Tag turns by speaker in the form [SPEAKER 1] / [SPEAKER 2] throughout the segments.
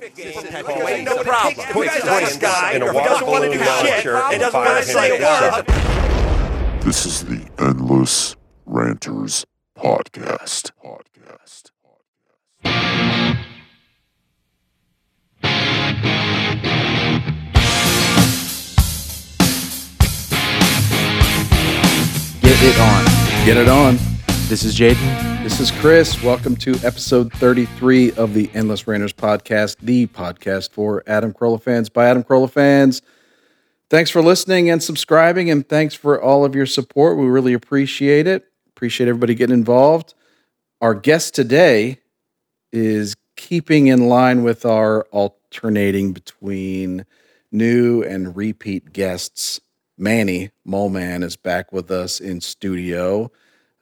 [SPEAKER 1] the problem.
[SPEAKER 2] Put
[SPEAKER 1] You guys
[SPEAKER 2] three
[SPEAKER 1] are this
[SPEAKER 2] in
[SPEAKER 1] guy
[SPEAKER 2] in a
[SPEAKER 1] who
[SPEAKER 2] water
[SPEAKER 1] doesn't want to
[SPEAKER 2] balloon
[SPEAKER 1] do
[SPEAKER 2] while
[SPEAKER 1] shit
[SPEAKER 2] shirt and
[SPEAKER 1] and doesn't
[SPEAKER 2] fire
[SPEAKER 1] want to
[SPEAKER 2] him
[SPEAKER 1] say
[SPEAKER 2] in
[SPEAKER 1] a
[SPEAKER 2] the
[SPEAKER 1] word.
[SPEAKER 3] This is the Endless Ranters Podcast. Podcast.
[SPEAKER 4] Get it on.
[SPEAKER 5] Get it on.
[SPEAKER 4] This is Jaden.
[SPEAKER 5] This is Chris. Welcome to episode 33 of the Endless Ranters podcast, the podcast for Adam Carolla fans by Adam Carolla fans. Thanks for listening and subscribing, and thanks for all of your support. We really appreciate it. Appreciate everybody getting involved. Our guest today is keeping in line with our alternating between new and repeat guests. Manny Moleman is back with us in studio.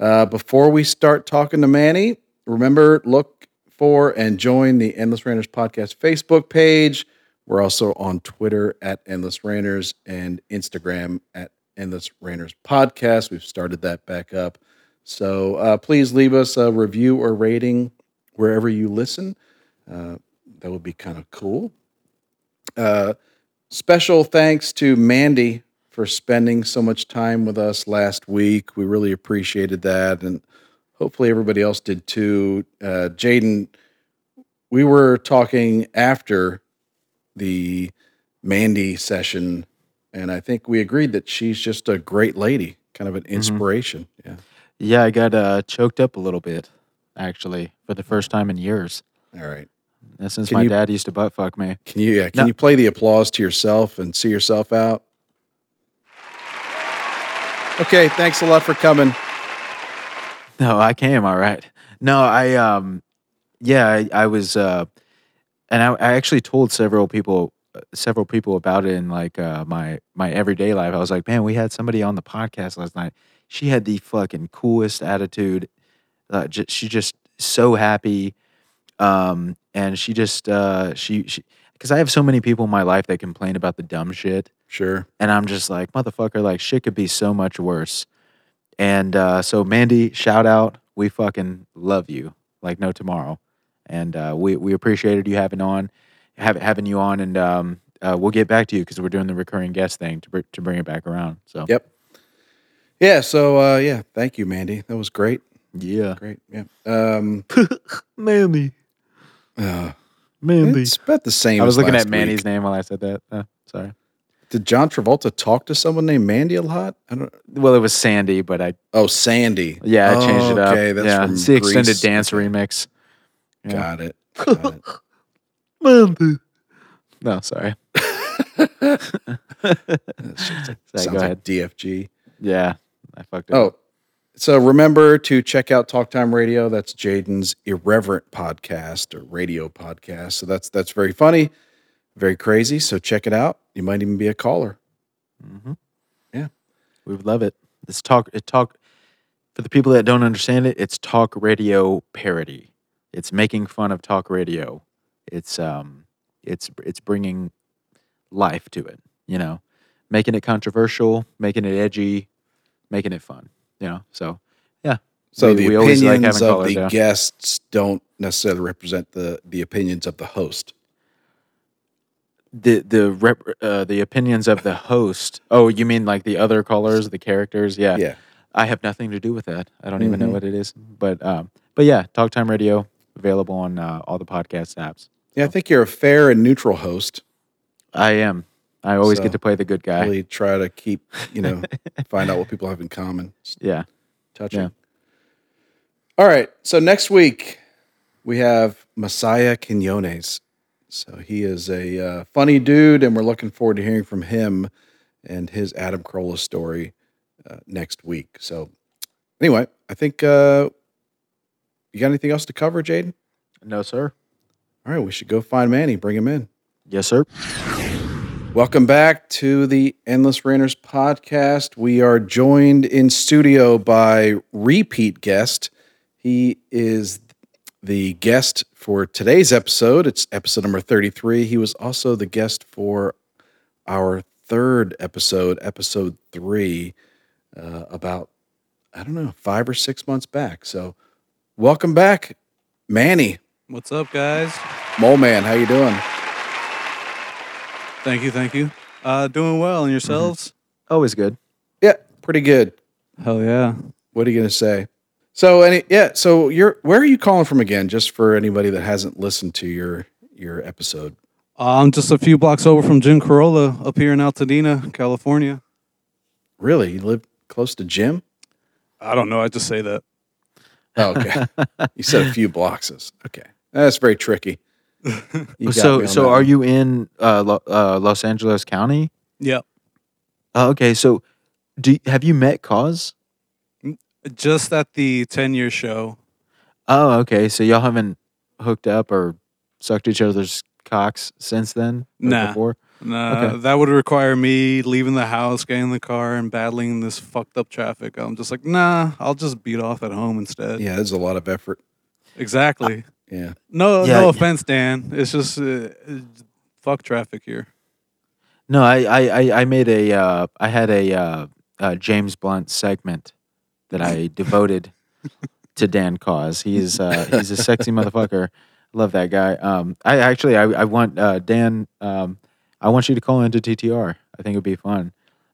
[SPEAKER 5] Uh, before we start talking to Manny, remember look for and join the Endless Ranters podcast Facebook page. We're also on Twitter at Endless Ranters and Instagram at Endless Ranters podcast. We've started that back up. So uh, please leave us a review or rating wherever you listen. Uh, that would be kind of cool. Uh, special thanks to Mandy for spending so much time with us last week. We really appreciated that, and hopefully everybody else did too. Uh, Jaden, we were talking after the Mandy session, and I think we agreed that she's just a great lady, kind of an inspiration.
[SPEAKER 4] Yeah, I got uh, choked up a little bit, actually, for the first time in years.
[SPEAKER 5] Yeah. All right.
[SPEAKER 4] Uh, Since
[SPEAKER 5] Can
[SPEAKER 4] my
[SPEAKER 5] you-
[SPEAKER 4] dad used to butt fuck me.
[SPEAKER 5] Can you yeah, can
[SPEAKER 4] No.
[SPEAKER 5] you play the applause to yourself and see yourself out? Okay, thanks a lot for coming.
[SPEAKER 4] No, I came all right. No, I um, yeah, I, I was uh, and I, I actually told several people, uh, several people about it in like uh, my my everyday life. I was like, man, we had somebody on the podcast last night. She had the fucking coolest attitude. Uh, ju- she just so happy, um, and she just uh, she she because I have so many people in my life that complain about the dumb shit.
[SPEAKER 5] Sure.
[SPEAKER 4] And I'm just like, motherfucker, like shit could be so much worse. And uh, so, Mandy, shout out. We fucking love you. Like no tomorrow. And uh, we we appreciated you having on, have, having you on, and um, uh, we'll get back to you because we're doing the recurring guest thing to br- to bring it back around. So
[SPEAKER 5] Yep. Yeah, so uh yeah, thank you, Mandy. That was great.
[SPEAKER 4] yeah,
[SPEAKER 5] Great. Yeah. Um
[SPEAKER 4] Mandy,
[SPEAKER 5] uh,
[SPEAKER 4] Mandy.
[SPEAKER 5] it's about the same.
[SPEAKER 4] I
[SPEAKER 5] as
[SPEAKER 4] was looking
[SPEAKER 5] last
[SPEAKER 4] at Mandy's
[SPEAKER 5] week.
[SPEAKER 4] name while I said that. Uh, sorry.
[SPEAKER 5] Did John Travolta talk to someone named Mandy a lot? I don't
[SPEAKER 4] Well, it was Sandy, but I
[SPEAKER 5] Oh, Sandy.
[SPEAKER 4] yeah I
[SPEAKER 5] Oh,
[SPEAKER 4] changed it up.
[SPEAKER 5] Okay, that's
[SPEAKER 4] yeah,
[SPEAKER 5] from
[SPEAKER 4] it's the extended
[SPEAKER 5] Grease.
[SPEAKER 4] dance remix. yeah.
[SPEAKER 5] Got it. Got it.
[SPEAKER 4] Mandy. No, sorry.
[SPEAKER 5] Sounds
[SPEAKER 4] Sorry, go
[SPEAKER 5] like
[SPEAKER 4] ahead.
[SPEAKER 5] DFG.
[SPEAKER 4] Yeah, I fucked up.
[SPEAKER 5] Oh, so remember to check out Talk Time Radio. That's Jaden's irreverent podcast or radio podcast. So that's that's very funny, very crazy. So check it out. You might even be a caller.
[SPEAKER 4] hmm
[SPEAKER 5] Yeah.
[SPEAKER 4] we would love it. It's talk. It talk. For the people that don't understand it, it's talk radio parody. It's making fun of talk radio. It's um, it's it's bringing life to it. You know, making it controversial, making it edgy, making it fun. You know, so yeah.
[SPEAKER 5] So
[SPEAKER 4] we-
[SPEAKER 5] the
[SPEAKER 4] we always like
[SPEAKER 5] opinions
[SPEAKER 4] having
[SPEAKER 5] of
[SPEAKER 4] callers,
[SPEAKER 5] the
[SPEAKER 4] yeah.
[SPEAKER 5] guests don't necessarily represent the the opinions of the host.
[SPEAKER 4] the the rep, uh, the opinions of the host. Oh, you mean like the other callers, the characters? Yeah. Mm-hmm.
[SPEAKER 5] Yeah.
[SPEAKER 4] I have nothing to do with that. I don't even know
[SPEAKER 5] Mhm.
[SPEAKER 4] what it is. But um, but yeah, Talk Time Radio available on uh, all the podcast apps.
[SPEAKER 5] Yeah, I think you're a fair and neutral host.
[SPEAKER 4] I am. I always
[SPEAKER 5] So,
[SPEAKER 4] get to play the good guy.
[SPEAKER 5] Really try to keep, you know, find out what people have in common. It's
[SPEAKER 4] Yeah.
[SPEAKER 5] touching.
[SPEAKER 4] Yeah.
[SPEAKER 5] All right. So next week we have Messiah Quinones. So he is a uh, funny dude, and we're looking forward to hearing from him and his Adam Carolla story uh, next week. So anyway, I think uh, you got anything else to cover, Jaden?
[SPEAKER 4] No, sir.
[SPEAKER 5] All right, we should go find Manny. Bring him in.
[SPEAKER 4] Yes, sir.
[SPEAKER 5] Welcome back to the Endless Rainers podcast. We are joined in studio by repeat guest. He is the guest for today's episode. It's episode number 33. He was also the guest for our third episode, episode three, uh, about, I don't know, five or six months back. So, welcome back, Manny.
[SPEAKER 6] What's up, guys?
[SPEAKER 5] Mole Man, how you doing?
[SPEAKER 1] Thank you, thank you. Uh, doing well, and yourselves?
[SPEAKER 4] Always good.
[SPEAKER 5] Yeah, pretty good.
[SPEAKER 1] Hell yeah.
[SPEAKER 5] What are you gonna say? So any yeah, so you're where are you calling from again? Just for anybody that hasn't listened to your your episode.
[SPEAKER 1] Uh, I'm just a few blocks over from Jim Corolla up here in Altadena, California.
[SPEAKER 5] Really, you live close to Jim?
[SPEAKER 1] I don't know. I just say that.
[SPEAKER 5] Oh, okay. you said a few boxes. Okay, that's very tricky. You got me
[SPEAKER 4] so
[SPEAKER 5] on
[SPEAKER 4] so
[SPEAKER 5] that
[SPEAKER 4] are
[SPEAKER 5] one.
[SPEAKER 4] you in uh, Lo- uh, Los Angeles County?
[SPEAKER 1] Yep.
[SPEAKER 4] Oh, okay, so do have you met Cause?
[SPEAKER 1] Just at the 10 year show.
[SPEAKER 4] Oh, okay. So y'all haven't hooked up or sucked each other's cocks since then? Or
[SPEAKER 1] Nah.
[SPEAKER 4] Before?
[SPEAKER 1] Nah,
[SPEAKER 4] Okay.
[SPEAKER 1] uh, That would require me leaving the house, getting in the car, and battling this fucked up traffic. I'm just like, nah, I'll just beat off at home instead.
[SPEAKER 5] Yeah, there's a lot of effort.
[SPEAKER 1] Exactly.
[SPEAKER 5] Yeah,
[SPEAKER 1] No,
[SPEAKER 4] Yeah.
[SPEAKER 1] no offense, Dan. It's just uh, fuck traffic here.
[SPEAKER 4] No, I I I- I made a uh, I had a uh, uh, James Blunt segment that I devoted to Dan Cause. He's uh, he's a sexy motherfucker. Love that guy. Um, I actually I I want uh, Dan. Um, I want you to call into TTR. I think it'd be fun.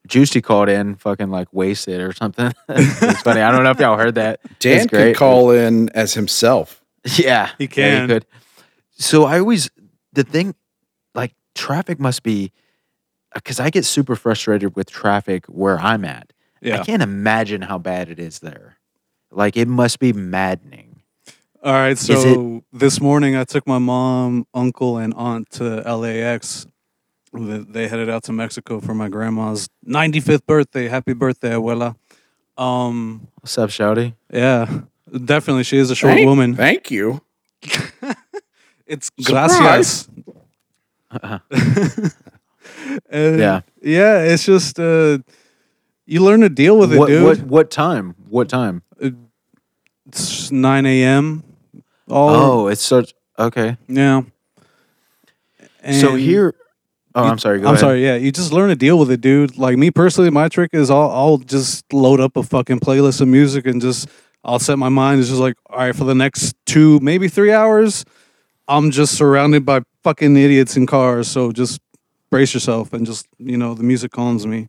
[SPEAKER 4] Juicy called in, fucking like wasted or something. it's funny. I don't know if y'all heard that.
[SPEAKER 5] Dan
[SPEAKER 4] It's great.
[SPEAKER 5] could call in as himself.
[SPEAKER 4] Yeah,
[SPEAKER 1] He
[SPEAKER 4] yeah,
[SPEAKER 1] can.
[SPEAKER 4] could. So I always the thing, like traffic must be, because I get super frustrated with traffic where I'm at. I
[SPEAKER 1] Yeah.
[SPEAKER 4] can't imagine how bad it is there. Like it must be maddening.
[SPEAKER 1] All right.
[SPEAKER 4] it-
[SPEAKER 1] So this morning I took my mom, uncle, and aunt to LAX. Th- They headed out to Mexico for my grandma's 95th birthday. Happy birthday, abuela. Um,
[SPEAKER 4] What's up, Shouty?
[SPEAKER 1] yeah, definitely. She is a short
[SPEAKER 5] Thank-
[SPEAKER 1] woman.
[SPEAKER 5] Thank you.
[SPEAKER 1] It's
[SPEAKER 5] Surprise.
[SPEAKER 1] gracias. And
[SPEAKER 4] Yeah.
[SPEAKER 1] Yeah. It's just, uh, you learn to deal with it,
[SPEAKER 4] What,
[SPEAKER 1] dude.
[SPEAKER 4] what what time? What time?
[SPEAKER 1] It's 9 a.m. All,
[SPEAKER 4] Oh, it's such okay.
[SPEAKER 1] yeah.
[SPEAKER 4] so
[SPEAKER 1] And-
[SPEAKER 4] here, oh,
[SPEAKER 1] You-
[SPEAKER 4] I'm sorry. Go
[SPEAKER 1] I'm
[SPEAKER 4] ahead.
[SPEAKER 1] sorry. Yeah, you just learn to deal with it, dude. Like me personally, my trick is I'll, I'll just load up a fucking playlist of music and just I'll set my mind. It's just like, all right, for the next two, maybe three hours, I'm just surrounded by fucking idiots in cars. So just brace yourself and just you know the music calms me.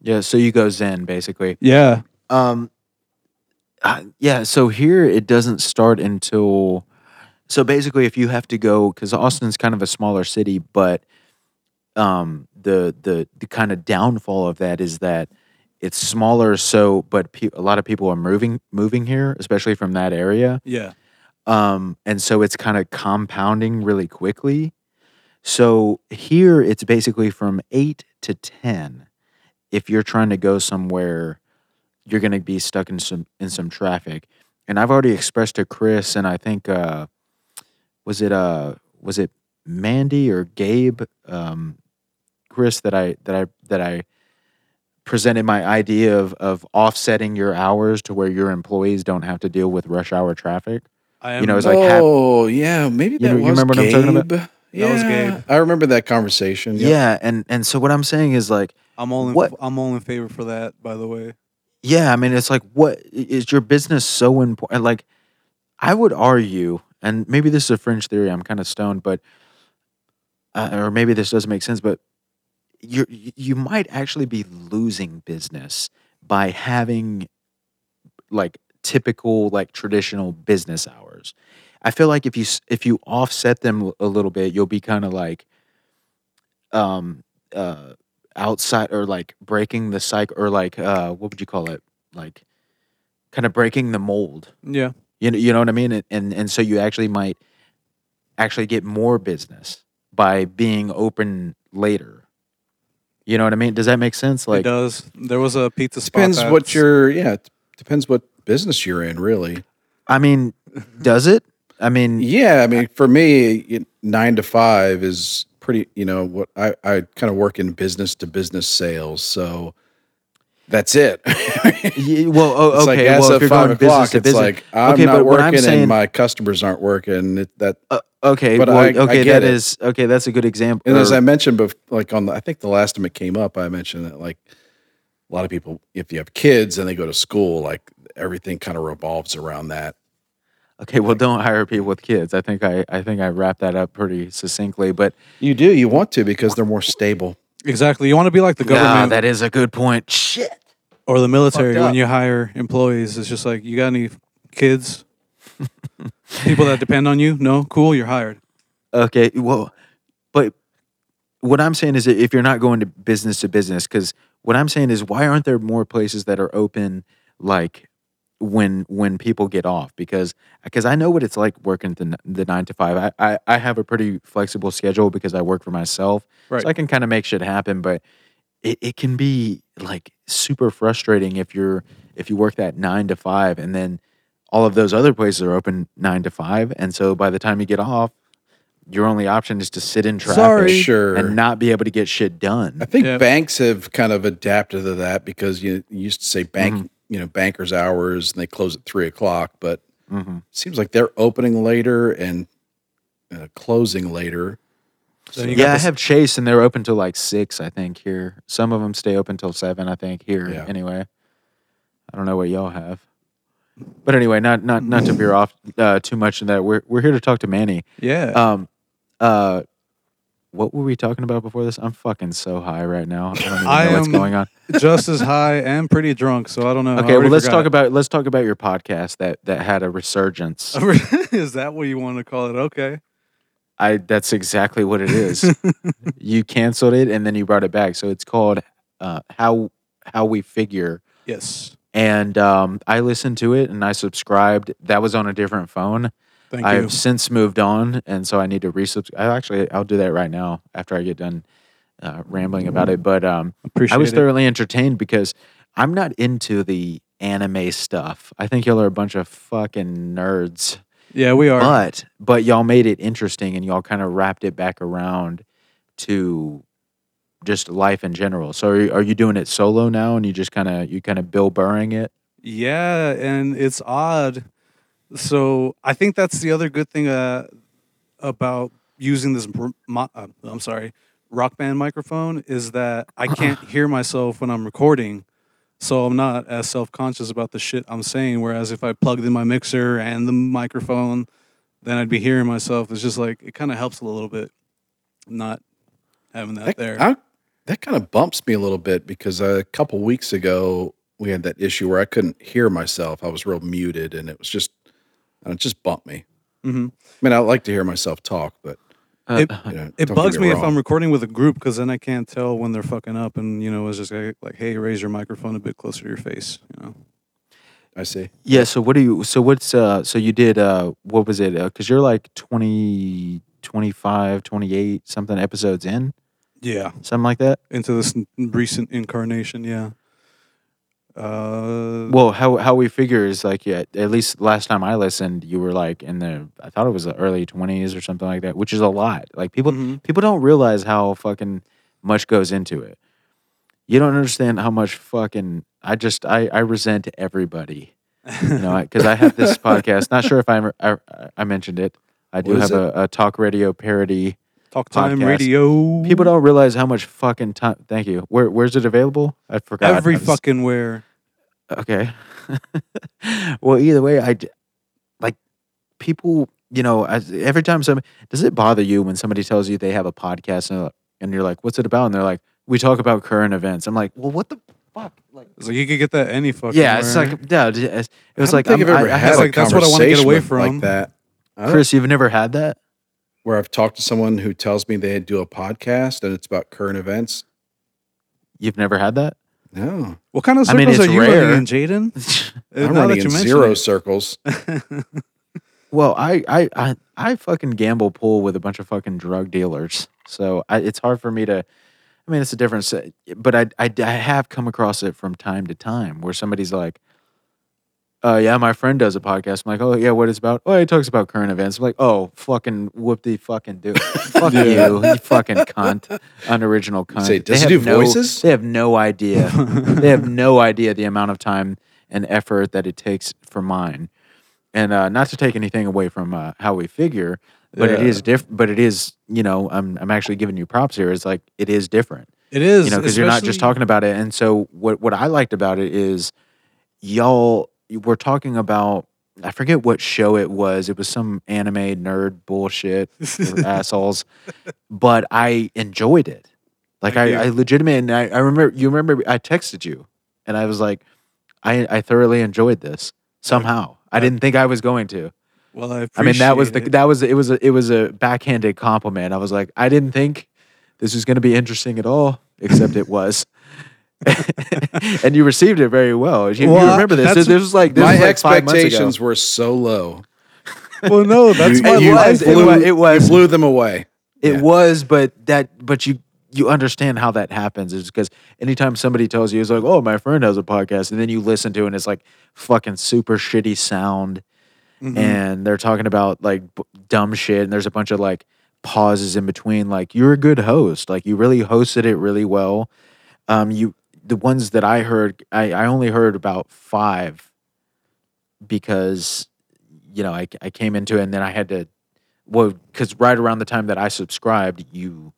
[SPEAKER 4] Yeah. So you go Zen basically.
[SPEAKER 1] Yeah.
[SPEAKER 4] Um, uh, yeah. So here it doesn't start until. So basically, if you have to go, because Austin's kind of a smaller city, but um, the the the kind of downfall of that is that it's smaller. So, but pe- a lot of people are moving moving here, especially from that area
[SPEAKER 1] Yeah.
[SPEAKER 4] um, and so it's kind of compounding really quickly. So here it's basically from eight to ten. If you're trying to go somewhere, you're going to be stuck in some in some traffic. And I've already expressed to Chris, and I think uh, was it uh was it Mandy or Gabe, um, Chris that I that I that I presented my idea of of offsetting your hours to where your employees don't have to deal with rush hour traffic.
[SPEAKER 1] I
[SPEAKER 4] You know, it's like hap-
[SPEAKER 5] Oh yeah, maybe that
[SPEAKER 4] know- you
[SPEAKER 5] was
[SPEAKER 4] remember what I'm
[SPEAKER 5] Gabe.
[SPEAKER 4] talking about?
[SPEAKER 5] Yeah,
[SPEAKER 1] was Gabe.
[SPEAKER 5] I remember that conversation. Yep.
[SPEAKER 4] Yeah, and and so what I'm saying is like,
[SPEAKER 1] I'm all in,
[SPEAKER 4] What?
[SPEAKER 1] I'm all in favor for that. By the way.
[SPEAKER 4] yeah, I mean, it's like, what i- is your business so important? Like, I would argue, and maybe this is a fringe theory. I'm kind of stoned, but uh, or maybe this doesn't make sense, but you you might actually be losing business by having like typical like traditional business hours. I feel like if you s- if you offset them a little bit, you'll be kind of like um uh outside or like breaking the cycle or like uh what would you call it? Like kind of breaking the mold.
[SPEAKER 1] Yeah.
[SPEAKER 4] You know, you know what I mean? And, and and so you actually might actually get more business by being open later. You know what I mean? Does that make sense?
[SPEAKER 1] it
[SPEAKER 4] Like
[SPEAKER 1] does. There was a pizza spot.
[SPEAKER 5] depends
[SPEAKER 1] that-
[SPEAKER 5] what your yeah it depends what business you're in really.
[SPEAKER 4] I mean, does it? I mean,
[SPEAKER 5] Yeah, I mean, for me, it- nine to five is pretty. You know, what I I kind of work in business to business sales, so that's it. it's
[SPEAKER 4] y- well, oh,
[SPEAKER 5] like
[SPEAKER 4] okay.
[SPEAKER 5] as
[SPEAKER 4] well,
[SPEAKER 5] of
[SPEAKER 4] if you're
[SPEAKER 5] five
[SPEAKER 4] going business
[SPEAKER 5] o'clock,
[SPEAKER 4] to
[SPEAKER 5] it's
[SPEAKER 4] business,
[SPEAKER 5] like I'm
[SPEAKER 4] Okay,
[SPEAKER 5] not
[SPEAKER 4] but what I'm
[SPEAKER 5] working
[SPEAKER 4] saying-
[SPEAKER 5] and my customers aren't working. It, that
[SPEAKER 4] uh, okay,
[SPEAKER 5] but
[SPEAKER 4] well,
[SPEAKER 5] I- I
[SPEAKER 4] okay,
[SPEAKER 5] get
[SPEAKER 4] that
[SPEAKER 5] it.
[SPEAKER 4] is okay. That's a good example.
[SPEAKER 5] And as
[SPEAKER 4] or-
[SPEAKER 5] I mentioned, bef- like on the, I think the last time it came up, I mentioned that like a lot of people, if you have kids and they go to school, like everything kind of revolves around that.
[SPEAKER 4] Okay, well, don't hire people with kids. I think I, I think I wrapped that up pretty succinctly. But
[SPEAKER 5] You do. You want to because they're more stable.
[SPEAKER 1] Exactly. You want to be like the
[SPEAKER 4] Ah,
[SPEAKER 1] government
[SPEAKER 4] that is a good point. Shit.
[SPEAKER 1] or the military
[SPEAKER 5] Fucked up.
[SPEAKER 1] when you hire employees. It's just like, you got any kids? People that depend on you? No? Cool, you're hired.
[SPEAKER 4] Okay, well, but what I'm saying is that if you're not going to business to business, because what I'm saying is why aren't there more places that are open like when when people get off? Because because I know what it's like working the n- the nine to five. I I, I have a pretty flexible schedule because I work for myself,
[SPEAKER 1] Right.
[SPEAKER 4] so I can kind of make shit happen. But it, it can be like super frustrating if you're if you work that nine to five and then all of those other places are open nine to five, and so by the time you get off, your only option is to sit in traffic
[SPEAKER 1] Sorry.
[SPEAKER 5] Sure.
[SPEAKER 4] and not be able to get shit
[SPEAKER 5] I
[SPEAKER 4] done.
[SPEAKER 5] think
[SPEAKER 1] Yeah.
[SPEAKER 5] banks have kind of adapted to that because you, you used to say bank,
[SPEAKER 1] Mm-hmm.
[SPEAKER 5] you know, bankers' hours and they close at three o'clock, but
[SPEAKER 1] Mm-hmm.
[SPEAKER 4] Mhm.
[SPEAKER 5] it seems like they're opening later and uh, closing later.
[SPEAKER 1] Then you got
[SPEAKER 4] Yeah, I
[SPEAKER 1] this-
[SPEAKER 4] have Chase, and they're open till like six, I think. Here, some of them stay open till seven, I think. Here,
[SPEAKER 5] Yeah.
[SPEAKER 4] anyway. I don't know what y'all have, but anyway, not not not to veer off uh, too much in that. We're we're here to talk to Manny.
[SPEAKER 1] yeah.
[SPEAKER 4] Um, uh, what were we talking about before this? I'm fucking so high right now. I don't even know
[SPEAKER 1] I
[SPEAKER 4] what's
[SPEAKER 1] am-
[SPEAKER 4] going on.
[SPEAKER 1] just as high and pretty drunk, so I don't know. I
[SPEAKER 4] uh, Okay, well
[SPEAKER 1] already
[SPEAKER 4] let's
[SPEAKER 1] forgot.
[SPEAKER 4] talk about let's talk about your podcast that that had a resurgence.
[SPEAKER 1] Is that what you want to call it? Okay.
[SPEAKER 4] I that's exactly what it is. you canceled it and then you brought it back. So it's called uh, how how we figure.
[SPEAKER 1] Yes.
[SPEAKER 4] And um, I listened to it and I subscribed. That was on a different phone.
[SPEAKER 1] Thank
[SPEAKER 4] I've
[SPEAKER 1] you.
[SPEAKER 4] since moved on, and so I need to resubscribe. I actually I'll do that right now after I get done uh, rambling about it. But um,
[SPEAKER 1] Appreciate
[SPEAKER 4] I was
[SPEAKER 1] it.
[SPEAKER 4] thoroughly entertained because I'm not into the anime stuff. I think y'all are a bunch of fucking nerds.
[SPEAKER 1] Yeah, we are.
[SPEAKER 4] But but y'all made it interesting and y'all kind of wrapped it back around to just life in general. So are you, are you doing it solo now and you just kind of you kind of Bill Burring it?
[SPEAKER 1] Yeah, and it's odd. So I think that's the other good thing uh, about using this. br- mo- uh, I'm sorry, rock band microphone is that I can't hear myself when I'm recording, so I'm not as self conscious about the shit I'm saying. Whereas if I plugged in my mixer and the microphone, then I'd be hearing myself. It's just like it kind of helps a little bit, not having that
[SPEAKER 5] That,
[SPEAKER 1] there.
[SPEAKER 5] I- that kind of bumps me a little bit because a couple weeks ago we had that issue where I couldn't hear myself. I was real muted, and it was just, and it just bumped me.
[SPEAKER 1] Mhm.
[SPEAKER 5] I mean, I like to hear myself talk, but
[SPEAKER 4] Uh,
[SPEAKER 1] It-
[SPEAKER 5] you know,
[SPEAKER 1] Uh,
[SPEAKER 5] don't
[SPEAKER 1] It
[SPEAKER 5] get
[SPEAKER 1] bugs me if
[SPEAKER 5] wrong.
[SPEAKER 1] I'm recording with a group because then I can't tell when they're fucking up, and you know, it's just like, like, hey, raise your microphone a bit closer to your face. You know,
[SPEAKER 5] I see.
[SPEAKER 4] Yeah. So what do you? So what's uh? So you did uh? What was it? Because you're like 20, 25, 28 something episodes in,
[SPEAKER 1] yeah,
[SPEAKER 4] something like that.
[SPEAKER 1] into this n- recent incarnation, yeah. Uh,
[SPEAKER 4] Well, how how we figure is like yeah. At least last time I listened, you were like in the I thought it was the early twenties or something like that, which is a lot. Like people
[SPEAKER 1] Mhm.
[SPEAKER 4] people don't realize how fucking much goes into it. You don't understand how much fucking I just I I resent everybody. you know, because I, have this podcast. Not sure if I, ever- I I mentioned it. I do
[SPEAKER 5] What
[SPEAKER 4] have
[SPEAKER 5] is
[SPEAKER 4] a, a talk radio parody.
[SPEAKER 1] talk time
[SPEAKER 4] podcast.
[SPEAKER 1] radio.
[SPEAKER 4] People don't realize how much fucking time. Thank you. Where where's it available? I forgot.
[SPEAKER 1] every
[SPEAKER 4] I was-
[SPEAKER 1] fucking where.
[SPEAKER 4] Okay. well, either way, I d- like people. You know, as, every time some does it bother you when somebody tells you they have a podcast and, they're like- and you're like, "What's it about?" And they're like, "We talk about current events." I'm like, "Well, what the fuck?" Like,
[SPEAKER 1] So you could get that any fucking.
[SPEAKER 4] yeah, it's
[SPEAKER 1] where.
[SPEAKER 4] like yeah, d- it's- it was
[SPEAKER 5] I
[SPEAKER 4] like
[SPEAKER 5] don't think
[SPEAKER 4] I'm-
[SPEAKER 5] I've ever
[SPEAKER 4] I- I
[SPEAKER 5] had
[SPEAKER 4] have
[SPEAKER 1] It's
[SPEAKER 5] a
[SPEAKER 1] like, that's what I wanna get away
[SPEAKER 5] conversation
[SPEAKER 1] from.
[SPEAKER 5] like that. I
[SPEAKER 4] a-
[SPEAKER 5] don't-
[SPEAKER 4] Chris. You've never had that?
[SPEAKER 5] where I've talked to someone who tells me they do a podcast and it's about current events.
[SPEAKER 4] You've never had that?
[SPEAKER 5] No,
[SPEAKER 1] what kind of
[SPEAKER 4] I
[SPEAKER 1] circles
[SPEAKER 4] mean,
[SPEAKER 1] are
[SPEAKER 4] it's
[SPEAKER 1] you
[SPEAKER 4] rare.
[SPEAKER 1] running in, Jaden?
[SPEAKER 5] I'm
[SPEAKER 1] Uh, now that
[SPEAKER 5] running
[SPEAKER 1] you
[SPEAKER 5] in
[SPEAKER 1] mention
[SPEAKER 5] zero
[SPEAKER 1] it.
[SPEAKER 5] circles.
[SPEAKER 4] Well, I, I I I fucking gamble pool with a bunch of fucking drug dealers, so I, it's hard for me to. I mean, it's a difference, uh, but I, I I have come across it from time to time where somebody's like, "Uh, yeah, my friend does a podcast." I'm like, "Oh yeah, what it's about?" Oh, he talks about current events. I'm like, "Oh, fucking whoop the fucking do, fuck you, you fucking cunt, unoriginal cunt."
[SPEAKER 5] say,
[SPEAKER 4] They
[SPEAKER 5] "Does he
[SPEAKER 4] have
[SPEAKER 5] do
[SPEAKER 4] no-
[SPEAKER 5] voices?"
[SPEAKER 4] They have no idea. they have no idea the amount of time and effort that it takes for mine and uh, not to take anything away from uh, how we figure, but it
[SPEAKER 1] Yeah.
[SPEAKER 4] is different. But it is, you know, I'm I'm actually giving you props here. It's like it is different,
[SPEAKER 1] It is,
[SPEAKER 4] you know, because you're not just
[SPEAKER 1] especially-
[SPEAKER 4] talking about it. And so what what I liked about it is y'all we're talking about I forget what show it was. It was some anime nerd bullshit they were assholes, but I enjoyed it. Like
[SPEAKER 1] Thank you.
[SPEAKER 4] I, I legitimate, and I, I remember you remember I texted you, and I was like, I, I thoroughly enjoyed this somehow. I didn't think I was going to.
[SPEAKER 1] Well, I
[SPEAKER 4] I mean, that was the
[SPEAKER 1] appreciate it.
[SPEAKER 4] that was it was a, it was a backhanded compliment. I was like, I didn't think this was going to be interesting at all, except it was. and you received it very well. You, you
[SPEAKER 1] Well,
[SPEAKER 4] remember this?
[SPEAKER 1] that's-
[SPEAKER 4] This was like this
[SPEAKER 5] My
[SPEAKER 4] was like five months ago.
[SPEAKER 5] expectations were so low.
[SPEAKER 1] well, no, Oh, that's
[SPEAKER 5] You-
[SPEAKER 1] my
[SPEAKER 4] It
[SPEAKER 5] you
[SPEAKER 1] life.
[SPEAKER 4] was, it
[SPEAKER 5] blew-
[SPEAKER 4] was, it was,
[SPEAKER 5] You blew them away.
[SPEAKER 4] it
[SPEAKER 5] yeah.
[SPEAKER 4] was, but that, but you, you understand how that happens is because anytime somebody tells you, it's like, oh, my friend has a podcast, and then you listen to it and it's like fucking super shitty sound,
[SPEAKER 1] Mhm.
[SPEAKER 4] and they're talking about like b- dumb shit, and there's a bunch of like pauses in between, like you're a good host, like you really hosted it really well. Um, you, the ones that I heard, I, I only heard about five because you know I, I came into it and then i had to well because right around the time that i subscribed you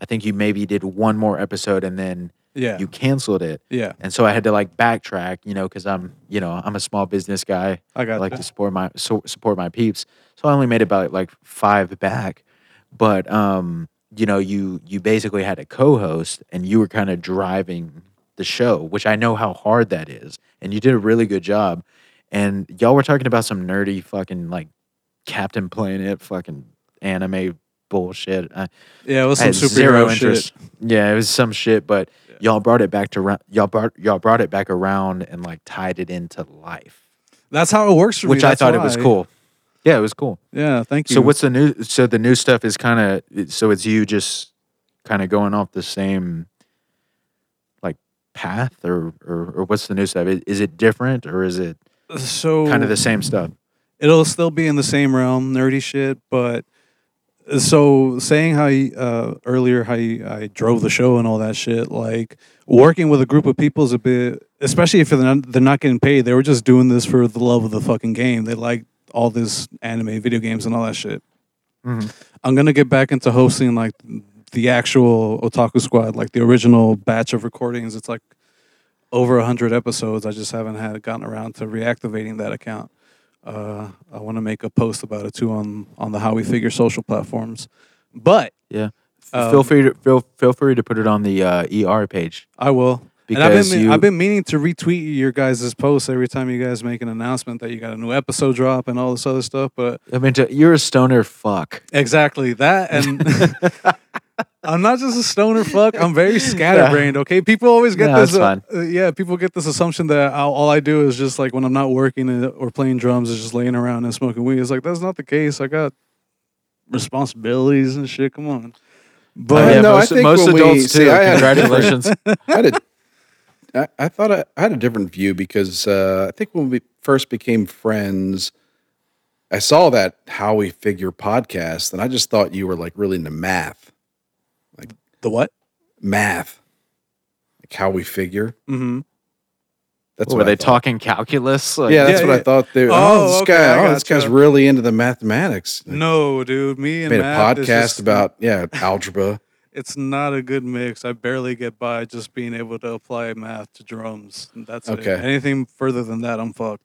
[SPEAKER 4] i think you maybe did one more episode and then
[SPEAKER 1] yeah,
[SPEAKER 4] you canceled it
[SPEAKER 1] yeah,
[SPEAKER 4] and so i had to like backtrack you know because i'm you know i'm a small business guy
[SPEAKER 1] I
[SPEAKER 4] i
[SPEAKER 1] got
[SPEAKER 4] like
[SPEAKER 1] that.
[SPEAKER 4] to support my so, support my peeps so i only made about like five back but um you know you you basically had a co-host and you were kind of driving the show which i know how hard that is and you did a really good job and y'all were talking about some nerdy fucking like captain planet fucking anime bullshit I,
[SPEAKER 1] yeah. It was
[SPEAKER 4] I
[SPEAKER 1] some
[SPEAKER 4] had
[SPEAKER 1] superhero
[SPEAKER 4] zero
[SPEAKER 1] shit.
[SPEAKER 4] interest. Yeah, it was some shit, but y'all brought it back to rou- y'all brought y'all brought it back around and like tied it into life,
[SPEAKER 1] That's how it works for me.
[SPEAKER 4] which I
[SPEAKER 1] that's
[SPEAKER 4] thought it was
[SPEAKER 1] why.
[SPEAKER 4] cool. Yeah, it was cool.
[SPEAKER 1] Yeah, thank you.
[SPEAKER 4] So what's the new? So the new stuff is kind of so it's you just kind of going off the same like path, or or, or what's the new stuff? I- Is it different, or is it
[SPEAKER 1] so
[SPEAKER 4] kind of the same stuff?
[SPEAKER 1] it'll still be in the same realm, nerdy shit. But uh, so saying how you, uh, earlier how you, I drove the show and all that shit, like working with a group of people is a bit, especially if they're not, they're not getting paid. They were just doing this for the love of the fucking game. They like all this anime, video games, and all that shit.
[SPEAKER 4] Mhm.
[SPEAKER 1] I'm gonna get back into hosting like the actual Otaku Squad, like the original batch of recordings. It's like over hundred episodes. I just haven't had gotten around to reactivating that account. Uh, I want to make a post about it too on on the How We Figure social platforms. But
[SPEAKER 4] Yeah.
[SPEAKER 1] Um,
[SPEAKER 4] feel free to feel feel free to put it on the uh, ER page.
[SPEAKER 1] I will. and I've
[SPEAKER 4] Because
[SPEAKER 1] been
[SPEAKER 4] you-
[SPEAKER 1] I've been meaning to retweet your guys' posts every time you guys make an announcement that you got a new episode drop and all this other stuff. But
[SPEAKER 4] I mean, to, you're a stoner fuck.
[SPEAKER 1] exactly that, and I'm not just a stoner fuck. I'm very scatterbrained. Okay, people always get
[SPEAKER 4] No,
[SPEAKER 1] this.
[SPEAKER 4] that's
[SPEAKER 1] uh, uh, yeah, people get this assumption that i all I do is just like when I'm not working and- or playing drums is just laying around and smoking weed. It's like that's not the case. I got responsibilities and shit. Come on. But
[SPEAKER 5] yeah, no, I
[SPEAKER 4] most,
[SPEAKER 5] think
[SPEAKER 4] most
[SPEAKER 5] when we-
[SPEAKER 4] adults
[SPEAKER 5] see,
[SPEAKER 4] too.
[SPEAKER 5] I had-
[SPEAKER 4] Congratulations.
[SPEAKER 5] I had a, I, I thought I, I had a different view because uh, I think when we first became friends, I saw that How We Figure podcast, and I just thought you were like really into math,
[SPEAKER 1] the what?
[SPEAKER 5] math, like how we figure.
[SPEAKER 1] Mm-hmm.
[SPEAKER 5] That's
[SPEAKER 4] were
[SPEAKER 5] what I
[SPEAKER 4] they
[SPEAKER 5] thought.
[SPEAKER 4] talking calculus? Like,
[SPEAKER 5] Yeah, that's
[SPEAKER 1] Yeah,
[SPEAKER 5] what
[SPEAKER 1] yeah.
[SPEAKER 5] I thought. They, oh,
[SPEAKER 1] Oh,
[SPEAKER 5] this
[SPEAKER 1] okay,
[SPEAKER 5] guy,
[SPEAKER 1] I
[SPEAKER 5] oh, this
[SPEAKER 1] gotcha.
[SPEAKER 5] guy's really into the mathematics. Like,
[SPEAKER 1] No, dude. Me and
[SPEAKER 5] made a
[SPEAKER 1] Matt
[SPEAKER 5] podcast
[SPEAKER 1] is just-
[SPEAKER 5] about yeah algebra.
[SPEAKER 1] It's not a good mix. I barely get by just being able to apply math to drums. That's okay.
[SPEAKER 5] Okay.
[SPEAKER 1] Anything further than that, I'm fucked.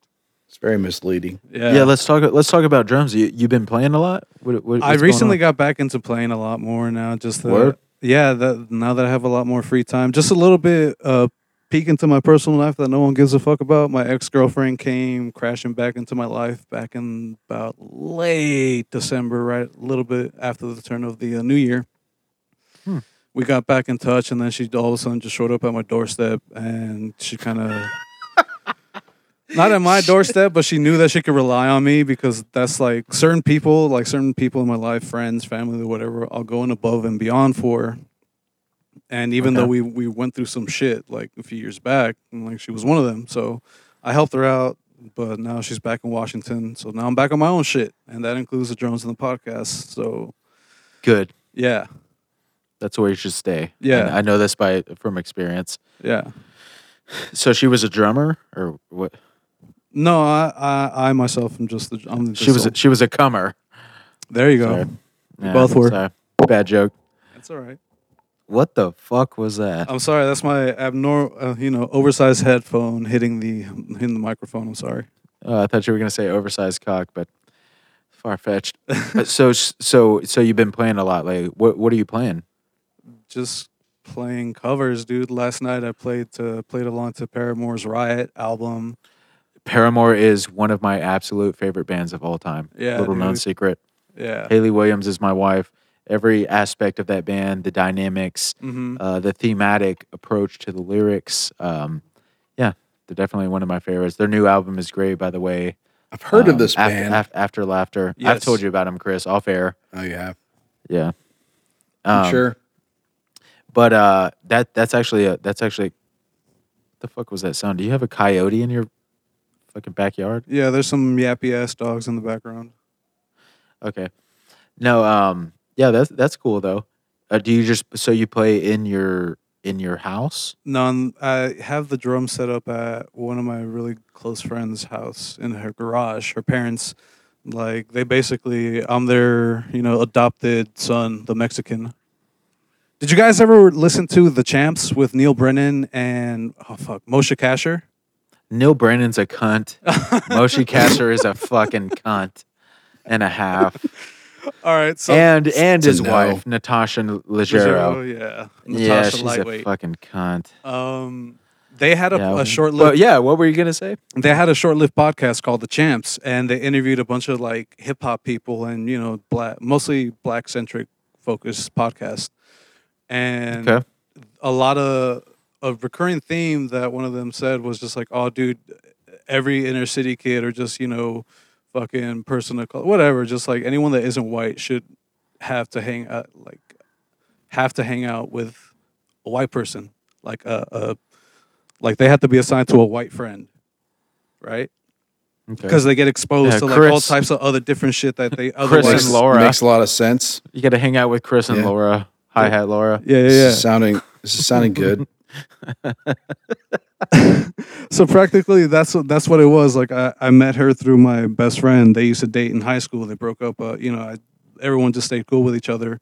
[SPEAKER 5] It's very misleading.
[SPEAKER 1] Yeah.
[SPEAKER 4] yeah. Let's talk. Let's talk about drums. You you've been playing a lot. What, what,
[SPEAKER 1] I recently got back into playing a lot more now. Just the,
[SPEAKER 4] Word.
[SPEAKER 1] yeah. That now that I have a lot more free time, just a little bit uh, peek into my personal life that no one gives a fuck about. My ex girlfriend came crashing back into my life back in about late December, right? A little bit after the turn of the uh, new year.
[SPEAKER 4] Hmm.
[SPEAKER 1] We got back in touch, and then she all of a sudden just showed up at my doorstep, and she kind of. not at my doorstep, but she knew that she could rely on me because that's like certain people, like certain people in my life, friends, family, whatever, I'll go in above and beyond for. And even though
[SPEAKER 4] Okay.
[SPEAKER 1] we we went through some shit like a few years back, and like she was one of them, so I helped her out. But now she's back in Washington, so now I'm back on my own shit, and that includes the drones and the podcast. So
[SPEAKER 4] good.
[SPEAKER 1] yeah,
[SPEAKER 4] That's where you should stay.
[SPEAKER 1] Yeah.
[SPEAKER 4] And I know this by from experience.
[SPEAKER 1] yeah.
[SPEAKER 4] So she was a drummer, or what?
[SPEAKER 1] No, I I, I myself am just the I'm the
[SPEAKER 4] She was. A,
[SPEAKER 1] just-
[SPEAKER 4] she was a comer.
[SPEAKER 1] there you go.
[SPEAKER 4] Sorry. Yeah,
[SPEAKER 1] both were.
[SPEAKER 4] sorry. Bad joke.
[SPEAKER 1] That's all right.
[SPEAKER 4] What the fuck was that?
[SPEAKER 1] I'm sorry. That's my abnormal, uh, you know, oversized headphone hitting the hitting the microphone. I'm sorry.
[SPEAKER 4] Uh, I thought you were gonna say oversized cock, but far fetched. so so so you've been playing a lot lately. What what are you playing?
[SPEAKER 1] Just playing covers, dude. Last night I played to played along to Paramore's Riot album.
[SPEAKER 4] Paramore is one of my absolute favorite bands of all time.
[SPEAKER 1] Yeah,
[SPEAKER 4] little known
[SPEAKER 1] dude.
[SPEAKER 4] secret.
[SPEAKER 1] Yeah.
[SPEAKER 4] Haley Williams is my wife. Every aspect of that band, the dynamics,
[SPEAKER 1] Mm-hmm.
[SPEAKER 4] uh, the thematic approach to the lyrics. Um, yeah, they're definitely one of my favorites. Their new album is great, by the way.
[SPEAKER 5] I've heard
[SPEAKER 4] Um,
[SPEAKER 5] of this
[SPEAKER 4] after,
[SPEAKER 5] band.
[SPEAKER 4] af- After Laughter. I've
[SPEAKER 1] Yes.
[SPEAKER 4] told you about him, Chris, off air.
[SPEAKER 5] oh, you have.
[SPEAKER 4] Yeah.
[SPEAKER 5] I'm
[SPEAKER 4] Um,
[SPEAKER 5] sure.
[SPEAKER 4] But uh, that that's actually a that's actually the fuck was that sound? Do you have a coyote in your fucking backyard?
[SPEAKER 1] Yeah, there's some yappy ass dogs in the background.
[SPEAKER 4] Okay. No. Um. Yeah. That's that's cool though. Uh, do you just so you play in your in your house?
[SPEAKER 1] None. I have the drum set up at one of my really close friends' house in her garage. Her parents, like, they basically, I'm their, you know, adopted son, the Mexican. Did you guys ever listen to The Champs with Neil Brennan and, oh, fuck, Moshe Kasher?
[SPEAKER 4] Neil Brennan's a cunt. Moshe Kasher is a fucking cunt and a half.
[SPEAKER 1] All right. So,
[SPEAKER 4] and and
[SPEAKER 5] to
[SPEAKER 4] his
[SPEAKER 5] know.
[SPEAKER 4] wife Natasha
[SPEAKER 1] Zero,
[SPEAKER 4] Leggero.
[SPEAKER 1] yeah.
[SPEAKER 4] Yeah,
[SPEAKER 1] Natasha
[SPEAKER 4] she's a
[SPEAKER 1] Lightweight.
[SPEAKER 4] fucking cunt.
[SPEAKER 1] um, they had a,
[SPEAKER 4] yeah.
[SPEAKER 1] a short
[SPEAKER 4] But
[SPEAKER 1] lived
[SPEAKER 4] yeah, what were you gonna say?
[SPEAKER 1] they had a short-lived podcast called The Champs, and they interviewed a bunch of like hip-hop people and you know black, mostly black-centric focused podcast, and
[SPEAKER 4] Okay.
[SPEAKER 1] a lot of a recurring theme that one of them said was just like, "Oh, dude, every inner city kid or just you know, fucking person of color, whatever, just like anyone that isn't white should have to hang out like have to hang out with a white person, like a, a like they have to be assigned to a white friend, right?"
[SPEAKER 4] Okay.
[SPEAKER 1] because they get exposed
[SPEAKER 4] Yeah,
[SPEAKER 1] to like all
[SPEAKER 4] Chris-
[SPEAKER 1] types of other different shit that they
[SPEAKER 4] Chris
[SPEAKER 1] otherwise.
[SPEAKER 5] Makes,
[SPEAKER 4] and Laura.
[SPEAKER 5] makes a lot of sense.
[SPEAKER 4] You gotta hang out with Chris and
[SPEAKER 5] Yeah.
[SPEAKER 4] Laura. Hi hat Laura.
[SPEAKER 1] yeah, yeah,
[SPEAKER 5] This
[SPEAKER 1] yeah.
[SPEAKER 5] is sounding this is sounding good.
[SPEAKER 1] So practically, that's what that's what it was. Like I, I met her through my best friend. They used to date in high school. They broke up. Uh, you know, I, everyone just stayed cool with each other,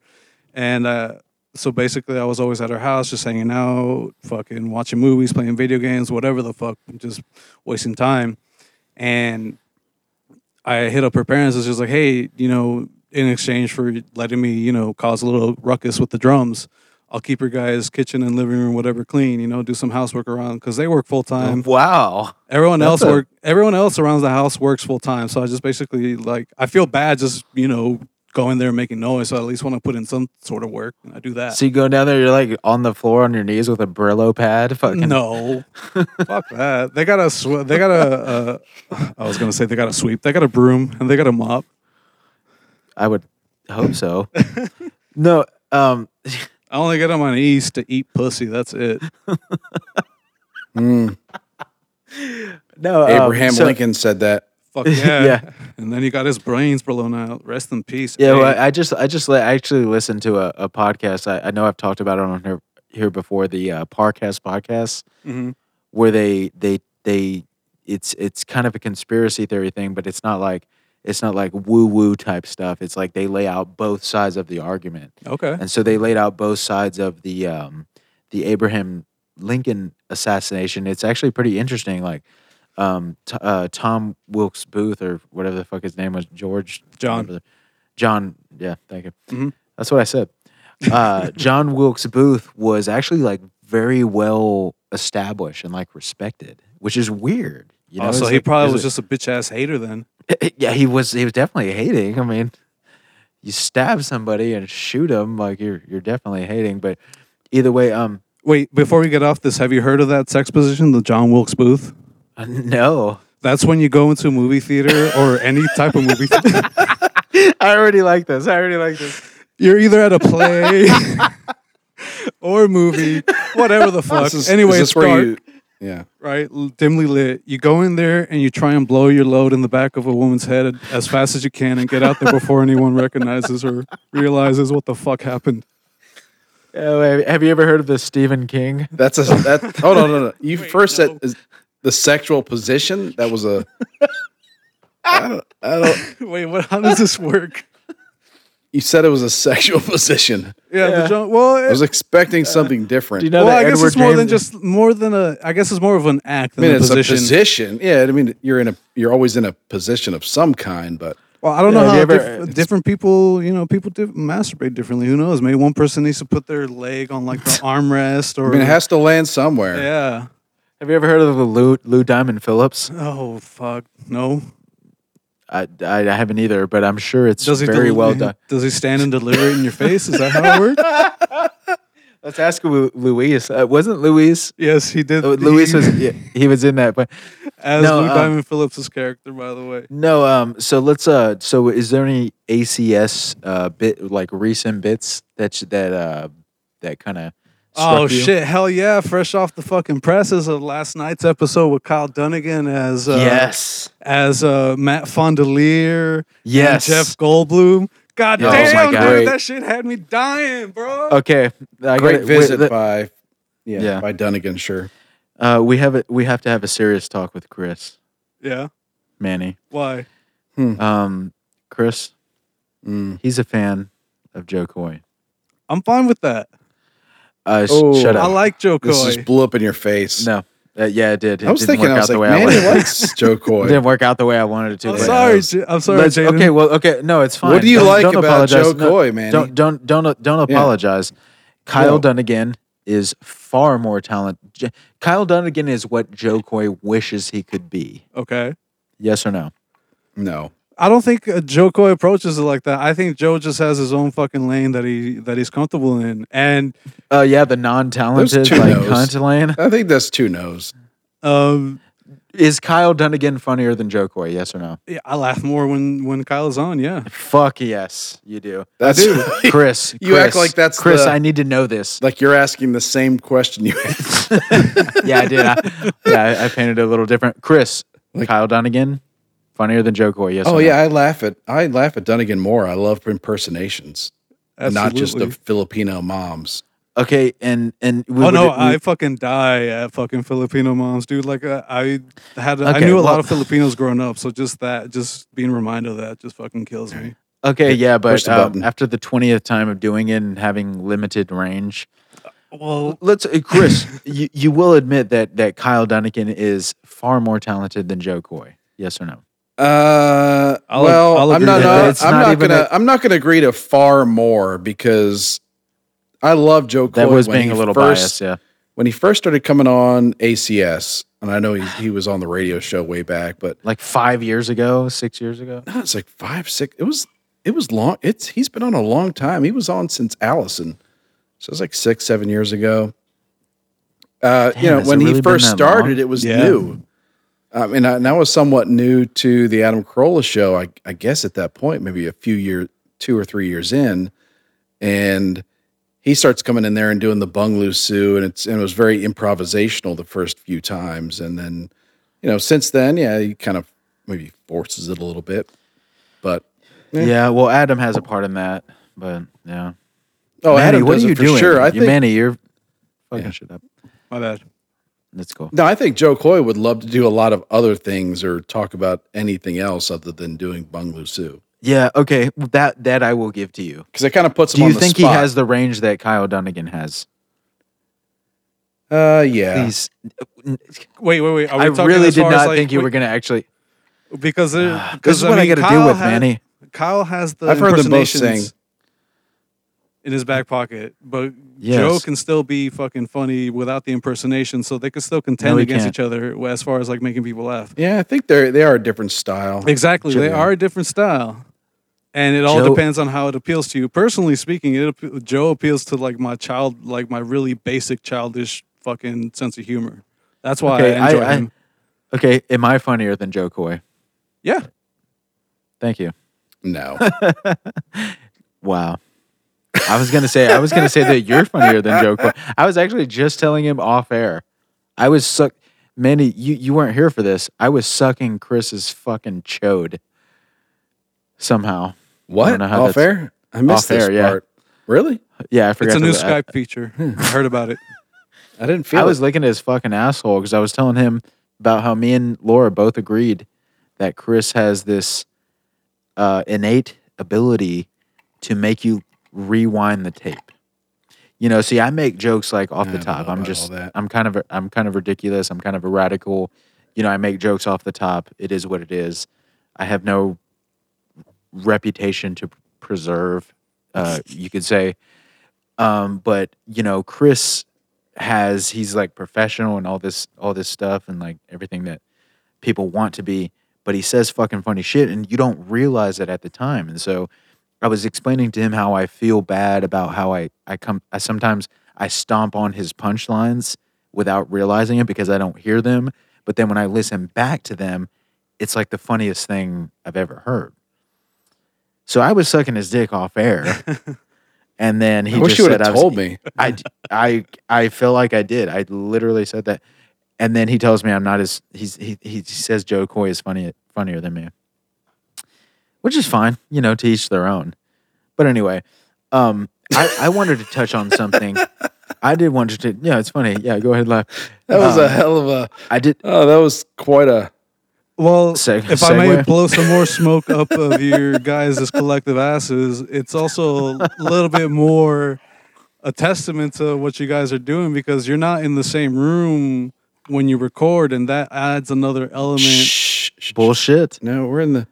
[SPEAKER 1] and uh, so basically, I was always at her house, just hanging out, fucking watching movies, playing video games, whatever the fuck, just wasting time. And I hit up her parents. It's just like, hey, you know, in exchange for letting me, you know, cause a little ruckus with the drums. I'll keep your guys' kitchen and living room, whatever, clean. You know, do some housework around because they work full
[SPEAKER 4] Oh,
[SPEAKER 1] time.
[SPEAKER 4] Wow.
[SPEAKER 1] Everyone
[SPEAKER 4] That's
[SPEAKER 1] else
[SPEAKER 4] a-
[SPEAKER 1] work. Everyone else around the house works full time. So I just basically like I feel bad just you know going there and making noise. So I at least want to put in some sort of work, and I do that.
[SPEAKER 4] So you go down there, you're like on the floor on your knees with a Brillo pad. Fucking
[SPEAKER 1] no, fuck that. They got a sw- they got a. Uh, I was gonna say they got a sweep. They got a broom and they got a mop.
[SPEAKER 4] I would hope so. no, um
[SPEAKER 1] I only get on my knees to eat pussy. That's it.
[SPEAKER 5] Mm.
[SPEAKER 4] no um,
[SPEAKER 5] Abraham
[SPEAKER 4] so-
[SPEAKER 5] Lincoln said that.
[SPEAKER 1] Fuck yeah.
[SPEAKER 4] Yeah.
[SPEAKER 1] And then he got his brains blown out. Rest in peace.
[SPEAKER 4] Yeah,
[SPEAKER 1] Hey,
[SPEAKER 4] well, I just I just li- I actually listened to a, a podcast. I, I know I've talked about it on here, here before the uh, Parcast podcast,
[SPEAKER 1] mhm.
[SPEAKER 4] where they they they it's it's kind of a conspiracy theory thing, but it's not like it's not like woo woo type stuff. It's like they lay out both sides of the argument,
[SPEAKER 1] Okay.
[SPEAKER 4] and so they laid out both sides of the um, the Abraham Lincoln assassination. It's actually pretty interesting. Like um, t- uh, Tom Wilkes Booth or whatever the fuck his name was, George
[SPEAKER 1] John.
[SPEAKER 4] whatever the- John, yeah, thank you.
[SPEAKER 1] Mhm.
[SPEAKER 4] That's what I said. Uh, John Wilkes Booth was actually like very well established and like respected, which is weird. You know,
[SPEAKER 1] also,
[SPEAKER 4] It's
[SPEAKER 1] Oh, he
[SPEAKER 4] like-
[SPEAKER 1] probably
[SPEAKER 4] it's
[SPEAKER 1] was
[SPEAKER 4] like-
[SPEAKER 1] just a bitch ass hater then.
[SPEAKER 4] yeah, he was. He was definitely hating. I mean, you stab somebody and shoot him, like you're you're definitely hating. But either way, um,
[SPEAKER 1] Wait, before we get off this, have you heard of that sex position, the John Wilkes Booth?
[SPEAKER 4] no,
[SPEAKER 1] That's when you go into a movie theater or any type of movie. theater.
[SPEAKER 4] I already like this. I already like this.
[SPEAKER 1] You're either at a play or a movie, whatever the fuck.
[SPEAKER 5] This is- is
[SPEAKER 1] anyway,
[SPEAKER 5] this
[SPEAKER 1] it's dark,
[SPEAKER 5] you- yeah.
[SPEAKER 1] right? L- Dimly lit. You go in there and you try and blow your load in the back of a woman's head as fast as you can and get out there before anyone recognizes or realizes what the fuck happened.
[SPEAKER 4] Oh, have have you ever heard of the Stephen King?
[SPEAKER 5] That's a that. Hold on, no, no. You first said is the sexual position. That was a. I don't. I don't
[SPEAKER 1] Wait, what? How does this work?
[SPEAKER 5] You said it was a sexual position.
[SPEAKER 1] Yeah,
[SPEAKER 4] Yeah.
[SPEAKER 1] the junk. Well,
[SPEAKER 5] I
[SPEAKER 1] it,
[SPEAKER 5] was expecting something different.
[SPEAKER 4] Do you know
[SPEAKER 1] well,
[SPEAKER 4] that
[SPEAKER 1] I guess
[SPEAKER 4] Edward
[SPEAKER 1] it's more than
[SPEAKER 4] James-
[SPEAKER 1] just more than a. I guess it's more of an act
[SPEAKER 5] I
[SPEAKER 1] than
[SPEAKER 5] mean,
[SPEAKER 1] a
[SPEAKER 5] it's
[SPEAKER 1] position.
[SPEAKER 5] a position. Yeah, I mean, you're in a, you're always in a position of some kind, but
[SPEAKER 1] Well, I don't
[SPEAKER 4] Yeah,
[SPEAKER 1] know how
[SPEAKER 4] have you
[SPEAKER 1] dif-
[SPEAKER 4] ever-
[SPEAKER 1] different people. You know, people diff- masturbate differently. Who knows? Maybe one person needs to put their leg on like the armrest
[SPEAKER 5] I
[SPEAKER 1] or.
[SPEAKER 5] mean,
[SPEAKER 4] Mm-hmm.
[SPEAKER 5] it has to land somewhere.
[SPEAKER 1] yeah.
[SPEAKER 4] Have you ever heard of the Lou, Lou Diamond Phillips?
[SPEAKER 1] Oh fuck no!
[SPEAKER 4] I, I, I haven't either, but I'm sure it's
[SPEAKER 1] Does he
[SPEAKER 4] very
[SPEAKER 1] deli-
[SPEAKER 4] well done.
[SPEAKER 1] Does he stand and deliver it in your face? Is that how it works?
[SPEAKER 4] Let's ask Lu- Luis. Uh, wasn't Luis?
[SPEAKER 1] Yes, he did.
[SPEAKER 4] Oh, Luis
[SPEAKER 1] He-
[SPEAKER 4] was yeah, he was in that, but
[SPEAKER 1] as
[SPEAKER 4] No,
[SPEAKER 1] Lou
[SPEAKER 4] um,
[SPEAKER 1] Diamond Phillips' character, by the way.
[SPEAKER 4] no. Um. So let's. Uh. So is there any ACS uh bit like recent bits that you- that uh that kind of
[SPEAKER 1] Oh shit! Hell yeah! Fresh off the fucking presses of last night's episode with Kyle Dunnigan as uh,
[SPEAKER 4] yes.
[SPEAKER 1] as uh, Matt Fondelier, and
[SPEAKER 4] Yes.
[SPEAKER 1] Jeff Goldblum. God
[SPEAKER 4] Oh my
[SPEAKER 1] damn,
[SPEAKER 4] God. Uh,
[SPEAKER 1] dude,
[SPEAKER 5] Great.
[SPEAKER 1] that shit had me dying, bro.
[SPEAKER 4] Okay. I
[SPEAKER 5] Great
[SPEAKER 4] gotta- wait,
[SPEAKER 5] visit
[SPEAKER 4] let-
[SPEAKER 5] by, yeah,
[SPEAKER 4] Yeah.
[SPEAKER 5] by Dunnigan. Sure.
[SPEAKER 4] uh, we have a, we have to have a serious talk with Chris
[SPEAKER 1] Yeah,
[SPEAKER 4] Manny.
[SPEAKER 1] why?
[SPEAKER 4] Um, Chris,
[SPEAKER 5] Mm.
[SPEAKER 4] he's a fan of Joe Coy.
[SPEAKER 1] I'm fine with that.
[SPEAKER 4] Uh, sh-
[SPEAKER 5] Oh,
[SPEAKER 4] shut
[SPEAKER 1] I
[SPEAKER 4] up.
[SPEAKER 1] like Joe Coy.
[SPEAKER 5] This just blew up in your face.
[SPEAKER 4] no. Uh, yeah, it did. It
[SPEAKER 5] I was
[SPEAKER 4] didn't
[SPEAKER 5] thinking,
[SPEAKER 4] work
[SPEAKER 5] I was
[SPEAKER 4] out
[SPEAKER 5] like,
[SPEAKER 4] the way
[SPEAKER 5] man,
[SPEAKER 4] I
[SPEAKER 5] he
[SPEAKER 4] wanted.
[SPEAKER 5] likes Joe
[SPEAKER 4] It
[SPEAKER 5] Coy.
[SPEAKER 4] didn't work out the way I wanted it to.
[SPEAKER 1] I'm
[SPEAKER 4] but-
[SPEAKER 1] sorry. J- I'm sorry,
[SPEAKER 4] Let's-
[SPEAKER 1] Jaden.
[SPEAKER 4] okay, well, okay, no, it's fine.
[SPEAKER 5] What do you
[SPEAKER 4] Don't-
[SPEAKER 5] like
[SPEAKER 4] don't
[SPEAKER 5] about
[SPEAKER 4] apologize.
[SPEAKER 5] Joe
[SPEAKER 4] No,
[SPEAKER 5] Coy, man?
[SPEAKER 4] Don't don't don't don't
[SPEAKER 5] Yeah.
[SPEAKER 4] apologize. Kyle
[SPEAKER 5] No.
[SPEAKER 4] Dunnigan is far more talented. J- Kyle Dunnigan is what Joe Coy wishes he could be.
[SPEAKER 1] Okay.
[SPEAKER 4] Yes or no?
[SPEAKER 5] no.
[SPEAKER 1] I don't think uh, Joe Coy approaches it like that. I think Joe just has his own fucking lane that he that he's comfortable in, and
[SPEAKER 5] Uh,
[SPEAKER 4] Oh yeah, the non-talented
[SPEAKER 5] two
[SPEAKER 4] like
[SPEAKER 5] no's.
[SPEAKER 4] cunt lane.
[SPEAKER 5] I think that's two no's.
[SPEAKER 1] um,
[SPEAKER 4] Is Kyle Dunnigan funnier than Joe Coy? Yes or no?
[SPEAKER 1] yeah, I laugh more when when Kyle's on. Yeah.
[SPEAKER 4] Fuck yes, you do,
[SPEAKER 5] That's
[SPEAKER 4] Chris.
[SPEAKER 5] You act
[SPEAKER 4] Chris,
[SPEAKER 5] like that's
[SPEAKER 4] Chris.
[SPEAKER 5] the-
[SPEAKER 4] I need to know this.
[SPEAKER 5] like you're asking the same question you asked.
[SPEAKER 4] yeah, I did. I, yeah, I, I painted it a little different. Chris, Kyle Dunnigan, funnier than Joe Coy. Yes.
[SPEAKER 5] Oh
[SPEAKER 4] or no?
[SPEAKER 5] yeah, I laugh at I laugh at Dunnigan more. I love impersonations, not just
[SPEAKER 1] absolutely.
[SPEAKER 5] of Filipino moms.
[SPEAKER 4] Okay, and and we
[SPEAKER 1] oh
[SPEAKER 4] would-
[SPEAKER 1] no,
[SPEAKER 4] we-
[SPEAKER 1] I fucking die at fucking Filipino moms, dude. Like uh, I had, I
[SPEAKER 4] Okay,
[SPEAKER 1] knew a
[SPEAKER 4] well-
[SPEAKER 1] lot of Filipinos growing up, so just that, just being reminded of that, just fucking kills me.
[SPEAKER 4] okay, yeah,
[SPEAKER 5] Push
[SPEAKER 4] but
[SPEAKER 5] the
[SPEAKER 4] um,
[SPEAKER 5] button.
[SPEAKER 4] after the twentieth time of doing it and having limited range,
[SPEAKER 1] Well,
[SPEAKER 4] let's uh, Chris, you, you will admit that that Kyle Dunnigan is far more talented than Joe Coy. Yes or no?
[SPEAKER 5] Uh,
[SPEAKER 1] I'll-
[SPEAKER 5] well,
[SPEAKER 1] I'll
[SPEAKER 5] i am
[SPEAKER 1] agree
[SPEAKER 5] not.
[SPEAKER 1] with
[SPEAKER 4] that.
[SPEAKER 5] not-
[SPEAKER 4] It's
[SPEAKER 5] I'm
[SPEAKER 4] not
[SPEAKER 5] not,
[SPEAKER 4] even
[SPEAKER 5] gonna.
[SPEAKER 4] a-
[SPEAKER 5] I'm not gonna agree to far more because I love Joe.
[SPEAKER 4] That
[SPEAKER 5] Coy
[SPEAKER 4] was
[SPEAKER 5] when
[SPEAKER 4] being
[SPEAKER 5] he
[SPEAKER 4] a little
[SPEAKER 5] first,
[SPEAKER 4] biased. Yeah.
[SPEAKER 5] When he first started coming on ACS, and I know he, he was on the radio show way back, but
[SPEAKER 4] Like five years ago, six years ago.
[SPEAKER 5] no, it's like five, six. It was. It was long. It's. He's been on a long time. He was on since Allison, so it's like six, seven years ago. Uh,
[SPEAKER 4] Damn,
[SPEAKER 5] you know,
[SPEAKER 4] has
[SPEAKER 5] when
[SPEAKER 4] it
[SPEAKER 5] he
[SPEAKER 4] really been
[SPEAKER 5] first
[SPEAKER 4] that long?
[SPEAKER 5] started, it was
[SPEAKER 1] Yeah.
[SPEAKER 5] new. Um, and I, and I was somewhat new to the Adam Carolla show, I, I guess at that point, maybe a few years, two or three years in. And he starts coming in there and doing the Bungalow Sue, and it's and it was very improvisational the first few times. And then, you know, since then, yeah, he kind of maybe forces it a little bit. But
[SPEAKER 4] Yeah. well, Adam has a part in that, but yeah.
[SPEAKER 5] oh,
[SPEAKER 4] Manny,
[SPEAKER 5] Adam
[SPEAKER 4] what are
[SPEAKER 5] does it
[SPEAKER 4] you
[SPEAKER 5] for
[SPEAKER 4] doing?
[SPEAKER 5] sure. I
[SPEAKER 4] You-
[SPEAKER 5] think
[SPEAKER 4] Manny, you're fucking
[SPEAKER 5] Yeah.
[SPEAKER 4] shit up.
[SPEAKER 1] my bad.
[SPEAKER 4] That's cool.
[SPEAKER 5] No, I think Joe Coy would love to do a lot of other things or talk about anything else other than doing Bungalow Sue.
[SPEAKER 4] Yeah. Okay. That that I will give to you.
[SPEAKER 5] Because it kind of puts him
[SPEAKER 4] Do
[SPEAKER 5] on
[SPEAKER 4] you
[SPEAKER 5] the
[SPEAKER 4] think he
[SPEAKER 5] spot.
[SPEAKER 4] has the range that Kyle Dunnigan has?
[SPEAKER 5] Uh, yeah.
[SPEAKER 4] Please.
[SPEAKER 1] Wait, wait, wait. Are we
[SPEAKER 4] I
[SPEAKER 1] talking
[SPEAKER 4] really
[SPEAKER 1] as
[SPEAKER 4] did
[SPEAKER 1] far as,
[SPEAKER 4] not
[SPEAKER 1] like,
[SPEAKER 4] think you
[SPEAKER 1] wait-
[SPEAKER 4] were going to actually.
[SPEAKER 1] because there-
[SPEAKER 4] This is
[SPEAKER 1] because, I
[SPEAKER 4] what I,
[SPEAKER 1] mean,
[SPEAKER 4] got to
[SPEAKER 1] Kyle
[SPEAKER 4] deal with,
[SPEAKER 1] had-
[SPEAKER 4] Manny.
[SPEAKER 1] Kyle has the
[SPEAKER 5] I've heard them both
[SPEAKER 1] impersonations
[SPEAKER 5] sing.
[SPEAKER 1] in his back pocket, but
[SPEAKER 4] Yes.
[SPEAKER 1] Joe can still be fucking funny without the impersonation, so they could still contend
[SPEAKER 4] he
[SPEAKER 1] against
[SPEAKER 4] can't.
[SPEAKER 1] each other as far as like making people laugh.
[SPEAKER 5] Yeah, I think they're they are a different style.
[SPEAKER 1] Exactly, they
[SPEAKER 4] Joe-
[SPEAKER 1] are a different style, and it all
[SPEAKER 4] Joe-
[SPEAKER 1] depends on how it appeals to you. Personally speaking, it appe- Joe appeals to like my child, like my really basic childish fucking sense of humor. That's why
[SPEAKER 4] Okay,
[SPEAKER 1] I enjoy
[SPEAKER 4] I- I-
[SPEAKER 1] him.
[SPEAKER 4] Okay, am I funnier than Joe Coy?
[SPEAKER 1] Yeah,
[SPEAKER 4] Thank you.
[SPEAKER 5] No,
[SPEAKER 4] Wow. I was gonna say I was gonna say that you're funnier than Joe Coy. I was actually just telling him off air. I was suck. Manny, you you weren't here for this. I was sucking Chris's fucking chode. Somehow,
[SPEAKER 5] what
[SPEAKER 4] know how
[SPEAKER 5] off
[SPEAKER 4] that's-
[SPEAKER 5] air? I missed
[SPEAKER 4] Off
[SPEAKER 5] this
[SPEAKER 4] air, yeah.
[SPEAKER 5] part. Really?
[SPEAKER 4] yeah, I forgot.
[SPEAKER 1] it's a
[SPEAKER 4] to-
[SPEAKER 1] new
[SPEAKER 4] I-
[SPEAKER 1] Skype feature. I heard about it.
[SPEAKER 5] I didn't feel.
[SPEAKER 4] I was looking at his fucking asshole because I was telling him about how me and Laura both agreed that Chris has this uh, innate ability to make you rewind the tape. You know, see, I make jokes like off
[SPEAKER 5] Yeah,
[SPEAKER 4] the
[SPEAKER 5] I
[SPEAKER 4] top.
[SPEAKER 5] know
[SPEAKER 4] I'm
[SPEAKER 5] about
[SPEAKER 4] just,
[SPEAKER 5] all that.
[SPEAKER 4] I'm kind of, I'm kind of ridiculous. I'm kind of a radical. You know, I make jokes off the top. It is what it is. I have no reputation to preserve. Uh, you could say, um, but you know, Chris has he's like professional and all this, all this stuff and like everything that people want to be. But he says fucking funny shit, and you don't realize it at the time. And so, I was explaining to him how I feel bad about how I I come I sometimes I stomp on his punchlines without realizing it because I don't hear them, but then when I listen back to them, it's like the funniest thing I've ever heard. So I was sucking his dick off air. And then he
[SPEAKER 5] I wish
[SPEAKER 4] just
[SPEAKER 5] you would
[SPEAKER 4] said, I
[SPEAKER 5] have
[SPEAKER 4] was-
[SPEAKER 5] told me.
[SPEAKER 4] I, I, I feel like I did. I literally said that. And then he tells me I'm not as he's he he says Joe Coy is funny funnier than me, which is fine, you know, to each their own. But anyway, um, I, I wanted to touch on something. I did want to. Yeah, it's funny. Yeah, go ahead, laugh.
[SPEAKER 5] That was
[SPEAKER 4] Um,
[SPEAKER 5] a hell of a.
[SPEAKER 4] I did.
[SPEAKER 5] Oh, that was quite a.
[SPEAKER 1] Well,
[SPEAKER 4] Seg-
[SPEAKER 1] if I may
[SPEAKER 4] segue?
[SPEAKER 1] blow some more smoke up of your guys' collective asses, it's also a little bit more a testament to what you guys are doing because you're not in the same room when you record, and that adds another element.
[SPEAKER 5] Shh, shh,
[SPEAKER 4] Bullshit.
[SPEAKER 5] No, we're in the.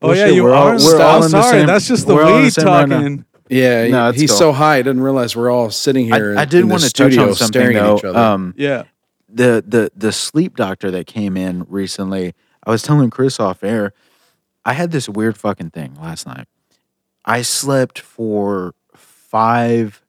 [SPEAKER 1] Oh yeah,
[SPEAKER 4] shit,
[SPEAKER 1] you
[SPEAKER 4] we're all-
[SPEAKER 1] are.
[SPEAKER 4] we're
[SPEAKER 1] I'm
[SPEAKER 4] all in the
[SPEAKER 1] sorry,
[SPEAKER 4] same-
[SPEAKER 1] that's just the
[SPEAKER 4] we're all in the
[SPEAKER 1] weed
[SPEAKER 4] same right now.
[SPEAKER 1] talking.
[SPEAKER 5] Yeah,
[SPEAKER 4] No,
[SPEAKER 5] he-
[SPEAKER 4] it's
[SPEAKER 5] he's
[SPEAKER 4] cool.
[SPEAKER 5] so high. I didn't realize we're all sitting here.
[SPEAKER 4] I, I did
[SPEAKER 5] in
[SPEAKER 4] want
[SPEAKER 5] this
[SPEAKER 4] to touch
[SPEAKER 5] studio
[SPEAKER 4] on something
[SPEAKER 5] staring at
[SPEAKER 4] though.
[SPEAKER 5] each other.
[SPEAKER 4] Um,
[SPEAKER 1] Yeah,
[SPEAKER 4] the the the sleep doctor that came in recently, I was telling Chris off air, I had this weird fucking thing last night. I slept for five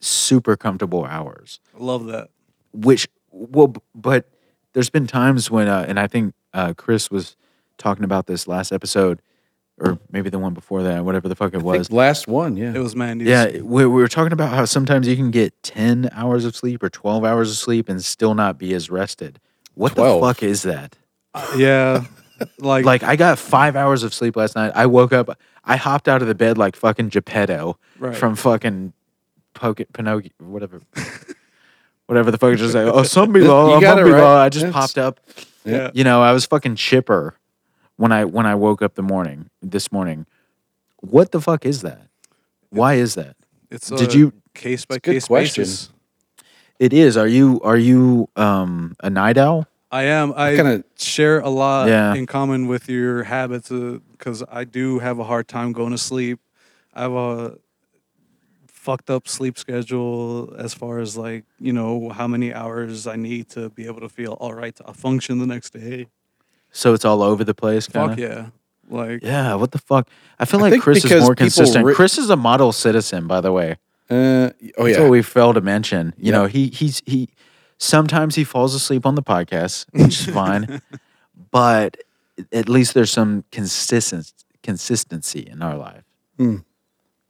[SPEAKER 4] super comfortable hours
[SPEAKER 1] love that.
[SPEAKER 4] which well b- but there's been times when uh, and i think uh, chris was talking about this last episode or maybe the one before that whatever the fuck it
[SPEAKER 5] I think
[SPEAKER 4] was
[SPEAKER 5] last one. Yeah,
[SPEAKER 1] It was Mandy's.
[SPEAKER 4] yeah we, we were talking about how sometimes you can get 10 hours of sleep or 12 hours of sleep and still not be as rested what
[SPEAKER 5] 12.
[SPEAKER 4] the fuck is that
[SPEAKER 1] yeah. Like,
[SPEAKER 4] like i got five hours of sleep last night i woke up i hopped out of the bed like fucking geppetto
[SPEAKER 1] Right.
[SPEAKER 4] from fucking Poke, pinocchio whatever whatever the fuck it is like oh somebody law,
[SPEAKER 5] You got it
[SPEAKER 4] somebody
[SPEAKER 5] right.
[SPEAKER 4] law. i just
[SPEAKER 5] It's-
[SPEAKER 4] popped up
[SPEAKER 1] yeah.
[SPEAKER 4] you know, I was fucking chipper when I when I woke up the morning this morning. What the fuck is that? Why is that?
[SPEAKER 1] It's
[SPEAKER 4] Did
[SPEAKER 1] a
[SPEAKER 4] you-
[SPEAKER 1] case by
[SPEAKER 5] a good
[SPEAKER 1] case
[SPEAKER 5] question.
[SPEAKER 1] basis?
[SPEAKER 4] It is. Are you are you um a night owl?
[SPEAKER 1] I am. I
[SPEAKER 5] kind of.
[SPEAKER 1] share a lot
[SPEAKER 4] Yeah.
[SPEAKER 1] in common with your habits because I do have a hard time going to sleep. I have a fucked up sleep schedule as far as like you know how many hours I need to be able to feel all right to function the next day.
[SPEAKER 4] So it's all over the place. Kinda?
[SPEAKER 1] Fuck yeah, like
[SPEAKER 4] Yeah, what the fuck? I feel
[SPEAKER 5] I
[SPEAKER 4] like
[SPEAKER 5] think
[SPEAKER 4] Chris is
[SPEAKER 5] because
[SPEAKER 4] more
[SPEAKER 5] people
[SPEAKER 4] consistent.
[SPEAKER 5] re-
[SPEAKER 4] Chris is a model citizen, by the way.
[SPEAKER 5] Uh, oh
[SPEAKER 4] That's
[SPEAKER 5] yeah,
[SPEAKER 4] what we fail to mention. You
[SPEAKER 5] Yeah.
[SPEAKER 4] know, he he's he sometimes he falls asleep on the podcast, which is fine. But at least there's some consistent consistency in our life.
[SPEAKER 5] Hmm.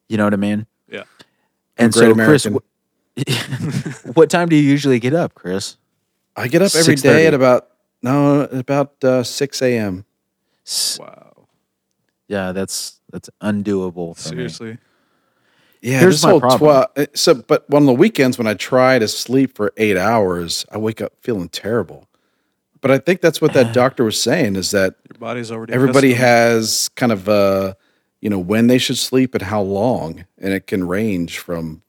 [SPEAKER 4] You know what I mean?
[SPEAKER 1] Yeah.
[SPEAKER 4] And
[SPEAKER 5] Great
[SPEAKER 4] so, Chris,
[SPEAKER 5] American.
[SPEAKER 4] wh- what time do you usually get up, Chris?
[SPEAKER 5] I get up every
[SPEAKER 4] 6:30.
[SPEAKER 5] day at about no about uh, six a.m.
[SPEAKER 4] S-
[SPEAKER 1] wow,
[SPEAKER 4] Yeah, that's that's undoable. For me.
[SPEAKER 1] seriously.
[SPEAKER 5] Yeah,
[SPEAKER 4] Here's
[SPEAKER 5] this
[SPEAKER 4] my
[SPEAKER 5] whole
[SPEAKER 4] problem.
[SPEAKER 5] twi- so, but on the weekends when I try to sleep for eight hours, I wake up feeling terrible. But I think that's what that doctor was saying is that
[SPEAKER 1] Your body's already
[SPEAKER 5] everybody
[SPEAKER 1] accustomed.
[SPEAKER 5] has kind of uh you know when they should sleep and how long and it can range from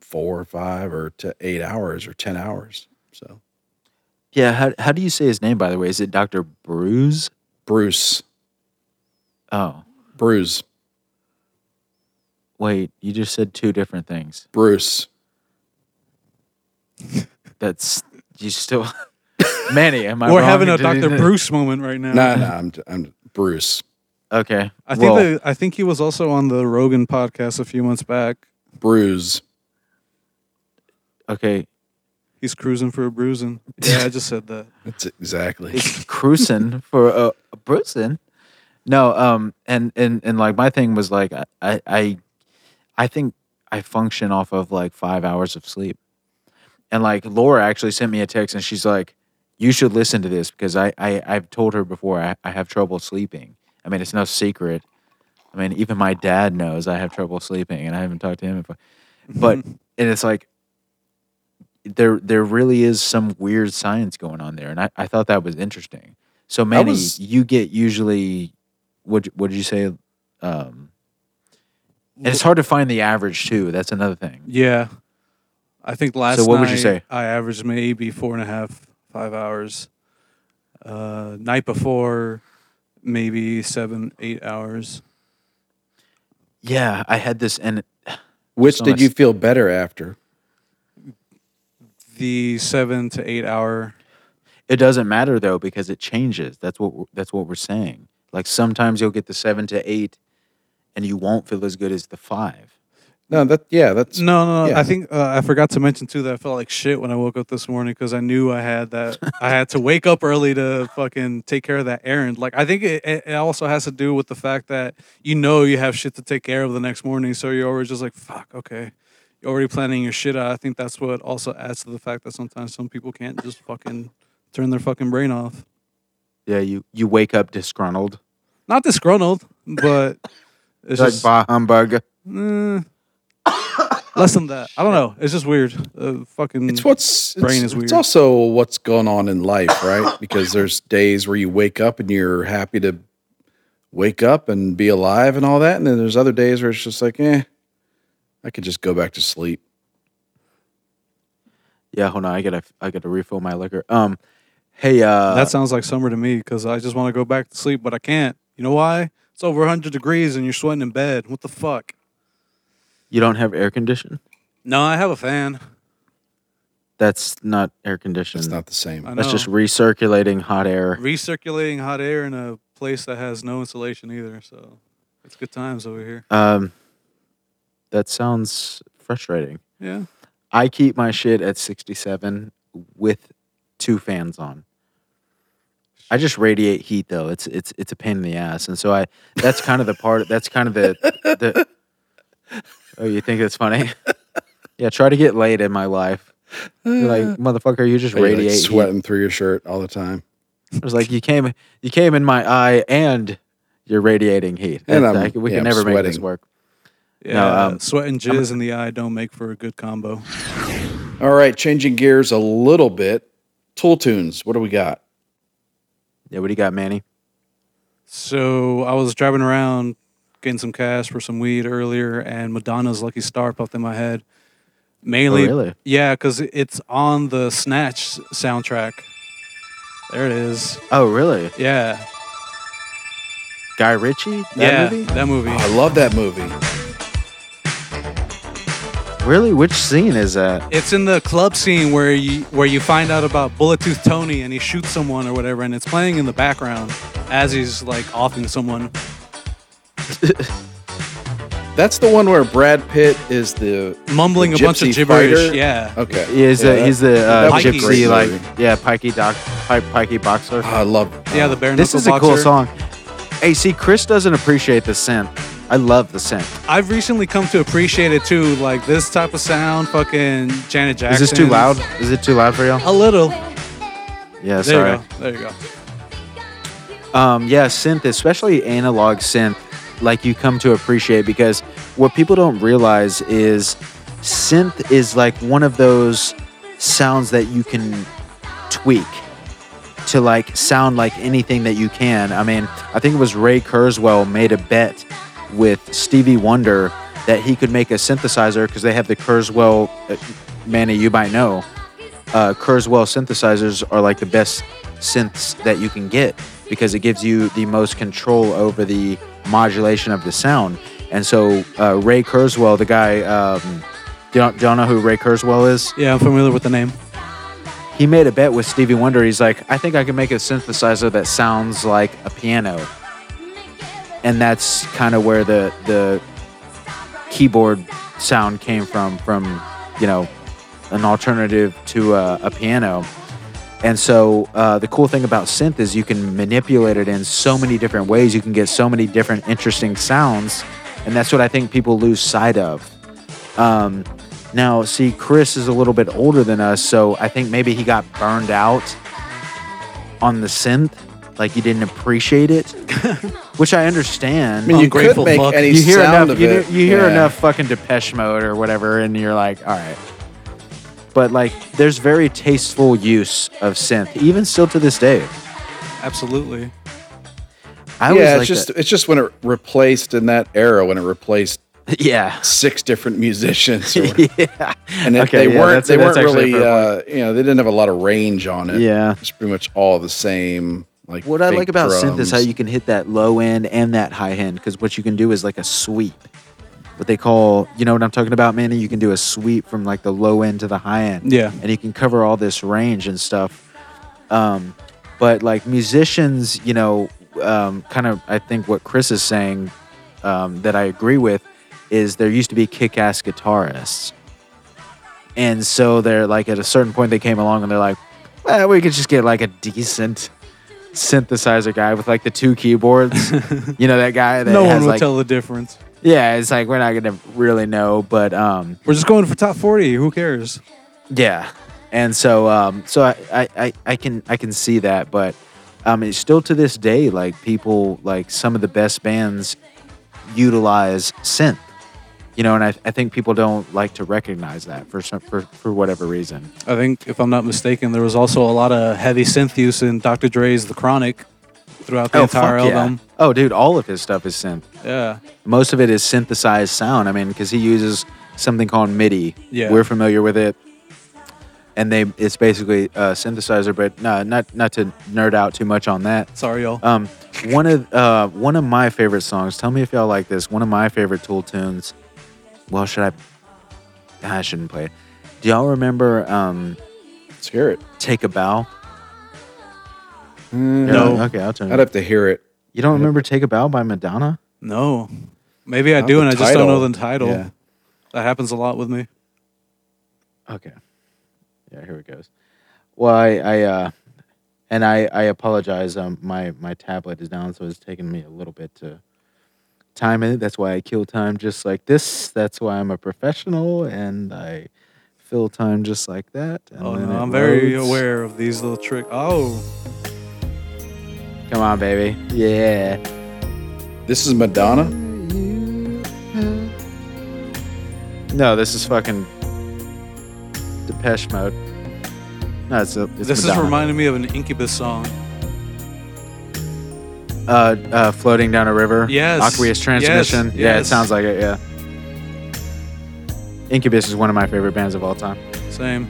[SPEAKER 5] four or five or to eight hours or ten hours so
[SPEAKER 4] Yeah. How how do you say his name? By the way, is it Doctor Bruise?
[SPEAKER 5] bruce
[SPEAKER 4] Oh,
[SPEAKER 5] bruce
[SPEAKER 4] wait, you just said two different things.
[SPEAKER 5] bruce
[SPEAKER 4] That's you still. Manny, am I
[SPEAKER 1] We're
[SPEAKER 4] wrong?
[SPEAKER 1] having a
[SPEAKER 4] Did-
[SPEAKER 1] Dr. Bruce moment right now.
[SPEAKER 5] no no i'm i'm bruce
[SPEAKER 4] Okay.
[SPEAKER 1] I think
[SPEAKER 4] well,
[SPEAKER 1] the, I think he was also on the Rogan podcast a few months back.
[SPEAKER 5] bruce
[SPEAKER 4] okay.
[SPEAKER 1] He's cruising for a bruising. Yeah, I just said that.
[SPEAKER 5] that's exactly
[SPEAKER 4] It's cruising for a, a bruising. No, um, and and and like my thing was like I I I, I think I function off of like five hours of sleep, and like Laura actually sent me a text and she's like, "You should listen to this because I I I've told her before I, I have trouble sleeping. I mean it's no secret. I mean even my dad knows I have trouble sleeping and I haven't talked to him, before. but and it's like there there really is some weird science going on there, and I, I thought that was interesting. So Manny,
[SPEAKER 5] was-
[SPEAKER 4] you get usually what what did you say? Um, And it's hard to find the average too. That's another thing.
[SPEAKER 1] Yeah, I think last.
[SPEAKER 4] what would you say?
[SPEAKER 1] night I averaged maybe four and a half, five hours. Uh, night before, maybe seven, eight hours.
[SPEAKER 4] Yeah, I had this, and
[SPEAKER 5] Which
[SPEAKER 4] So
[SPEAKER 5] did
[SPEAKER 4] much-
[SPEAKER 5] you feel better after?
[SPEAKER 1] The seven to eight hour.
[SPEAKER 4] it doesn't matter though because it changes. That's what we're- that's what we're saying. Like sometimes you'll get the seven to eight, and you won't feel as good as the five.
[SPEAKER 5] No, that yeah, that's
[SPEAKER 1] No, no, no.
[SPEAKER 5] Yeah.
[SPEAKER 1] I think uh, I forgot to mention too that I felt like shit when I woke up this morning because I knew I had that. I had to wake up early to fucking take care of that errand. Like I think it, it it also has to do with the fact that you know you have shit to take care of the next morning, so you're always just like fuck. Okay, you're already planning your shit out. I think that's what also adds to the fact that sometimes some people can't just fucking turn their fucking brain off.
[SPEAKER 4] Yeah, you you wake up disgruntled,
[SPEAKER 1] Not disgruntled, but it's
[SPEAKER 4] like
[SPEAKER 1] just
[SPEAKER 4] bah humbug.
[SPEAKER 1] eh, less than that. I don't know. It's just weird. Uh, fucking.
[SPEAKER 5] it's what's it's,
[SPEAKER 1] Brain is
[SPEAKER 5] it's
[SPEAKER 1] weird.
[SPEAKER 5] also what's going on in life, right? Because there's days where you wake up and you're happy to wake up and be alive and all that, and then there's other days where it's just like, eh, I could just go back to sleep.
[SPEAKER 4] Yeah, hold on, I gotta I gotta refill my liquor. Um, hey, uh,
[SPEAKER 1] That sounds like summer to me because I just want to go back to sleep, but I can't. You know why? It's over 100 degrees and you're sweating in bed. What the fuck?
[SPEAKER 4] you don't have air condition.
[SPEAKER 1] No, I have a fan.
[SPEAKER 4] That's not air conditioned.
[SPEAKER 5] It's not the same.
[SPEAKER 1] Mm. I know.
[SPEAKER 4] That's just recirculating hot air.
[SPEAKER 1] recirculating hot air in a place that has no insulation either. So it's good times over here.
[SPEAKER 4] Um, that sounds frustrating.
[SPEAKER 1] Yeah.
[SPEAKER 4] I keep my shit at 67 with two fans on. I just radiate heat though. It's it's it's a pain in the ass, and so I that's kind of the part. That's kind of the the. Oh, you think that's funny? yeah, try to get laid in my life. You're like motherfucker, you just
[SPEAKER 5] But you're, like,
[SPEAKER 4] radiate heat."
[SPEAKER 5] sweating through your shirt all the time,
[SPEAKER 4] It was like you came you came in my eye and you're radiating heat.
[SPEAKER 5] And
[SPEAKER 4] That's
[SPEAKER 5] I'm-
[SPEAKER 4] like, we
[SPEAKER 5] yeah,
[SPEAKER 4] can
[SPEAKER 5] I'm
[SPEAKER 4] never make this
[SPEAKER 5] sweating.
[SPEAKER 4] work.
[SPEAKER 1] Yeah.
[SPEAKER 4] um,
[SPEAKER 1] sweat and jizz in the eye don't make for a good combo.
[SPEAKER 5] All right, changing gears a little bit. Tool tunes. What do we got?
[SPEAKER 4] Yeah, what do you got, Manny?
[SPEAKER 1] So I was driving around getting some cash for some weed earlier, and Madonna's Lucky Star popped in my head. Mainly,
[SPEAKER 4] Oh, really?
[SPEAKER 1] yeah, because it's on the Snatch s- soundtrack. There it is.
[SPEAKER 4] Oh, really?
[SPEAKER 1] Yeah,
[SPEAKER 4] Guy Ritchie? That
[SPEAKER 1] yeah,
[SPEAKER 4] movie? Oh.
[SPEAKER 1] that movie.
[SPEAKER 5] I love that movie.
[SPEAKER 4] Really? Which scene is that?
[SPEAKER 1] It's in the club scene where you where you find out about Bullet Tooth Tony, and he shoots someone or whatever, and it's playing in the background as he's like offing someone.
[SPEAKER 5] That's the one where Brad Pitt is the
[SPEAKER 1] Mumbling
[SPEAKER 5] The
[SPEAKER 1] a bunch of
[SPEAKER 5] gypsy
[SPEAKER 1] gibberish,
[SPEAKER 5] fighter?
[SPEAKER 1] yeah.
[SPEAKER 5] okay.
[SPEAKER 4] Is
[SPEAKER 5] Yeah,
[SPEAKER 4] uh, he's the
[SPEAKER 5] that
[SPEAKER 4] uh,
[SPEAKER 5] was a
[SPEAKER 1] Pikey.
[SPEAKER 5] great
[SPEAKER 4] gypsy like
[SPEAKER 5] movie.
[SPEAKER 4] yeah pikey doc pike pikey boxer.
[SPEAKER 5] I love.
[SPEAKER 1] Yeah, the bare
[SPEAKER 4] this
[SPEAKER 1] knuckle
[SPEAKER 4] is a cool
[SPEAKER 1] boxer.
[SPEAKER 4] song. Hey, see, Chris doesn't appreciate the scent. I love the scent.
[SPEAKER 1] I've recently come to appreciate it too, like this type of sound, fucking Janet Jackson.
[SPEAKER 4] Is this too loud? Is it too loud for y'all?
[SPEAKER 1] A little.
[SPEAKER 4] Yeah,
[SPEAKER 1] There
[SPEAKER 4] sorry.
[SPEAKER 1] you go. There you go.
[SPEAKER 4] Um, yeah, synth, especially analog synth, like you come to appreciate because what people don't realize is synth is like one of those sounds that you can tweak to like sound like anything that you can. I mean, I think it was Ray Kurzweil made a bet with Stevie Wonder that he could make a synthesizer because they have the Kurzweil, uh, Manny, you might know. Uh, Kurzweil synthesizers are like the best synths that you can get because it gives you the most control over the modulation of the sound. And so uh, Ray Kurzweil, the guy, um, do y'all do y'all know who Ray Kurzweil is?
[SPEAKER 1] Yeah, I'm familiar with the name.
[SPEAKER 4] he made a bet with Stevie Wonder. He's like, I think I can make a synthesizer that sounds like a piano. And that's kind of where the the keyboard sound came from, from you know, an alternative to a, a piano. And so uh, the cool thing about synth is you can manipulate it in so many different ways. You can get so many different interesting sounds, and that's what I think people lose sight of. Um, now, see, Chris is a little bit older than us, so I think maybe he got burned out on the synth, like he didn't appreciate it, which I understand.
[SPEAKER 5] I mean, you could
[SPEAKER 1] Ungrateful
[SPEAKER 5] make
[SPEAKER 1] fuck.
[SPEAKER 5] any
[SPEAKER 4] you hear
[SPEAKER 5] sound
[SPEAKER 4] enough,
[SPEAKER 5] of
[SPEAKER 4] you,
[SPEAKER 5] it.
[SPEAKER 4] hear- you hear
[SPEAKER 5] Yeah.
[SPEAKER 4] enough fucking Depeche Mode or whatever, and you're like, all right. But like, there's very tasteful use of synth, even still to this day.
[SPEAKER 1] Absolutely.
[SPEAKER 5] yeah,
[SPEAKER 4] I always
[SPEAKER 5] it's
[SPEAKER 4] like
[SPEAKER 5] just
[SPEAKER 4] that.
[SPEAKER 5] it's just when it replaced in that era when it replaced
[SPEAKER 4] yeah.
[SPEAKER 5] six different musicians, or-
[SPEAKER 4] yeah.
[SPEAKER 5] and if
[SPEAKER 4] Okay,
[SPEAKER 5] they
[SPEAKER 4] yeah,
[SPEAKER 5] weren't
[SPEAKER 4] that's-
[SPEAKER 5] they
[SPEAKER 4] that's
[SPEAKER 5] weren't really
[SPEAKER 4] actually a fair
[SPEAKER 5] uh, you know they didn't have a lot of range on it.
[SPEAKER 4] Yeah.
[SPEAKER 5] it's pretty much all the same. Like
[SPEAKER 4] What I
[SPEAKER 5] fake
[SPEAKER 4] like about synth is how
[SPEAKER 5] drums.
[SPEAKER 4] you can hit that low end and that high end because what you can do is like a sweep. What they call, you know what I'm talking about, Manny? You can do a sweep from like the low end to the high end.
[SPEAKER 1] Yeah.
[SPEAKER 4] And you can cover all this range and stuff. Um, but like musicians, you know, um, kind of, I think what Chris is saying um, that I agree with is there used to be kick ass guitarists. And so they're like, at a certain point, they came along and they're like, well, we could just get like a decent synthesizer guy with like the two keyboards. you know, that guy that
[SPEAKER 1] No one
[SPEAKER 4] has
[SPEAKER 1] will
[SPEAKER 4] like,
[SPEAKER 1] tell the difference.
[SPEAKER 4] yeah, it's like, we're not going to really know, but um,
[SPEAKER 1] We're just going for top forty. Who cares?
[SPEAKER 4] yeah. And so, um, so I, I, I, I can, I can see that, but, um, it's still to this day, like people, like some of the best bands utilize synth, you know, and I, I think people don't like to recognize that for some, for, for whatever reason.
[SPEAKER 1] I think, if I'm not mistaken, there was also a lot of heavy synth use in Dr. Dre's The Chronic throughout the entire
[SPEAKER 4] fuck yeah.
[SPEAKER 1] album.
[SPEAKER 4] Oh, dude, all of his stuff is synth.
[SPEAKER 1] Yeah.
[SPEAKER 4] most of it is synthesized sound. I mean, because he uses something called MIDI.
[SPEAKER 1] Yeah.
[SPEAKER 4] we're familiar with it, and they it's basically a synthesizer. But no, not not to nerd out too much on that.
[SPEAKER 1] Sorry, y'all.
[SPEAKER 4] Um, one of uh, one of my favorite songs. Tell me if y'all like this. One of my favorite Tool tunes. Well, should I? I shouldn't play it. Do y'all remember um,
[SPEAKER 5] Let's hear it.
[SPEAKER 4] "Take a Bow"?
[SPEAKER 1] No.
[SPEAKER 4] Okay, I'll turn.
[SPEAKER 5] I'd
[SPEAKER 4] It.
[SPEAKER 5] have to hear it.
[SPEAKER 4] You don't remember "Take a Bow" by Madonna?
[SPEAKER 1] no. Maybe I
[SPEAKER 5] Not
[SPEAKER 1] do,
[SPEAKER 5] the
[SPEAKER 1] and I just don't know
[SPEAKER 5] title.
[SPEAKER 1] the title.
[SPEAKER 4] uh, Yeah.
[SPEAKER 1] That happens a lot with me.
[SPEAKER 4] Okay. Yeah, here it goes. Well, I, I uh, and I, I apologize. Um, my my tablet is down, so it's taking me a little bit to time it. That's why I kill time just like this. That's why I'm a professional, and I fill time just like that. And
[SPEAKER 1] Oh,
[SPEAKER 4] then
[SPEAKER 1] no.
[SPEAKER 4] it
[SPEAKER 1] I'm very
[SPEAKER 4] loads.
[SPEAKER 1] aware of these little tricks. Oh.
[SPEAKER 4] Come on, baby. Yeah.
[SPEAKER 5] This is Madonna.
[SPEAKER 4] No, this is fucking Depeche Mode. No, it's, a, it's
[SPEAKER 1] this is
[SPEAKER 4] Madonna.
[SPEAKER 1] reminding me of an Incubus song.
[SPEAKER 4] uh, uh, floating down a river.
[SPEAKER 1] Yes.
[SPEAKER 4] Aqueous
[SPEAKER 1] Yes.
[SPEAKER 4] transmission. Yeah, it
[SPEAKER 1] Yes.
[SPEAKER 4] sounds like it. Yeah. Incubus is one of my favorite bands of all time.
[SPEAKER 1] Same.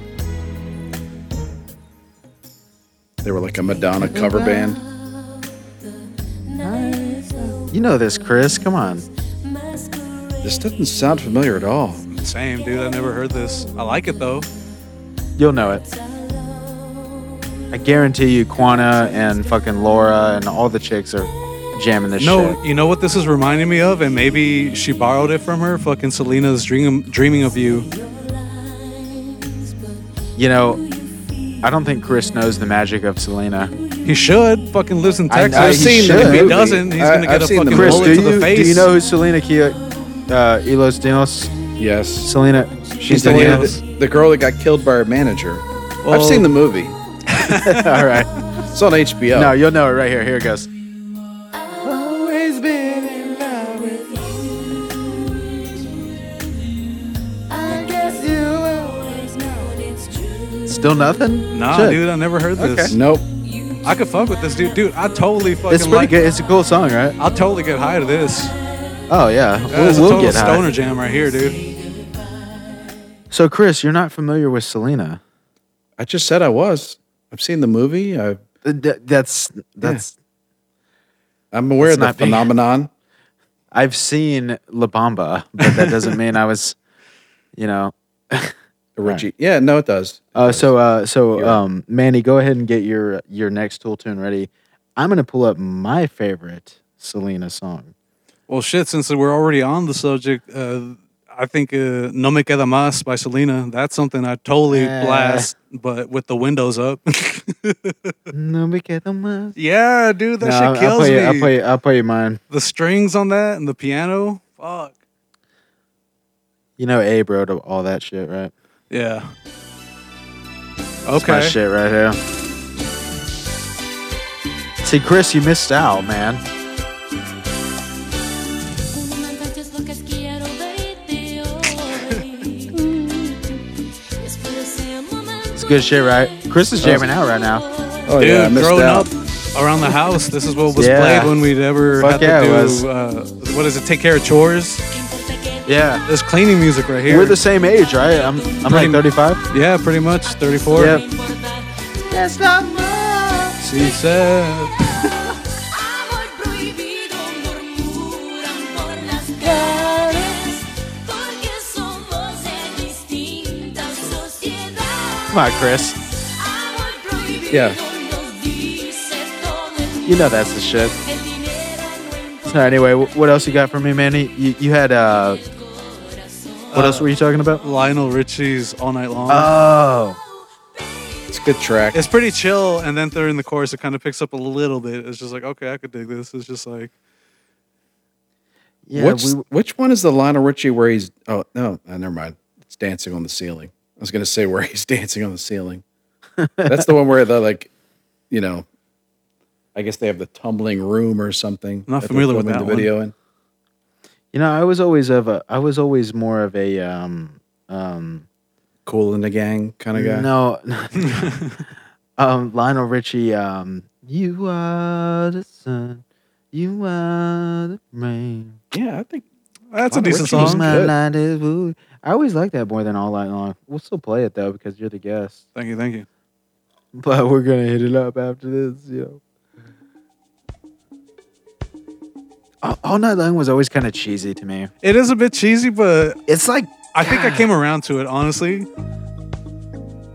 [SPEAKER 5] They were like a Madonna cover band.
[SPEAKER 4] You know this, Chris. Come on.
[SPEAKER 5] This doesn't sound familiar at all.
[SPEAKER 1] Same, dude. I never heard this. I like it, though.
[SPEAKER 4] You'll know it. I guarantee you, Quana and fucking Laura and all the chicks are jamming this
[SPEAKER 1] No,
[SPEAKER 4] shit.
[SPEAKER 1] you know what this is reminding me of? And maybe she borrowed it from her? Fucking Selena's dream, Dreaming of You.
[SPEAKER 4] You know, I don't think Chris knows the magic of Selena.
[SPEAKER 1] He should. Fucking lives in
[SPEAKER 4] I-
[SPEAKER 1] Texas.
[SPEAKER 4] I-
[SPEAKER 1] I've
[SPEAKER 4] he
[SPEAKER 1] seen
[SPEAKER 4] should.
[SPEAKER 1] that. If he
[SPEAKER 5] Movie.
[SPEAKER 1] doesn't, he's
[SPEAKER 5] I-
[SPEAKER 1] going to
[SPEAKER 5] I've
[SPEAKER 1] get a
[SPEAKER 5] seen the
[SPEAKER 1] fucking
[SPEAKER 5] movie.
[SPEAKER 4] Chris,
[SPEAKER 1] bullet
[SPEAKER 4] do
[SPEAKER 1] to the
[SPEAKER 4] you,
[SPEAKER 1] face.
[SPEAKER 4] do you know who Selena Kia, uh, Elos Dinos?
[SPEAKER 5] Yes.
[SPEAKER 4] Selena,
[SPEAKER 5] She's the,
[SPEAKER 1] Anything
[SPEAKER 5] one
[SPEAKER 1] else?
[SPEAKER 5] that- the girl that got killed by her manager. I've
[SPEAKER 1] Well-
[SPEAKER 5] seen the movie.
[SPEAKER 4] all right.
[SPEAKER 5] It's on
[SPEAKER 1] Oh.
[SPEAKER 5] HBO.
[SPEAKER 4] No, you'll know it right here. Here it goes. Still nothing?
[SPEAKER 1] Nah,
[SPEAKER 4] Shit.
[SPEAKER 1] dude, I never heard this.
[SPEAKER 5] Nope.
[SPEAKER 1] I could fuck with this dude. Dude, I totally fucking
[SPEAKER 4] It's pretty
[SPEAKER 1] like
[SPEAKER 4] good. It's a cool song, right?
[SPEAKER 1] I'll totally get high to this.
[SPEAKER 4] Oh yeah,
[SPEAKER 1] That's
[SPEAKER 4] we'll,
[SPEAKER 1] a
[SPEAKER 4] we'll
[SPEAKER 1] total
[SPEAKER 4] get high.
[SPEAKER 1] stoner jam right here, dude.
[SPEAKER 4] So, Chris, you're not familiar with Selena.
[SPEAKER 5] I just said I was. I've seen the movie. I,
[SPEAKER 4] Th- Uh, th- That's that's.
[SPEAKER 5] I'm aware
[SPEAKER 4] It's
[SPEAKER 5] of the
[SPEAKER 4] not me.
[SPEAKER 5] phenomenon.
[SPEAKER 4] I've seen La Bamba, but that doesn't mean I was, you know.
[SPEAKER 5] Origi- Yeah, no, it does.
[SPEAKER 4] Uh, so, uh, so
[SPEAKER 5] You're right.
[SPEAKER 4] um, Manny, go ahead and get your your next tool tune ready. I'm gonna pull up my favorite Selena song.
[SPEAKER 1] Well, shit, since we're already on the subject, uh, I think uh, No Me Queda Más by Selena, that's something I totally
[SPEAKER 4] Yeah.
[SPEAKER 1] blast, but with the windows up.
[SPEAKER 4] No me quedo más.
[SPEAKER 1] yeah, dude, that
[SPEAKER 4] No, I'll-
[SPEAKER 1] shit kills
[SPEAKER 4] I'll play,
[SPEAKER 1] me.
[SPEAKER 4] you- I'll play. I'll play you mine.
[SPEAKER 1] The strings on that and the piano, fuck.
[SPEAKER 4] You know, Abe wrote all that shit, right?
[SPEAKER 1] Yeah.
[SPEAKER 4] That's my
[SPEAKER 1] Okay.
[SPEAKER 4] shit right here. See, Chris, you missed out, man.
[SPEAKER 2] It's good shit, right?
[SPEAKER 4] Chris is jamming out right now.
[SPEAKER 5] Oh
[SPEAKER 1] Dude,
[SPEAKER 5] yeah, I missed
[SPEAKER 1] growing
[SPEAKER 5] out.
[SPEAKER 1] up around the house, this is what was
[SPEAKER 4] Yeah.
[SPEAKER 1] played when we'd ever
[SPEAKER 4] Fuck
[SPEAKER 1] had
[SPEAKER 4] yeah,
[SPEAKER 1] to
[SPEAKER 4] it
[SPEAKER 1] do
[SPEAKER 4] was.
[SPEAKER 1] uh, what is it? Take care of chores.
[SPEAKER 4] Yeah.
[SPEAKER 1] This cleaning music right here.
[SPEAKER 4] We're the same age, right? I'm I'm
[SPEAKER 1] Pretty-
[SPEAKER 4] like 35.
[SPEAKER 1] yeah, pretty much. 34.
[SPEAKER 4] Yeah.
[SPEAKER 1] She said.
[SPEAKER 2] Amor prohibido murmuran por las calles porque somos de distintas sociedades.
[SPEAKER 4] Come on, Chris.
[SPEAKER 2] Amor prohibido
[SPEAKER 5] Yeah.
[SPEAKER 2] nos dice todo el
[SPEAKER 4] You know that's the shit.
[SPEAKER 2] el dinero no importa.
[SPEAKER 4] So anyway, wh- what else you got for me, Manny? You, you had uh, what else were you talking about?
[SPEAKER 1] Lionel Richie's All Night Long.
[SPEAKER 4] Oh,
[SPEAKER 5] It's a good track.
[SPEAKER 1] it's pretty chill, and then during the chorus, it kind of picks up a little bit. It's just like, okay, I could dig this. It's just like,
[SPEAKER 4] yeah.
[SPEAKER 5] What's,
[SPEAKER 4] we-
[SPEAKER 5] which one is the Lionel Richie where he's? Oh no, uh, never mind. It's dancing on the ceiling. I was gonna say where he's dancing on the ceiling. That's the one where the like, you know, I guess they have the tumbling room or something.
[SPEAKER 1] Not
[SPEAKER 5] they're
[SPEAKER 1] familiar with
[SPEAKER 5] filming
[SPEAKER 1] that
[SPEAKER 5] the video in.
[SPEAKER 4] you know, I was always of a, I was always more of a um, um,
[SPEAKER 5] Cool in the gang kind of guy.
[SPEAKER 4] no, um, Lionel Richie. Um, you are the sun, you are the rain.
[SPEAKER 5] Yeah, I think
[SPEAKER 1] that's a
[SPEAKER 5] Lionel
[SPEAKER 1] decent
[SPEAKER 5] Richie's
[SPEAKER 1] song.
[SPEAKER 5] my-
[SPEAKER 4] My
[SPEAKER 5] good.
[SPEAKER 4] light is blue. I always like that more than all night long. We'll still play it though because you're the guest.
[SPEAKER 1] Thank you, thank you.
[SPEAKER 4] But we're gonna hit it up after this, you know. All, all night long was always kind of cheesy to me.
[SPEAKER 1] It is a bit cheesy, but
[SPEAKER 4] It's like
[SPEAKER 1] I think I came around to it honestly.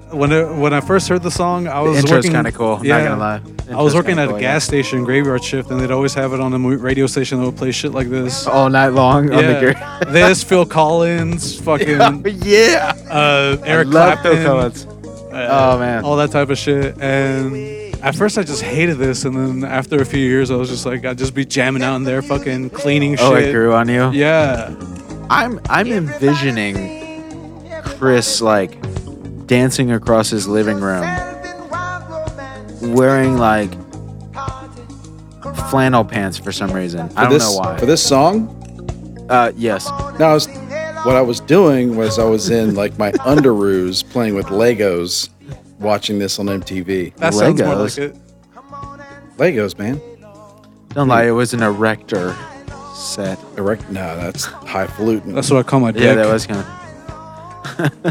[SPEAKER 1] When I, when I first heard the song, I
[SPEAKER 4] the
[SPEAKER 1] was
[SPEAKER 4] intro's
[SPEAKER 1] working
[SPEAKER 4] kind of cool.
[SPEAKER 1] Yeah.
[SPEAKER 4] Not gonna lie.
[SPEAKER 1] I was
[SPEAKER 4] Intro's
[SPEAKER 1] working
[SPEAKER 4] kinda
[SPEAKER 1] at a
[SPEAKER 4] cool,
[SPEAKER 1] gas station graveyard shift, and they'd always have it on the mo- radio station that would play shit like this.
[SPEAKER 4] yeah. all night long Oh, on the gear. oh,
[SPEAKER 1] Yeah. this Phil Collins, fucking
[SPEAKER 4] yeah.
[SPEAKER 1] uh, Eric
[SPEAKER 4] I love
[SPEAKER 1] Clapton,
[SPEAKER 4] Phil Collins.
[SPEAKER 1] uh,
[SPEAKER 4] Oh, man.
[SPEAKER 1] all that type of shit. And at first, I just hated this, and then after a few years, I was just like, I'd just be jamming out in there, fucking cleaning
[SPEAKER 4] Oh,
[SPEAKER 1] shit.
[SPEAKER 4] it grew on you.
[SPEAKER 1] Yeah,
[SPEAKER 4] I'm I'm envisioning Chris like dancing across his living room, wearing like flannel pants for some reason. I don't
[SPEAKER 5] this,
[SPEAKER 4] know why.
[SPEAKER 5] For this song,
[SPEAKER 4] Uh, yes.
[SPEAKER 5] no, I was, what I was doing was I was in like my underoos playing with Legos, watching this on MTV.
[SPEAKER 1] that sounds more like
[SPEAKER 4] Legos.
[SPEAKER 1] it.
[SPEAKER 5] Legos, man.
[SPEAKER 4] Don't lie, it was an erector set.
[SPEAKER 5] Erect? No, that's highfalutin.
[SPEAKER 1] That's what I call my dick.
[SPEAKER 4] Yeah, that was kind of.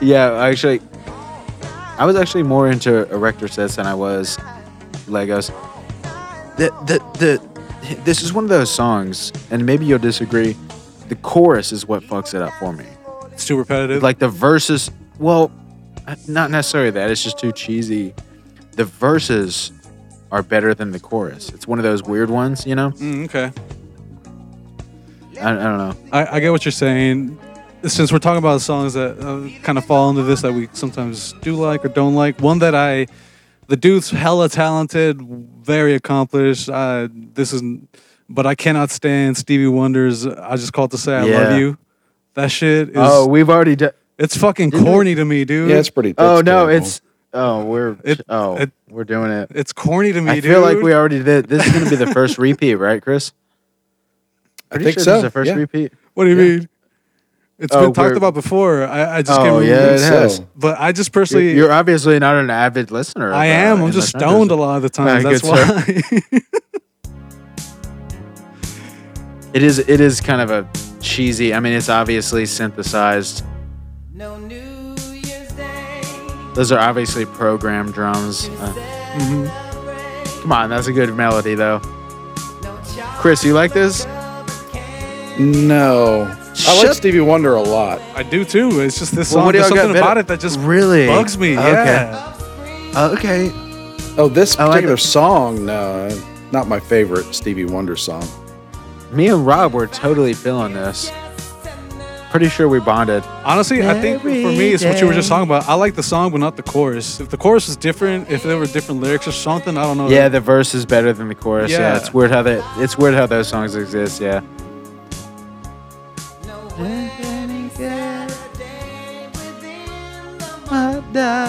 [SPEAKER 4] yeah, actually, I was actually more into erector sets than I was Legos. The, the, the, this is one of those songs, and maybe you'll disagree. The chorus is what fucks it up for me.
[SPEAKER 1] It's too repetitive.
[SPEAKER 4] Like the verses, well, uh, not necessarily that. It's just too cheesy. The verses are better than the chorus. It's one of those weird ones, you know?
[SPEAKER 1] Mm, okay.
[SPEAKER 4] I, I don't know.
[SPEAKER 1] I, I get what you're saying. Since we're talking about songs that uh, kind of fall into this that we sometimes do like or don't like, one that I, the dude's hella talented, very accomplished. Uh, this is, but I cannot stand Stevie Wonder's. I just called to say I
[SPEAKER 4] Yeah.
[SPEAKER 1] love you. That shit is,
[SPEAKER 4] oh, we've already done.
[SPEAKER 1] it's fucking corny to me, dude.
[SPEAKER 5] yeah, it's pretty.
[SPEAKER 4] Oh
[SPEAKER 5] it's
[SPEAKER 4] no,
[SPEAKER 5] terrible.
[SPEAKER 4] it's oh we're
[SPEAKER 1] It-
[SPEAKER 4] oh
[SPEAKER 1] it-
[SPEAKER 4] we're doing it.
[SPEAKER 1] It's corny to me,
[SPEAKER 4] I
[SPEAKER 1] dude.
[SPEAKER 4] feel like we already did. This is gonna be the first repeat, right, Chris?
[SPEAKER 5] I think
[SPEAKER 4] sure
[SPEAKER 5] so.
[SPEAKER 4] This is the first
[SPEAKER 5] yeah.
[SPEAKER 4] repeat.
[SPEAKER 1] What do you mean? It's
[SPEAKER 4] Oh,
[SPEAKER 1] been talked
[SPEAKER 4] we're-
[SPEAKER 1] about before. I, I just
[SPEAKER 4] Oh
[SPEAKER 1] can't
[SPEAKER 4] yeah,
[SPEAKER 1] remember.
[SPEAKER 4] it
[SPEAKER 5] so.
[SPEAKER 4] has.
[SPEAKER 1] But I just
[SPEAKER 4] You're,
[SPEAKER 1] personally,
[SPEAKER 4] you're obviously not an avid listener. of,
[SPEAKER 1] I
[SPEAKER 4] uh,
[SPEAKER 1] am. I'm
[SPEAKER 4] Endless
[SPEAKER 1] just
[SPEAKER 4] Hunters.
[SPEAKER 1] stoned a lot of the time.
[SPEAKER 4] I
[SPEAKER 1] That's why.
[SPEAKER 4] It is. It is kind of a cheesy. I mean, it's obviously synthesized.
[SPEAKER 2] No New Year's Day
[SPEAKER 4] Those are obviously programmed drums. Uh,
[SPEAKER 1] Mm-hmm.
[SPEAKER 2] celebrate,
[SPEAKER 4] come on, that's a good melody though.
[SPEAKER 2] no chocolate
[SPEAKER 4] Chris, you like this?
[SPEAKER 5] No, I like
[SPEAKER 4] Shut-
[SPEAKER 5] Stevie Wonder a lot.
[SPEAKER 1] I do too. It's just this
[SPEAKER 4] Well,
[SPEAKER 1] song.
[SPEAKER 4] what do
[SPEAKER 1] There's
[SPEAKER 4] y'all got
[SPEAKER 1] something
[SPEAKER 4] better-
[SPEAKER 1] about it that just
[SPEAKER 4] Really?
[SPEAKER 1] bugs me.
[SPEAKER 4] Okay.
[SPEAKER 1] Yeah.
[SPEAKER 4] Uh, okay.
[SPEAKER 5] Oh, this
[SPEAKER 4] I like
[SPEAKER 5] particular
[SPEAKER 4] that.
[SPEAKER 5] song, no, not my favorite Stevie Wonder song.
[SPEAKER 4] Me and Rob were totally feeling this. Pretty sure we bonded.
[SPEAKER 1] Honestly, I think for me, it's what you were just talking about. I like the song, but not the chorus. If the chorus was different, if there were different lyrics or something, I don't know.
[SPEAKER 4] Yeah, the verse is better than the chorus. Yeah,
[SPEAKER 1] Yeah.
[SPEAKER 4] it's weird how that it's weird how those songs exist. Yeah,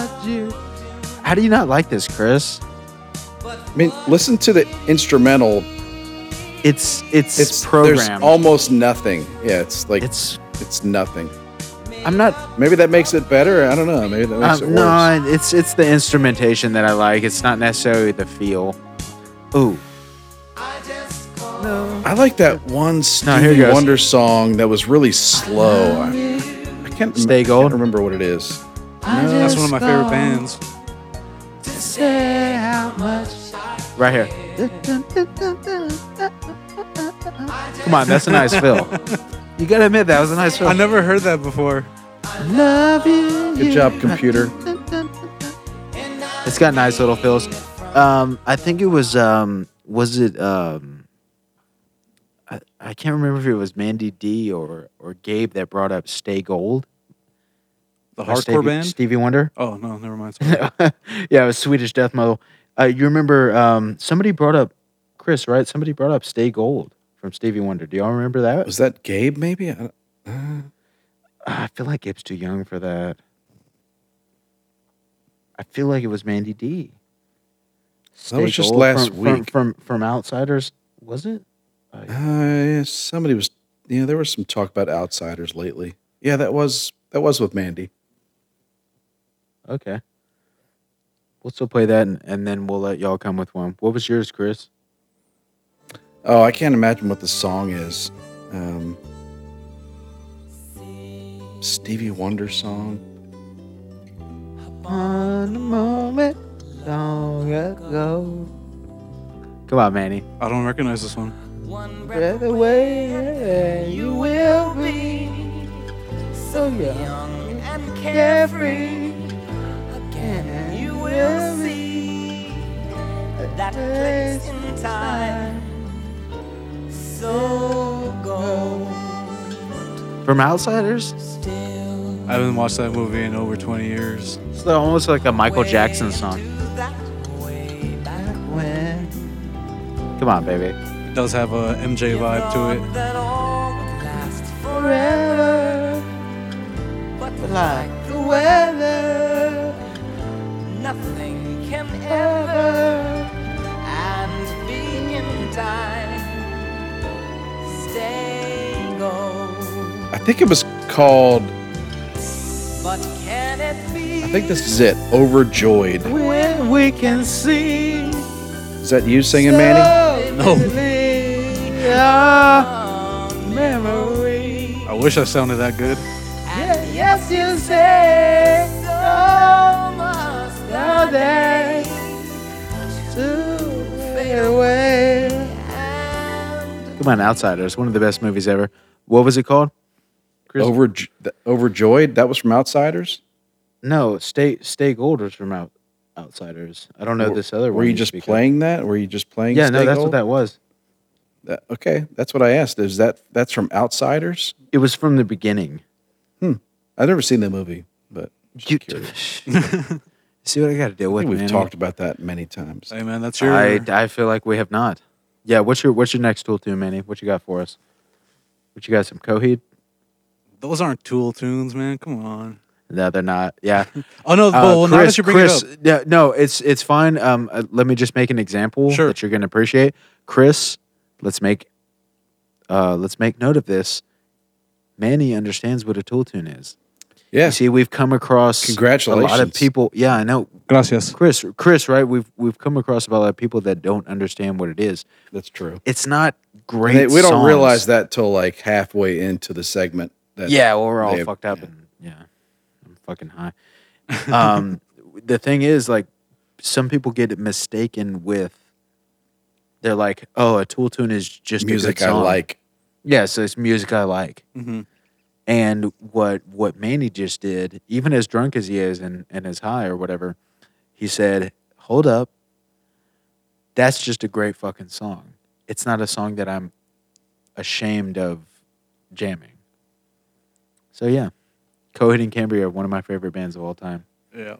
[SPEAKER 4] how do you not like this, Chris?
[SPEAKER 5] I mean, listen to the instrumental.
[SPEAKER 4] It's it's,
[SPEAKER 5] It's there's
[SPEAKER 4] programmed.
[SPEAKER 5] almost nothing. Yeah, it's like it's,
[SPEAKER 4] it's
[SPEAKER 5] nothing.
[SPEAKER 4] I'm not.
[SPEAKER 5] Maybe that makes it better. I don't know. Maybe that makes it
[SPEAKER 4] Um,
[SPEAKER 5] worse.
[SPEAKER 4] no, it's it's the instrumentation that I like. It's not necessarily the feel. Ooh. No
[SPEAKER 5] I like that one
[SPEAKER 4] here
[SPEAKER 5] Stevie
[SPEAKER 4] it goes.
[SPEAKER 5] Wonder song that was really slow. I, I can't,
[SPEAKER 4] Stay
[SPEAKER 5] I can't
[SPEAKER 4] Gold?
[SPEAKER 5] remember what it is.
[SPEAKER 1] That's one of my favorite bands.
[SPEAKER 4] Right here. Come on, that's a nice fill. You gotta admit that was a nice fill.
[SPEAKER 1] I never heard that before.
[SPEAKER 4] Love you.
[SPEAKER 5] Good job, computer.
[SPEAKER 4] It's got nice little fills. Um, I think it was um, was it um, I, I can't remember if it was Mandy D or or Gabe that brought up Stay Gold.
[SPEAKER 1] The
[SPEAKER 4] or
[SPEAKER 1] hardcore
[SPEAKER 4] Stevie,
[SPEAKER 1] band.
[SPEAKER 4] Stevie Wonder.
[SPEAKER 1] oh no, never mind.
[SPEAKER 4] yeah, it was Swedish Death Metal. Uh, you remember um, somebody brought up Chris, right? Somebody brought up Stay Gold from Stevie Wonder. Do y'all remember that? Ah,
[SPEAKER 5] Was that Gabe? Maybe I don't-
[SPEAKER 4] I feel like Gabe's too young for that. I feel like it was Mandy D.
[SPEAKER 5] That was
[SPEAKER 4] Stay
[SPEAKER 5] just
[SPEAKER 4] Gold
[SPEAKER 5] last
[SPEAKER 4] from- from-
[SPEAKER 5] week.
[SPEAKER 4] from, from outsiders. Was it?
[SPEAKER 5] uh, somebody was. Yeah, there was some talk about outsiders lately. Yeah, that was that was with Mandy.
[SPEAKER 4] Okay. We'll still play that, and, and then we'll let y'all come with one. What was yours, Chris?
[SPEAKER 5] Oh, I can't imagine what the song is. Um, Stevie Wonder song.
[SPEAKER 4] On a moment long ago. Come on, Manny.
[SPEAKER 1] I don't recognize this one.
[SPEAKER 2] One breath
[SPEAKER 4] Breath away, you will be so young.
[SPEAKER 2] young and carefree. Again, you will see that place in time. So go
[SPEAKER 4] From Outsiders?
[SPEAKER 2] still.
[SPEAKER 1] I haven't watched that movie in over 20 years.
[SPEAKER 4] It's the- almost like a Michael Jackson
[SPEAKER 2] way
[SPEAKER 4] song.
[SPEAKER 2] to that way back
[SPEAKER 4] Come on, baby.
[SPEAKER 1] It does have a MJ vibe to it.
[SPEAKER 2] That all would last forever. But like the weather, nothing can ever and be in time. Stay gold.
[SPEAKER 5] I think it was called.
[SPEAKER 2] But can it be?
[SPEAKER 5] I think this is it. Overjoyed.
[SPEAKER 4] When we can see.
[SPEAKER 5] Is that you singing, Manny?
[SPEAKER 1] No,
[SPEAKER 2] memory.
[SPEAKER 1] I wish I sounded that good.
[SPEAKER 2] And yes, you say so much nowadays to fade away. And
[SPEAKER 4] Come on, Outsiders. One of the best movies ever. What was it called? Chris?
[SPEAKER 5] Over, th- overjoyed. That was from Outsiders.
[SPEAKER 4] No, Stay Stay Gold was from out, Outsiders. I don't know this other one.
[SPEAKER 5] Were you just
[SPEAKER 4] speak of.
[SPEAKER 5] playing that? Were you just playing?
[SPEAKER 4] Yeah, no,
[SPEAKER 5] Stay
[SPEAKER 4] that's
[SPEAKER 5] Gold?
[SPEAKER 4] what that was.
[SPEAKER 5] That- okay, that's what I asked. Is that that's from Outsiders?
[SPEAKER 4] It was from the beginning.
[SPEAKER 5] I've never seen that movie, but just
[SPEAKER 4] You,
[SPEAKER 5] curious.
[SPEAKER 4] see what I got to deal
[SPEAKER 5] I
[SPEAKER 4] with.
[SPEAKER 5] think we've
[SPEAKER 4] man.
[SPEAKER 5] talked about that many times.
[SPEAKER 1] Hey man, that's your.
[SPEAKER 4] I I feel like we have not. Yeah, what's your what's your next tool tune, Manny? What you got for us? What you got? Some Coheed?
[SPEAKER 1] Those aren't Tool tunes, man. Come on.
[SPEAKER 4] No, they're not. Yeah.
[SPEAKER 1] Oh no,
[SPEAKER 4] Uh,
[SPEAKER 1] well, now that you bring
[SPEAKER 4] Chris,
[SPEAKER 1] it up,
[SPEAKER 4] yeah, no, it's it's fine. Um, uh, let me just make an example
[SPEAKER 1] Sure.
[SPEAKER 4] that you're going to appreciate. Chris, let's make uh, let's make note of this. Manny understands what a tool tune is.
[SPEAKER 5] Yeah,
[SPEAKER 4] You see, we've come across a lot of
[SPEAKER 5] Congratulations.
[SPEAKER 4] people. Yeah, I know,
[SPEAKER 1] gracias.
[SPEAKER 4] Chris. Chris, right? We've we've come across a lot of people that don't understand what it is.
[SPEAKER 5] that's true.
[SPEAKER 4] It's not great.
[SPEAKER 5] And they- we don't
[SPEAKER 4] songs.
[SPEAKER 5] realize that till like halfway into the segment. That
[SPEAKER 4] yeah, well, we're all
[SPEAKER 5] they-
[SPEAKER 4] fucked up, and yeah, I'm fucking high. Um, the thing is, like, some people get it mistaken with. They're like, oh, a tool tune is just a good
[SPEAKER 5] music I
[SPEAKER 4] song."
[SPEAKER 5] like.
[SPEAKER 4] Yeah, so it's music I like.
[SPEAKER 5] Mm-hmm.
[SPEAKER 1] Mhm.
[SPEAKER 4] And what what Manny just did, even as drunk as he is and, and as high or whatever, he said, Hold up. That's just a great fucking song. It's not a song that I'm ashamed of jamming. So yeah. Coheed and Cambria are one of my favorite bands of all time.
[SPEAKER 1] Yeah.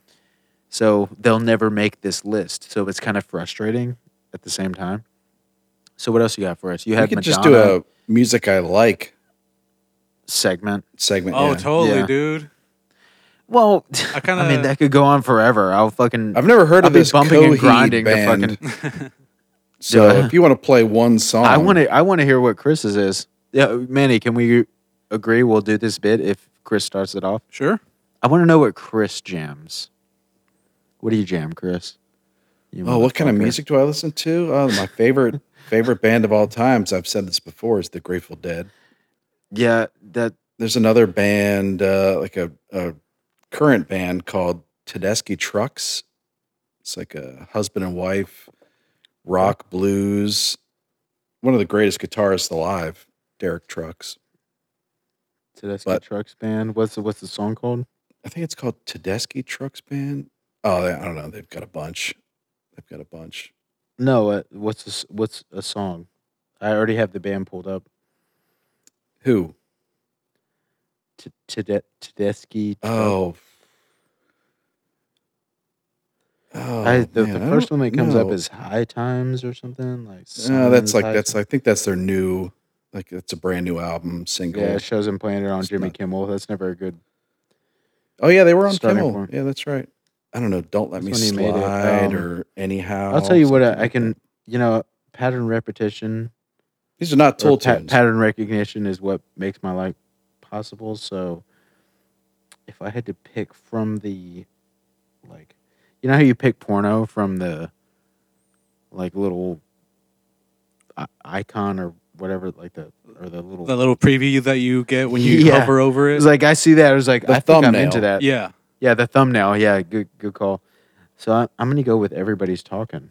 [SPEAKER 4] So they'll never make this list. So it's kind of frustrating at the same time. So what else you got for us? You
[SPEAKER 5] We
[SPEAKER 4] had
[SPEAKER 5] could
[SPEAKER 4] Madonna
[SPEAKER 5] just do a music I like
[SPEAKER 4] segment.
[SPEAKER 5] segment.
[SPEAKER 1] Oh,
[SPEAKER 5] yeah.
[SPEAKER 1] totally,
[SPEAKER 4] Yeah.
[SPEAKER 1] dude.
[SPEAKER 4] Well,
[SPEAKER 1] I
[SPEAKER 4] I,
[SPEAKER 1] kinda-
[SPEAKER 4] mean, that could go on forever. I'll fucking.
[SPEAKER 5] I've never heard
[SPEAKER 4] I'll
[SPEAKER 5] of
[SPEAKER 4] be
[SPEAKER 5] this
[SPEAKER 4] bumping and
[SPEAKER 5] Coheed
[SPEAKER 4] grinding to
[SPEAKER 5] band.
[SPEAKER 4] fucking-
[SPEAKER 5] so
[SPEAKER 4] Yeah.
[SPEAKER 5] if you want to play one song,
[SPEAKER 4] I want to. I want to hear what Chris's is. Yeah, Manny, can we agree we'll do this bit if Chris starts it off?
[SPEAKER 1] Sure.
[SPEAKER 4] I want to know what Chris jams. What do you jam, Chris? You
[SPEAKER 5] Oh, what kind of
[SPEAKER 4] motherfucker.
[SPEAKER 5] music do I listen to? Oh, my favorite favorite band of all times. I've said this before is the Grateful Dead.
[SPEAKER 4] Yeah, that
[SPEAKER 5] There's another band, uh, like a, a current band called Tedeschi Trucks. It's like a husband and wife rock blues. One of the greatest guitarists alive, Derek Trucks.
[SPEAKER 4] Tedeschi
[SPEAKER 5] But-
[SPEAKER 4] Trucks band. What's the what's the song called?
[SPEAKER 5] I think it's called Tedeschi Trucks Band. Oh, I don't know. They've got a bunch. They've got a bunch.
[SPEAKER 4] No, uh, what's a, s- what's a song? I already have the band pulled up.
[SPEAKER 5] Who?
[SPEAKER 4] T- Tede- Tedeschi. Trucks.
[SPEAKER 5] Oh. Oh,
[SPEAKER 4] I, the,
[SPEAKER 5] man,
[SPEAKER 4] the
[SPEAKER 5] I
[SPEAKER 4] first
[SPEAKER 5] don't
[SPEAKER 4] one that comes up
[SPEAKER 5] know.
[SPEAKER 4] is High Times or something like.
[SPEAKER 5] No,
[SPEAKER 4] Sun's
[SPEAKER 5] that's like
[SPEAKER 4] High
[SPEAKER 5] that's
[SPEAKER 4] Ti-
[SPEAKER 5] I think that's their new like it's a brand new album single.
[SPEAKER 4] yeah. It shows him playing it on
[SPEAKER 5] It's
[SPEAKER 4] Jimmy
[SPEAKER 5] not-
[SPEAKER 4] Kimmel. That's never a good.
[SPEAKER 5] oh yeah, they were on
[SPEAKER 4] starting
[SPEAKER 5] Kimmel.
[SPEAKER 4] point.
[SPEAKER 5] Yeah, that's right. I don't know. Don't let
[SPEAKER 4] That's
[SPEAKER 5] me
[SPEAKER 4] when he made it,
[SPEAKER 5] slide
[SPEAKER 4] um,
[SPEAKER 5] or anyhow.
[SPEAKER 4] I'll tell you what
[SPEAKER 5] something
[SPEAKER 4] I, I
[SPEAKER 5] like
[SPEAKER 4] can.
[SPEAKER 5] that.
[SPEAKER 4] You know, pattern repetition.
[SPEAKER 5] These are not
[SPEAKER 4] or
[SPEAKER 5] tool
[SPEAKER 4] pa-
[SPEAKER 5] tunes.
[SPEAKER 4] pattern recognition is what makes my life possible. So, if I had to pick from the, like, you know how you pick porno from the, like little I- icon or whatever, like the or the little.
[SPEAKER 1] That little preview that you get when you
[SPEAKER 4] Yeah.
[SPEAKER 1] hover over
[SPEAKER 4] it
[SPEAKER 1] it.
[SPEAKER 4] was like I see that. It was like
[SPEAKER 5] The
[SPEAKER 4] I think I'm
[SPEAKER 5] thumbnail.
[SPEAKER 4] into that. Yeah.
[SPEAKER 1] yeah.
[SPEAKER 4] the thumbnail. Yeah, good good call. So I, I'm gonna go with everybody's talking.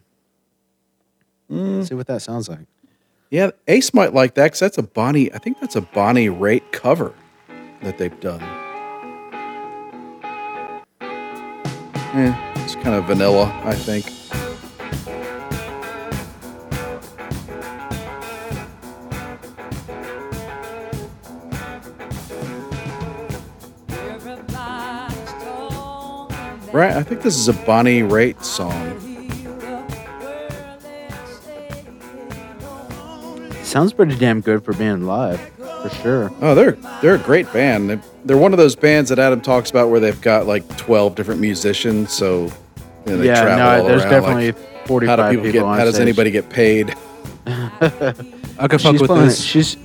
[SPEAKER 5] Mm,
[SPEAKER 4] See what that sounds like.
[SPEAKER 5] yeah, Ace might like that because that's a Bonnie. I think that's a Bonnie Raitt cover that they've done. Eh, it's kind of vanilla, I think. Right, I think this is a Bonnie Raitt song.
[SPEAKER 4] Sounds pretty damn good for being live, for sure.
[SPEAKER 5] Oh, they're they're a great band. They- They're one of those bands that Adam talks about where they've got like twelve different musicians, so you know, they
[SPEAKER 4] yeah,
[SPEAKER 5] travel
[SPEAKER 4] no,
[SPEAKER 5] all
[SPEAKER 4] there's
[SPEAKER 5] around.
[SPEAKER 4] definitely
[SPEAKER 5] like,
[SPEAKER 4] 45
[SPEAKER 5] how do people,
[SPEAKER 4] people,
[SPEAKER 5] get?
[SPEAKER 4] on
[SPEAKER 5] How does
[SPEAKER 4] stage.
[SPEAKER 5] anybody get paid?
[SPEAKER 1] I could fuck
[SPEAKER 4] she's
[SPEAKER 1] with
[SPEAKER 4] playing,
[SPEAKER 1] this.
[SPEAKER 4] She's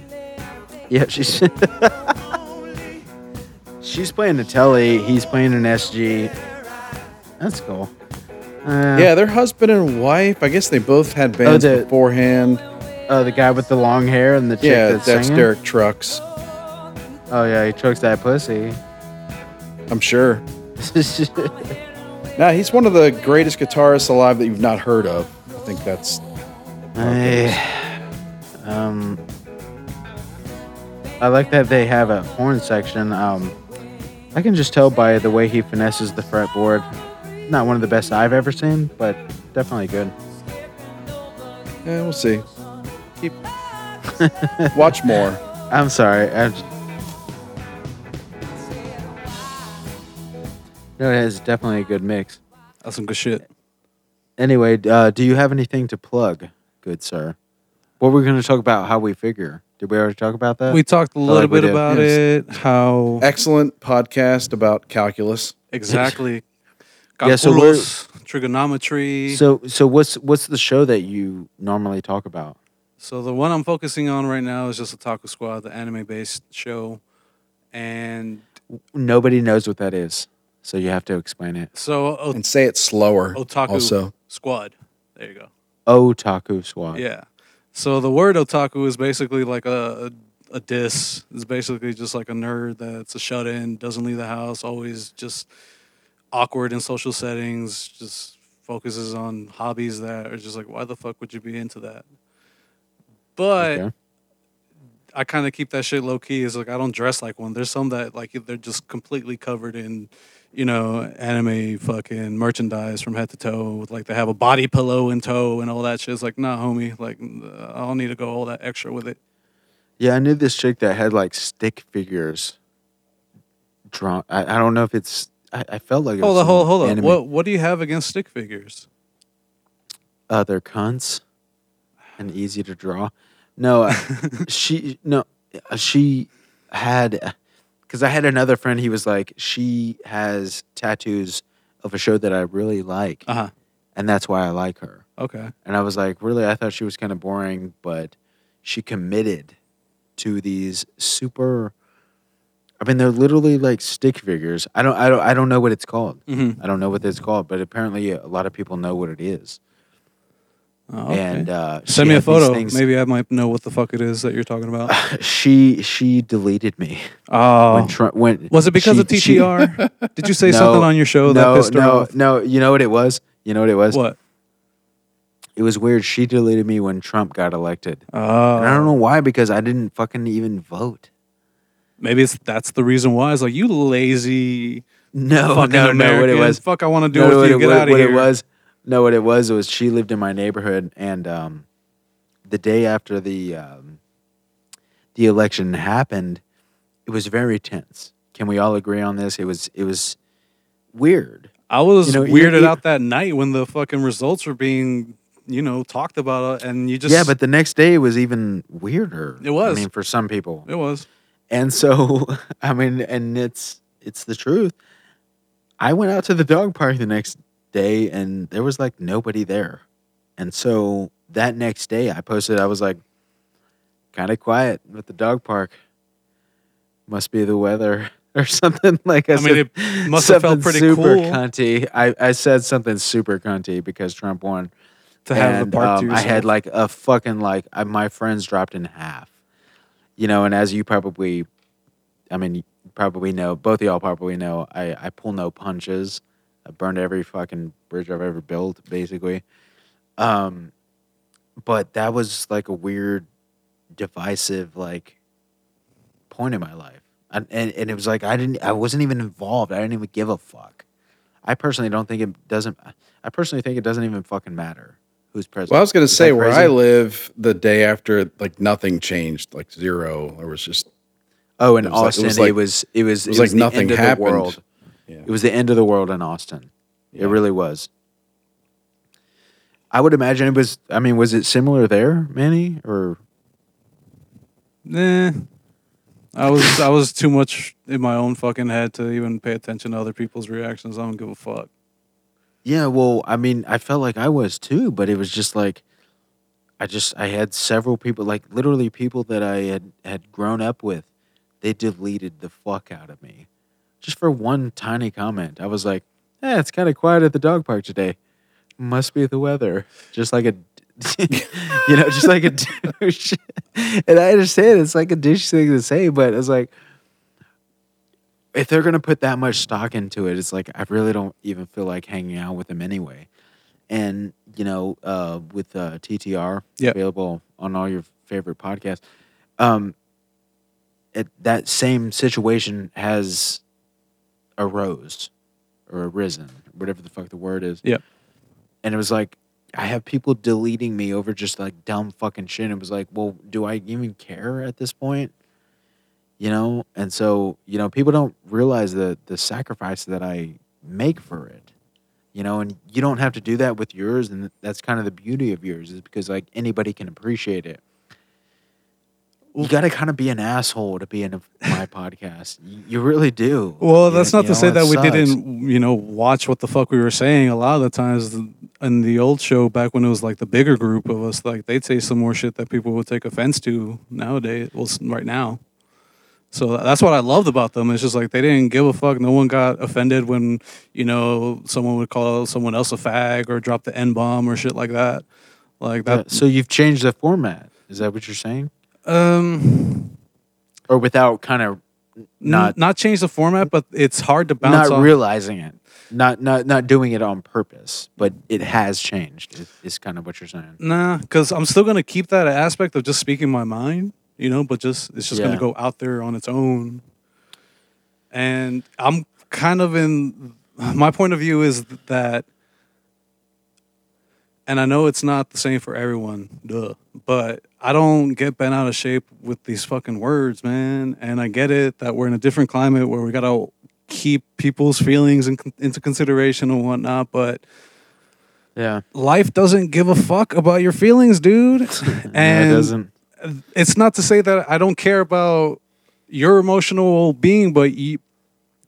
[SPEAKER 4] yeah, she's she's playing the telly. He's playing an SG. That's cool. Uh,
[SPEAKER 5] Yeah, they're husband and wife. I guess they both had bands
[SPEAKER 4] Oh, the-
[SPEAKER 5] beforehand.
[SPEAKER 4] Oh, the guy with the long hair and the chick
[SPEAKER 5] Yeah,
[SPEAKER 4] that's,
[SPEAKER 5] that's,
[SPEAKER 4] singing.
[SPEAKER 5] Derek Trucks.
[SPEAKER 4] Oh yeah, he chokes that pussy.
[SPEAKER 5] I'm sure. Now he's one of the greatest guitarists alive that you've not heard of. I think that's
[SPEAKER 4] I, Eh, um, I like that they have a horn section. Um, I can just tell by the way he finesses the fretboard. Not one of the best I've ever seen, but definitely good.
[SPEAKER 5] yeah, we'll see. Keep watch more.
[SPEAKER 4] I'm sorry. I just... No, it is definitely a good mix.
[SPEAKER 1] That's some good shit.
[SPEAKER 4] Anyway, uh, do you have anything to plug, good sir? What we're going to talk about? How we figure? Did we already talk about that?
[SPEAKER 1] We talked a
[SPEAKER 4] like
[SPEAKER 1] little
[SPEAKER 4] we
[SPEAKER 1] bit
[SPEAKER 4] did.
[SPEAKER 1] about
[SPEAKER 5] Yes.
[SPEAKER 1] it. How
[SPEAKER 5] Excellent podcast about calculus.
[SPEAKER 1] exactly?
[SPEAKER 4] Yeah, so
[SPEAKER 1] Calculus, trigonometry.
[SPEAKER 4] So, so what's what's the show that you normally talk about?
[SPEAKER 1] So the one I'm focusing on right now is just the Taco Squad, the anime-based show, and
[SPEAKER 4] Nobody knows what that is, so you have to explain it.
[SPEAKER 1] so o-
[SPEAKER 5] and say it slower.
[SPEAKER 1] Otaku
[SPEAKER 5] Also,
[SPEAKER 1] Squad. There you go.
[SPEAKER 4] Otaku Squad.
[SPEAKER 1] Yeah. So the word otaku is basically like a a, a diss. It's basically just like a nerd that's a shut in, doesn't leave the house, always just awkward in social settings, just focuses on hobbies that are just like, why the fuck would you be into that? But
[SPEAKER 4] Okay.
[SPEAKER 1] I kind of keep that shit low key. Is like I don't dress like one. There's some that like they're just completely covered in, you know, anime fucking merchandise from head to toe. Like they have a body pillow in toe and all that shit. It's like nah, homie. Like uh, I don't need to go all that extra with it.
[SPEAKER 4] Yeah, I knew this chick that had like stick figures. Drawn. I, I don't know if it's. I, I felt like. it
[SPEAKER 1] Hold
[SPEAKER 4] was
[SPEAKER 1] on, hold,
[SPEAKER 4] some
[SPEAKER 1] hold on.
[SPEAKER 4] anime.
[SPEAKER 1] What what do you have against stick figures?
[SPEAKER 4] Uh, they're cunts, and easy to draw. No, uh, she no, uh, she had. Because I had another friend. He was like, she has tattoos of a show that I really like,
[SPEAKER 1] Uh huh.
[SPEAKER 4] and that's why I like her.
[SPEAKER 1] Okay.
[SPEAKER 4] And I was like, really? I thought she was kind of boring, but she committed to these super. I mean, they're literally like stick figures. I don't, I don't, I don't know what it's called.
[SPEAKER 1] Mhm.
[SPEAKER 4] I don't know what it's called, but apparently a lot of people know what it is.
[SPEAKER 1] Oh, okay.
[SPEAKER 4] And uh, she
[SPEAKER 1] Send me a
[SPEAKER 4] had these
[SPEAKER 1] photo.
[SPEAKER 4] things-
[SPEAKER 1] Maybe I might know what the fuck it is that you're talking about.
[SPEAKER 4] she she deleted me
[SPEAKER 1] Oh,
[SPEAKER 4] when Trump when
[SPEAKER 1] was it because
[SPEAKER 4] she-
[SPEAKER 1] of TTR? Did you say
[SPEAKER 4] No,
[SPEAKER 1] something on your show
[SPEAKER 4] She,
[SPEAKER 1] that
[SPEAKER 4] no,
[SPEAKER 1] pissed her
[SPEAKER 4] no,
[SPEAKER 1] off?
[SPEAKER 4] no. You know what it was? You know what it was?
[SPEAKER 1] What?
[SPEAKER 4] It was weird. She deleted me when Trump got elected. and I
[SPEAKER 1] Uh,
[SPEAKER 4] don't know why because I didn't fucking even vote.
[SPEAKER 1] maybe it's that's the reason why. It's like you lazy
[SPEAKER 4] No,
[SPEAKER 1] fucking
[SPEAKER 4] no,
[SPEAKER 1] American.
[SPEAKER 4] no. What it was?
[SPEAKER 1] Fuck, I want to do
[SPEAKER 4] no,
[SPEAKER 1] with
[SPEAKER 4] what
[SPEAKER 1] you.
[SPEAKER 4] it-
[SPEAKER 1] Get
[SPEAKER 4] what-
[SPEAKER 1] out of
[SPEAKER 4] what
[SPEAKER 1] here.
[SPEAKER 4] It was no, what it was was she lived in my neighborhood, and um, the day after the um, the election happened, it was very tense. Can we all agree on this? It was it was weird.
[SPEAKER 1] I
[SPEAKER 4] You
[SPEAKER 1] was
[SPEAKER 4] know, you're-
[SPEAKER 1] weirded
[SPEAKER 4] you're-
[SPEAKER 1] out that night when the fucking results were being, you know, talked about, uh, and you just
[SPEAKER 4] yeah, but the next day was even weirder.
[SPEAKER 1] It was.
[SPEAKER 4] I mean, for some people,
[SPEAKER 1] it was.
[SPEAKER 4] and so I mean, and it's it's the truth. I went out to the dog park the next day, and there was like nobody there, and so that next day I posted. I was like, kind of quiet at the dog park. Must be the weather or something like.
[SPEAKER 1] I mean,
[SPEAKER 4] said,
[SPEAKER 1] it must have felt
[SPEAKER 4] something
[SPEAKER 1] pretty
[SPEAKER 4] super
[SPEAKER 1] cool.
[SPEAKER 4] Cunty. I I said something super cunty because Trump won
[SPEAKER 1] to have the park to
[SPEAKER 4] um, I
[SPEAKER 1] yourself.
[SPEAKER 4] had like a fucking like I, my friends dropped in half, you know. And as you probably, I mean, you probably know both of y'all probably know I I pull no punches. I burned every fucking bridge I've ever built, basically. Um, but that was like a weird, divisive like point in my life, and and, and it was like I didn't I wasn't even involved. I didn't even give a fuck. I personally don't think it doesn't. I personally think it doesn't even fucking matter who's president.
[SPEAKER 5] Well, I was going to
[SPEAKER 4] Is
[SPEAKER 5] say
[SPEAKER 4] that
[SPEAKER 5] where
[SPEAKER 4] crazy?
[SPEAKER 5] I live the day after, like nothing changed, like zero. There was just
[SPEAKER 4] Oh, in
[SPEAKER 5] It was like- it
[SPEAKER 4] Austin,
[SPEAKER 5] was
[SPEAKER 4] it
[SPEAKER 5] like-
[SPEAKER 4] was it was
[SPEAKER 5] it was like
[SPEAKER 4] the
[SPEAKER 5] nothing
[SPEAKER 4] end of the
[SPEAKER 5] happened.
[SPEAKER 4] world.
[SPEAKER 5] Yeah.
[SPEAKER 4] It was the end of the world in Austin.
[SPEAKER 5] Yeah.
[SPEAKER 4] It really was. I would imagine it was. I mean, was it similar there, Manny? Or
[SPEAKER 1] Nah. Eh. I was I was too much in my own fucking head to even pay attention to other people's reactions. I don't give a fuck.
[SPEAKER 4] yeah, well, I mean, I felt like I was too, but it was just like, I just I had several people, like literally people that I had had grown up with, they deleted the fuck out of me, just for one tiny comment. I was like, "Yeah, it's kind of quiet at the dog park today. Must be the weather." Just like a, you know, just like a douche. And I understand it's like a douche thing to say, but it's like, if they're gonna put that much stock into it, it's like I really don't even feel like hanging out with them anyway. And you know, uh, with uh, TTR
[SPEAKER 1] Yep.
[SPEAKER 4] available on all your favorite podcasts, um, it, that same situation has arose or arisen, whatever the fuck the word is.
[SPEAKER 1] Yep.
[SPEAKER 4] And it was like I have people deleting me over just like dumb fucking shit. It was like, well, do I even care at this point? You know, and so you know, people don't realize the the sacrifice that I make for it. You know, and you don't have to do that with yours, and that's kind of the beauty of yours is because like anybody can appreciate it. You got to kind of be an asshole to be in a, my podcast. You you really do.
[SPEAKER 1] Well,
[SPEAKER 4] You-
[SPEAKER 1] that's
[SPEAKER 4] you
[SPEAKER 1] not to
[SPEAKER 4] know,
[SPEAKER 1] say
[SPEAKER 4] it
[SPEAKER 1] that we
[SPEAKER 4] sucks.
[SPEAKER 1] didn't, you know, watch what the fuck we were saying. A lot of the times th- in the old show, back when it was like the bigger group of us, like they'd say some more shit that people would take offense to nowadays. Well, s- right now. So tha- that's what I loved about them. It's just like they didn't give a fuck. No one got offended when you know someone would call someone else a fag or drop the n bomb or shit like that. Like
[SPEAKER 4] Yeah,
[SPEAKER 1] that.
[SPEAKER 4] so you've changed the format. Is that what you're saying?
[SPEAKER 1] Um,
[SPEAKER 4] Or without kind of
[SPEAKER 1] not
[SPEAKER 4] not
[SPEAKER 1] not change the format, but it's hard to bounce
[SPEAKER 4] not
[SPEAKER 1] off.
[SPEAKER 4] realizing it, not not not doing it on purpose, but it has changed. Is, is kind of what you're saying.
[SPEAKER 1] Nah, because I'm still gonna keep that aspect of just speaking my mind, you know. But just it's just gonna
[SPEAKER 4] Yeah.
[SPEAKER 1] go out there on its own. And I'm kind of in my point of view is that, and I know it's not the same for everyone, duh. But I don't get bent out of shape with these fucking words, man. And I get it that we're in a different climate where we gotta keep people's feelings in, into consideration and whatnot, but
[SPEAKER 4] Yeah,
[SPEAKER 1] life doesn't give a fuck about your feelings, dude.
[SPEAKER 4] it
[SPEAKER 1] And
[SPEAKER 4] doesn't.
[SPEAKER 1] it's not to say that I don't care about your emotional well being, but you,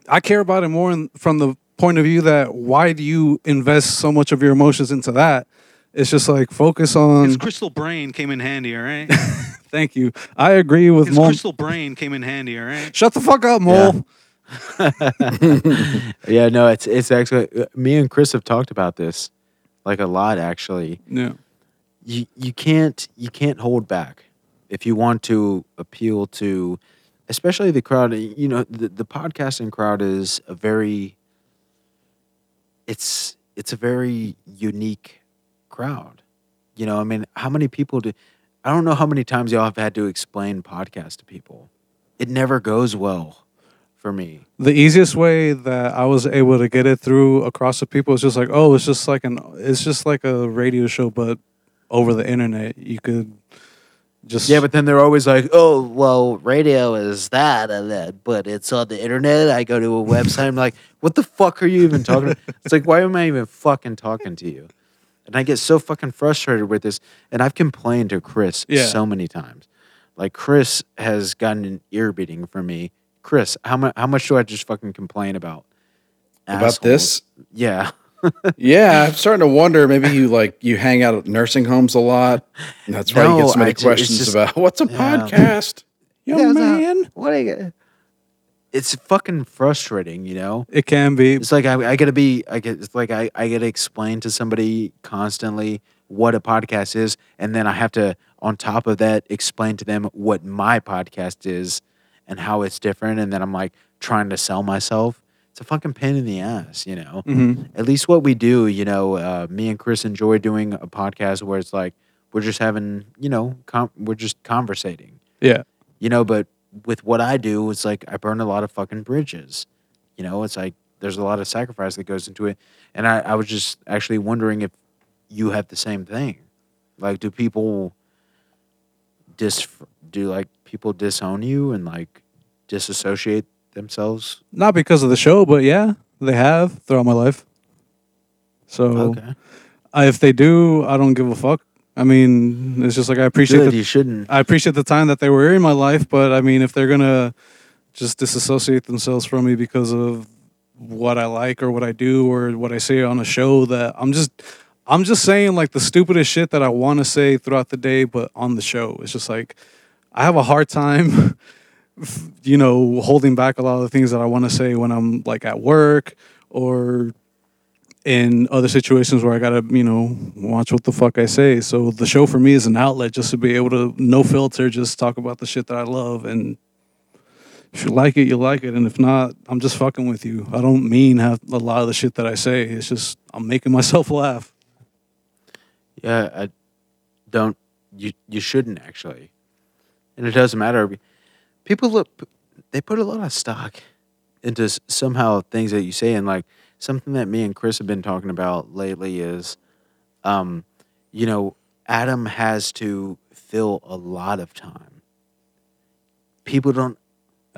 [SPEAKER 1] I care about it more in, from the point of view that why do you invest so much of your emotions into that? It's just like focus on.
[SPEAKER 6] His crystal brain came in handy, all right?
[SPEAKER 1] Thank you. I agree with
[SPEAKER 6] His
[SPEAKER 1] Mole.
[SPEAKER 6] crystal brain came in handy, all right?
[SPEAKER 1] Shut the fuck up, Mole.
[SPEAKER 4] Yeah, no, uh, it's it's actually me and Chris have talked about this like a lot actually,
[SPEAKER 1] Yeah.
[SPEAKER 4] you you can't you can't hold back if you want to appeal to especially the crowd you know the, the podcasting crowd is a very it's it's a very unique crowd you know i mean how many people do i don't know how many times y'all have had to explain podcasts to people it never goes well for me
[SPEAKER 1] the easiest way that I was able to get it through across the people is just like, oh, it's just like an it's just like a radio show, but over the internet. You could just
[SPEAKER 4] yeah but then they're always like oh well
[SPEAKER 2] radio is that and that, but it's on the internet. I go to a
[SPEAKER 4] website. I'm like, what the fuck are you even talking about? It's like, why am I even fucking talking to you? And I get so fucking frustrated with this. And I've complained to Chris
[SPEAKER 1] Yeah.
[SPEAKER 4] so many times. Like Chris has gotten an ear beating from me. Chris, how much how much do I just fucking complain about?
[SPEAKER 5] About this?
[SPEAKER 4] Yeah.
[SPEAKER 5] Yeah, I'm starting to wonder. Maybe you like you hang out at nursing homes a lot. And that's why you
[SPEAKER 4] No,
[SPEAKER 5] get so many
[SPEAKER 4] I ju- it's
[SPEAKER 5] questions
[SPEAKER 4] just-
[SPEAKER 5] about what's a
[SPEAKER 4] Yeah.
[SPEAKER 5] podcast.
[SPEAKER 1] young
[SPEAKER 4] Yeah, it's not-
[SPEAKER 1] man.
[SPEAKER 2] what are you?
[SPEAKER 4] It's fucking frustrating, you know?
[SPEAKER 1] It can be.
[SPEAKER 4] It's like I, I gotta be I get it's like I, I gotta explain to somebody constantly what a podcast is, and then I have to on top of that explain to them what my podcast is and how it's different, and then I'm like trying to sell myself. It's a fucking pain in the ass, you know.
[SPEAKER 1] mm-hmm. Mm.
[SPEAKER 4] At least what we do, you know, uh, me and Chris enjoy doing a podcast where it's like we're just having, you know, com- we're just conversating
[SPEAKER 1] Yeah.
[SPEAKER 4] you know but with what i do it's like i burn a lot of fucking bridges you know it's like there's a lot of sacrifice that goes into it and i, I was just actually wondering if you have the same thing like do people dis do like people disown you and like disassociate themselves
[SPEAKER 1] Not because of the show, but yeah, they have throughout my life. So
[SPEAKER 4] okay
[SPEAKER 1] I, if they do, I don't give a fuck. I mean, it's just like I appreciate
[SPEAKER 4] good
[SPEAKER 1] the
[SPEAKER 4] you shouldn't
[SPEAKER 1] I appreciate the time that they were in my life, but I mean, if they're gonna just disassociate themselves from me because of what I like or what I do or what I say on a show, that I'm just, I'm just saying like the stupidest shit that I want to say throughout the day, but on the show, it's just like I have a hard time, you know, holding back a lot of the things that I want to say when I'm like at work or in other situations where I gotta, you know, watch what the fuck I say. So the show for me is an outlet just to be able to no filter, just talk about the shit that I love. And if you like it, you like it. And if not, I'm just fucking with you. I don't mean have a lot of the shit that I say. It's just I'm making myself laugh.
[SPEAKER 4] Yeah, I don't. You you shouldn't actually, and it doesn't matter. People look, they put a lot of stock into s- somehow things that you say, and like something that me and Chris have been talking about lately is, um, you know, Adam has to fill a lot of time. People don't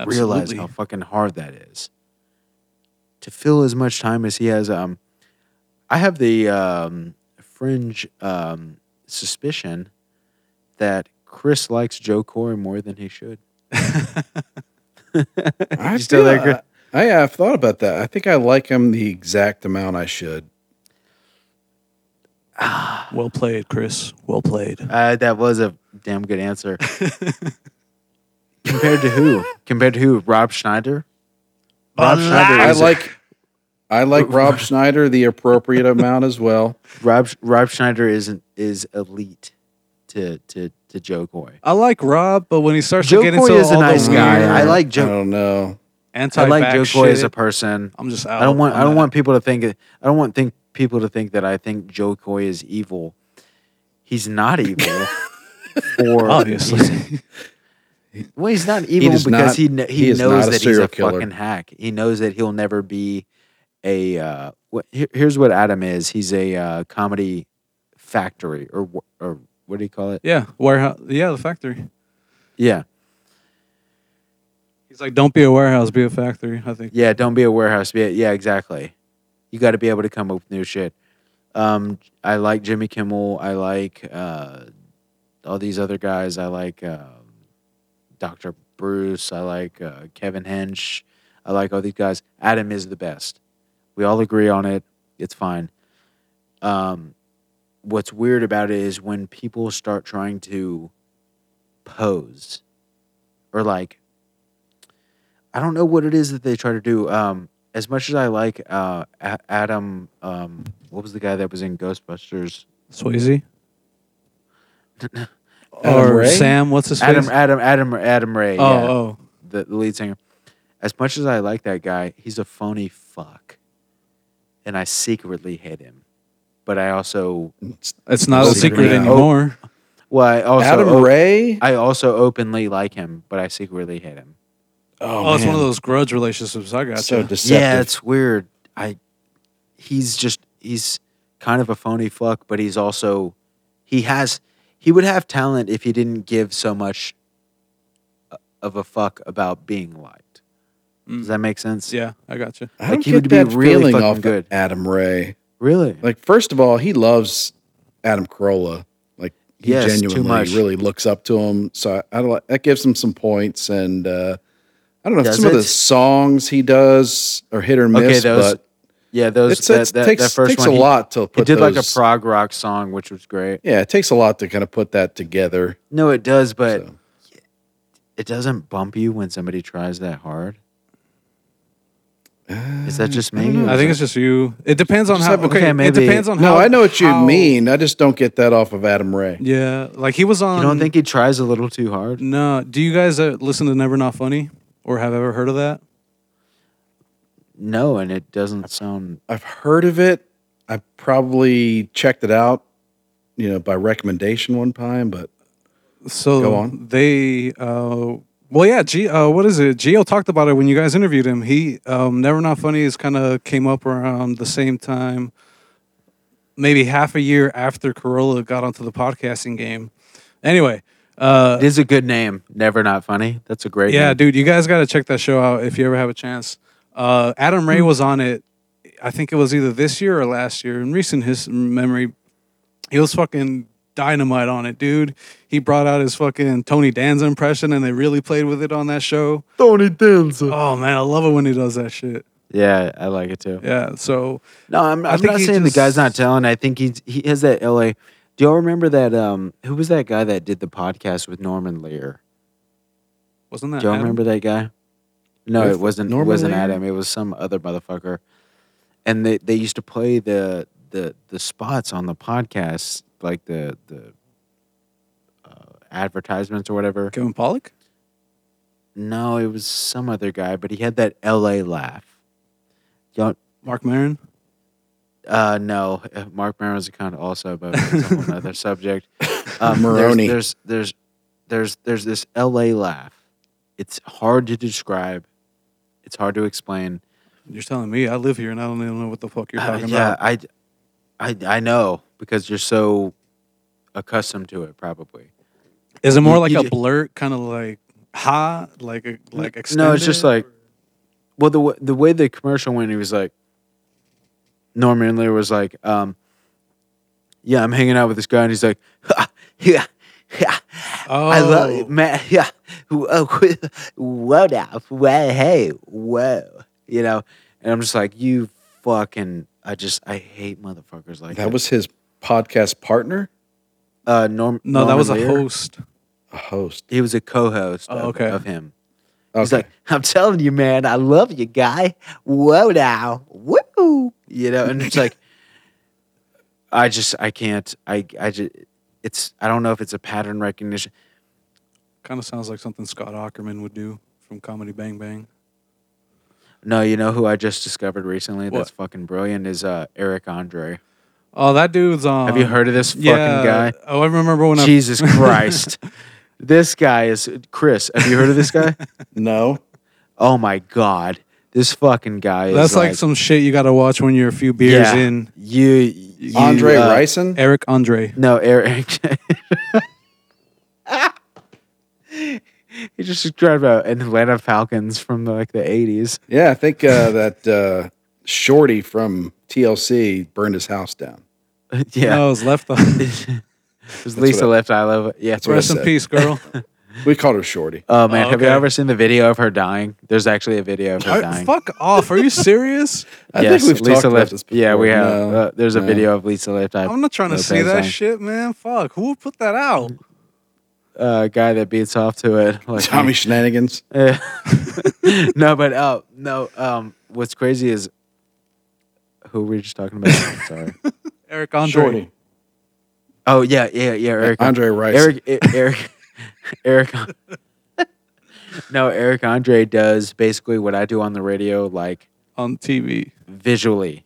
[SPEAKER 4] realize
[SPEAKER 1] Absolutely.
[SPEAKER 4] how fucking hard that is to fill as much time as he has. Um, I have the um, fringe um, suspicion that Chris likes Joe Corey more than he should.
[SPEAKER 5] I
[SPEAKER 4] You still
[SPEAKER 5] feel-
[SPEAKER 4] there, Chris?
[SPEAKER 5] I, I- I've thought about that. I think I like him the exact amount I should.
[SPEAKER 1] Well played, Chris. Well played.
[SPEAKER 4] Uh, that was a damn good answer. Compared to who? Compared to who? Rob Schneider. Rob Schneider.
[SPEAKER 5] I
[SPEAKER 4] is a-
[SPEAKER 5] like I like Rob Schneider the appropriate amount as well.
[SPEAKER 4] Rob. Rob Schneider isn't is elite to to to Joe Coy.
[SPEAKER 1] I like Rob, but when he starts
[SPEAKER 4] Joe
[SPEAKER 1] to get
[SPEAKER 4] Coy
[SPEAKER 1] into
[SPEAKER 4] is a
[SPEAKER 1] all
[SPEAKER 4] nice
[SPEAKER 1] the
[SPEAKER 4] guy.
[SPEAKER 1] weird
[SPEAKER 4] I like
[SPEAKER 5] Mm.
[SPEAKER 4] Joe.
[SPEAKER 5] I don't know.
[SPEAKER 1] anti
[SPEAKER 4] I like Joe Coy
[SPEAKER 1] shit,
[SPEAKER 4] as a person.
[SPEAKER 1] I'm just out.
[SPEAKER 4] I don't want.
[SPEAKER 1] on
[SPEAKER 4] I don't
[SPEAKER 1] that.
[SPEAKER 4] want people to think. I don't want think people to think that I think Joe Coy is evil. He's not evil. or
[SPEAKER 1] obviously.
[SPEAKER 4] well, he's not evil
[SPEAKER 5] does
[SPEAKER 4] because
[SPEAKER 5] not-
[SPEAKER 4] he kn- he,
[SPEAKER 5] he is
[SPEAKER 4] knows
[SPEAKER 5] not a
[SPEAKER 4] that he's
[SPEAKER 5] serial
[SPEAKER 4] a
[SPEAKER 5] killer.
[SPEAKER 4] fucking hack. He knows that he'll never be a. Uh, what, here- here's what Adam is. He's a uh, comedy factory, or wh- or what do you call it?
[SPEAKER 1] yeah, warehouse. Yeah, the factory.
[SPEAKER 4] Yeah,
[SPEAKER 1] He's like, don't be a warehouse, be a factory. I think.
[SPEAKER 4] yeah. Don't be a warehouse. Be a, yeah, exactly. You got to be able to come up with new shit. Um, I like Jimmy Kimmel. I like uh, all these other guys. I like um Dr. Bruce. I like uh, Kevin Hench. I like all these guys. Adam is the best. We all agree on it. It's fine. Um, what's weird about it is when people start trying to pose or like, I don't know what it is that they try to do. Um, as much as I like uh, A- Adam, um, what was the guy that was in Ghostbusters?
[SPEAKER 1] Swayze.
[SPEAKER 5] Adam
[SPEAKER 1] or
[SPEAKER 5] Ray?
[SPEAKER 1] Sam, what's his
[SPEAKER 4] Adam,
[SPEAKER 1] face?
[SPEAKER 4] Adam, Adam, Adam Ray.
[SPEAKER 1] oh,
[SPEAKER 4] yeah,
[SPEAKER 1] oh,
[SPEAKER 4] The, the lead singer. As much as I like that guy, he's a phony fuck, and I secretly hate him. But I also,
[SPEAKER 1] it's not
[SPEAKER 4] Oh,
[SPEAKER 1] a secret
[SPEAKER 4] yeah.
[SPEAKER 1] anymore.
[SPEAKER 4] well, I also, oh,
[SPEAKER 5] Adam
[SPEAKER 4] op-
[SPEAKER 5] Ray?
[SPEAKER 4] I also openly like him, but I secretly hate him.
[SPEAKER 1] Oh, it's one of those grudge relationships. I got
[SPEAKER 5] So
[SPEAKER 1] you.
[SPEAKER 5] deceptive.
[SPEAKER 4] Yeah, it's weird. I, he's just he's kind of a phony fuck, but he's also he has he would have talent if he didn't give so much uh, of a fuck about being liked.
[SPEAKER 5] Mm.
[SPEAKER 4] Does that make sense?
[SPEAKER 1] yeah, I got you.
[SPEAKER 5] I
[SPEAKER 4] like,
[SPEAKER 5] don't
[SPEAKER 4] he
[SPEAKER 5] get
[SPEAKER 4] would be
[SPEAKER 5] that
[SPEAKER 4] really
[SPEAKER 5] feeling
[SPEAKER 4] fucking
[SPEAKER 5] off of
[SPEAKER 4] good.
[SPEAKER 5] Adam Ray.
[SPEAKER 4] Really?
[SPEAKER 5] Like, first of all, he loves Adam Carolla. Like, he
[SPEAKER 4] Yes, too
[SPEAKER 5] genuinely
[SPEAKER 4] much.
[SPEAKER 5] really looks up to him. So I, I don't, like- that gives him some points. And uh, I don't know
[SPEAKER 4] Does
[SPEAKER 5] some of the
[SPEAKER 4] it?
[SPEAKER 5] songs he does are hit or
[SPEAKER 4] Okay,
[SPEAKER 5] miss,
[SPEAKER 4] those-
[SPEAKER 5] but
[SPEAKER 4] yeah, those
[SPEAKER 5] it's,
[SPEAKER 4] that,
[SPEAKER 5] it's,
[SPEAKER 4] that,
[SPEAKER 5] takes,
[SPEAKER 4] that first
[SPEAKER 5] takes
[SPEAKER 4] one
[SPEAKER 5] a
[SPEAKER 4] he-
[SPEAKER 5] lot to
[SPEAKER 4] He
[SPEAKER 5] put.
[SPEAKER 4] did like a
[SPEAKER 5] those-
[SPEAKER 4] prog rock song, which was great.
[SPEAKER 5] Yeah, it takes a lot to kind of put that together.
[SPEAKER 4] No, it does, but
[SPEAKER 5] So.
[SPEAKER 4] it doesn't bump you when somebody tries that hard. Is
[SPEAKER 5] Uh,
[SPEAKER 4] that just me? or
[SPEAKER 1] I
[SPEAKER 4] is
[SPEAKER 1] think
[SPEAKER 4] that-
[SPEAKER 1] it's just you. It depends on
[SPEAKER 4] Just
[SPEAKER 1] how.
[SPEAKER 4] have- okay,
[SPEAKER 1] Okay, it
[SPEAKER 4] maybe-
[SPEAKER 1] depends on how.
[SPEAKER 5] No, I know what you
[SPEAKER 1] how-
[SPEAKER 5] mean. I just don't get that off of Adam Ray.
[SPEAKER 1] Yeah, like he was on.
[SPEAKER 4] you don't think he tries a little too hard?
[SPEAKER 1] No. Do you guys uh, listen to Never Not Funny or have ever heard of that?
[SPEAKER 4] No, and it doesn't sound.
[SPEAKER 5] I've heard of it. I probably checked it out, you know, by recommendation one time, but
[SPEAKER 1] So
[SPEAKER 5] Go on.
[SPEAKER 1] they uh well yeah, G uh what is it? Gio talked about it when you guys interviewed him. He um Never Not Funny is kinda came up around the same time, maybe half a year after Corolla got onto the podcasting game. Anyway, uh
[SPEAKER 4] It is a good name. Never not funny. That's a great.
[SPEAKER 1] yeah,
[SPEAKER 4] name.
[SPEAKER 1] dude, you guys gotta check that show out if you ever have a chance. Uh Adam Ray was on it I think it was either this year or last year. In recent his memory, he was fucking dynamite on it, dude. He brought out his fucking Tony Danza impression, and they really played with it on that show.
[SPEAKER 4] Tony Danza.
[SPEAKER 1] Oh man, I love it when he does that shit.
[SPEAKER 4] Yeah, I like it too.
[SPEAKER 1] Yeah, so
[SPEAKER 4] No, I'm,
[SPEAKER 1] I
[SPEAKER 4] I'm
[SPEAKER 1] think
[SPEAKER 4] not
[SPEAKER 1] he
[SPEAKER 4] saying
[SPEAKER 1] just-
[SPEAKER 4] the guy's not telling. I think he's he has that LA. Do y'all remember that? Um, who was that guy that did the podcast with Norman Lear?
[SPEAKER 1] wasn't
[SPEAKER 4] Do
[SPEAKER 1] that?
[SPEAKER 4] y'all
[SPEAKER 1] Adam?
[SPEAKER 4] remember that guy? No,
[SPEAKER 5] With
[SPEAKER 4] it wasn't.
[SPEAKER 5] Norman
[SPEAKER 4] it wasn't
[SPEAKER 5] Lear?
[SPEAKER 4] Adam. It was some other motherfucker. And they, they used to play the the the spots on the podcast, like the the uh, advertisements or whatever.
[SPEAKER 1] Kevin Pollock?
[SPEAKER 4] No, it was some other guy, but he had that L.A. laugh. Y'all,
[SPEAKER 1] Mark Maron?
[SPEAKER 4] uh, no, uh, Mark Maron's account also, but it's on another subject. Um,
[SPEAKER 5] Maroney.
[SPEAKER 4] There's, there's there's there's there's this L.A. laugh. It's hard to describe. It's hard to explain.
[SPEAKER 1] You're telling me I live here and I don't even know what the fuck you're
[SPEAKER 4] Uh,
[SPEAKER 1] talking
[SPEAKER 4] yeah,
[SPEAKER 1] about.
[SPEAKER 4] I, I, I know because you're so accustomed to it, probably.
[SPEAKER 1] Is it more
[SPEAKER 4] You-
[SPEAKER 1] like
[SPEAKER 4] you
[SPEAKER 1] a
[SPEAKER 4] ju-
[SPEAKER 1] blurt, kind of like ha, like a, like extended?
[SPEAKER 4] no, it's just like, well, the wa- the way the commercial went, he was like, Norman Lear was like, um, yeah, I'm hanging out with this guy, and he's like, yeah, yeah,
[SPEAKER 1] oh,
[SPEAKER 4] I love it, man, yeah, whoa, whoa, now, whoa, hey, whoa, you know, and I'm just like, you fucking, I just, I hate motherfuckers like that.
[SPEAKER 5] that was his podcast partner,
[SPEAKER 4] uh, Norm.
[SPEAKER 1] No, that
[SPEAKER 4] Norman
[SPEAKER 1] was a
[SPEAKER 4] Lear.
[SPEAKER 1] host.
[SPEAKER 5] a host.
[SPEAKER 4] He was a co-host.
[SPEAKER 1] Oh,
[SPEAKER 4] of,
[SPEAKER 1] okay.
[SPEAKER 4] of him. He's
[SPEAKER 5] Okay.
[SPEAKER 4] like, I'm telling you, man, I love you, guy. Whoa now, woo, you know, and it's like, I just, I can't, I, I just, it's, I don't know if it's a pattern recognition.
[SPEAKER 1] Kind of sounds like something Scott Ackerman would do from Comedy Bang Bang.
[SPEAKER 4] No, you know who I just discovered recently that's
[SPEAKER 1] What?
[SPEAKER 4] fucking brilliant is uh, Eric Andre.
[SPEAKER 1] Oh, that dude's on.
[SPEAKER 4] Have you heard of this fucking guy?
[SPEAKER 1] Oh, I remember when I.
[SPEAKER 4] Jesus Christ. This guy is Chris. Have you heard of this guy?
[SPEAKER 5] No.
[SPEAKER 4] oh my God. This fucking guy is.
[SPEAKER 1] That's like, some shit you got to watch when you're a few beers
[SPEAKER 4] Yeah.
[SPEAKER 1] in.
[SPEAKER 4] You, you
[SPEAKER 5] Andre
[SPEAKER 4] uh,
[SPEAKER 5] Rison?
[SPEAKER 1] Eric Andre.
[SPEAKER 4] No, Eric. he just described uh, an Atlanta Falcons from like the eighties.
[SPEAKER 5] Yeah, I think uh, that uh, Shorty from TLC burned his house down.
[SPEAKER 4] yeah,
[SPEAKER 1] No, it was left on.
[SPEAKER 4] it was Lisa
[SPEAKER 5] what I-
[SPEAKER 4] Left Eye Love. Yeah,
[SPEAKER 5] what I
[SPEAKER 1] Rest in
[SPEAKER 5] said.
[SPEAKER 1] peace, girl.
[SPEAKER 5] We called her Shorty.
[SPEAKER 4] oh man,
[SPEAKER 1] Oh,
[SPEAKER 4] have you
[SPEAKER 1] okay.
[SPEAKER 4] ever seen the video of her dying? There's actually a video of her
[SPEAKER 1] I-
[SPEAKER 4] dying.
[SPEAKER 1] fuck off. Are you serious?
[SPEAKER 5] I
[SPEAKER 4] Yes,
[SPEAKER 5] think we've
[SPEAKER 4] Lisa
[SPEAKER 5] talked about
[SPEAKER 4] Left.
[SPEAKER 5] this
[SPEAKER 4] Yeah, we
[SPEAKER 5] before.
[SPEAKER 4] have.
[SPEAKER 5] No.
[SPEAKER 4] uh, there's a
[SPEAKER 5] no. Oh,
[SPEAKER 4] video of Lisa Left Eye.
[SPEAKER 1] I'm not trying to
[SPEAKER 4] Lopez
[SPEAKER 1] see that
[SPEAKER 4] dying.
[SPEAKER 1] shit, man. Fuck. Who would put that out?
[SPEAKER 4] Uh, guy that beats off to it. Like,
[SPEAKER 5] Tommy Shenanigans.
[SPEAKER 4] Eh. no, but uh, no. Um, what's crazy is who were we just talking about? Sorry.
[SPEAKER 1] Eric Andre.
[SPEAKER 5] Shorty.
[SPEAKER 4] Oh yeah, yeah, yeah. Eric,
[SPEAKER 5] Andre Rice.
[SPEAKER 4] Eric, E- Eric, Eric. no, Eric Andre does basically what I do on the radio, like
[SPEAKER 1] on TV.
[SPEAKER 4] visually,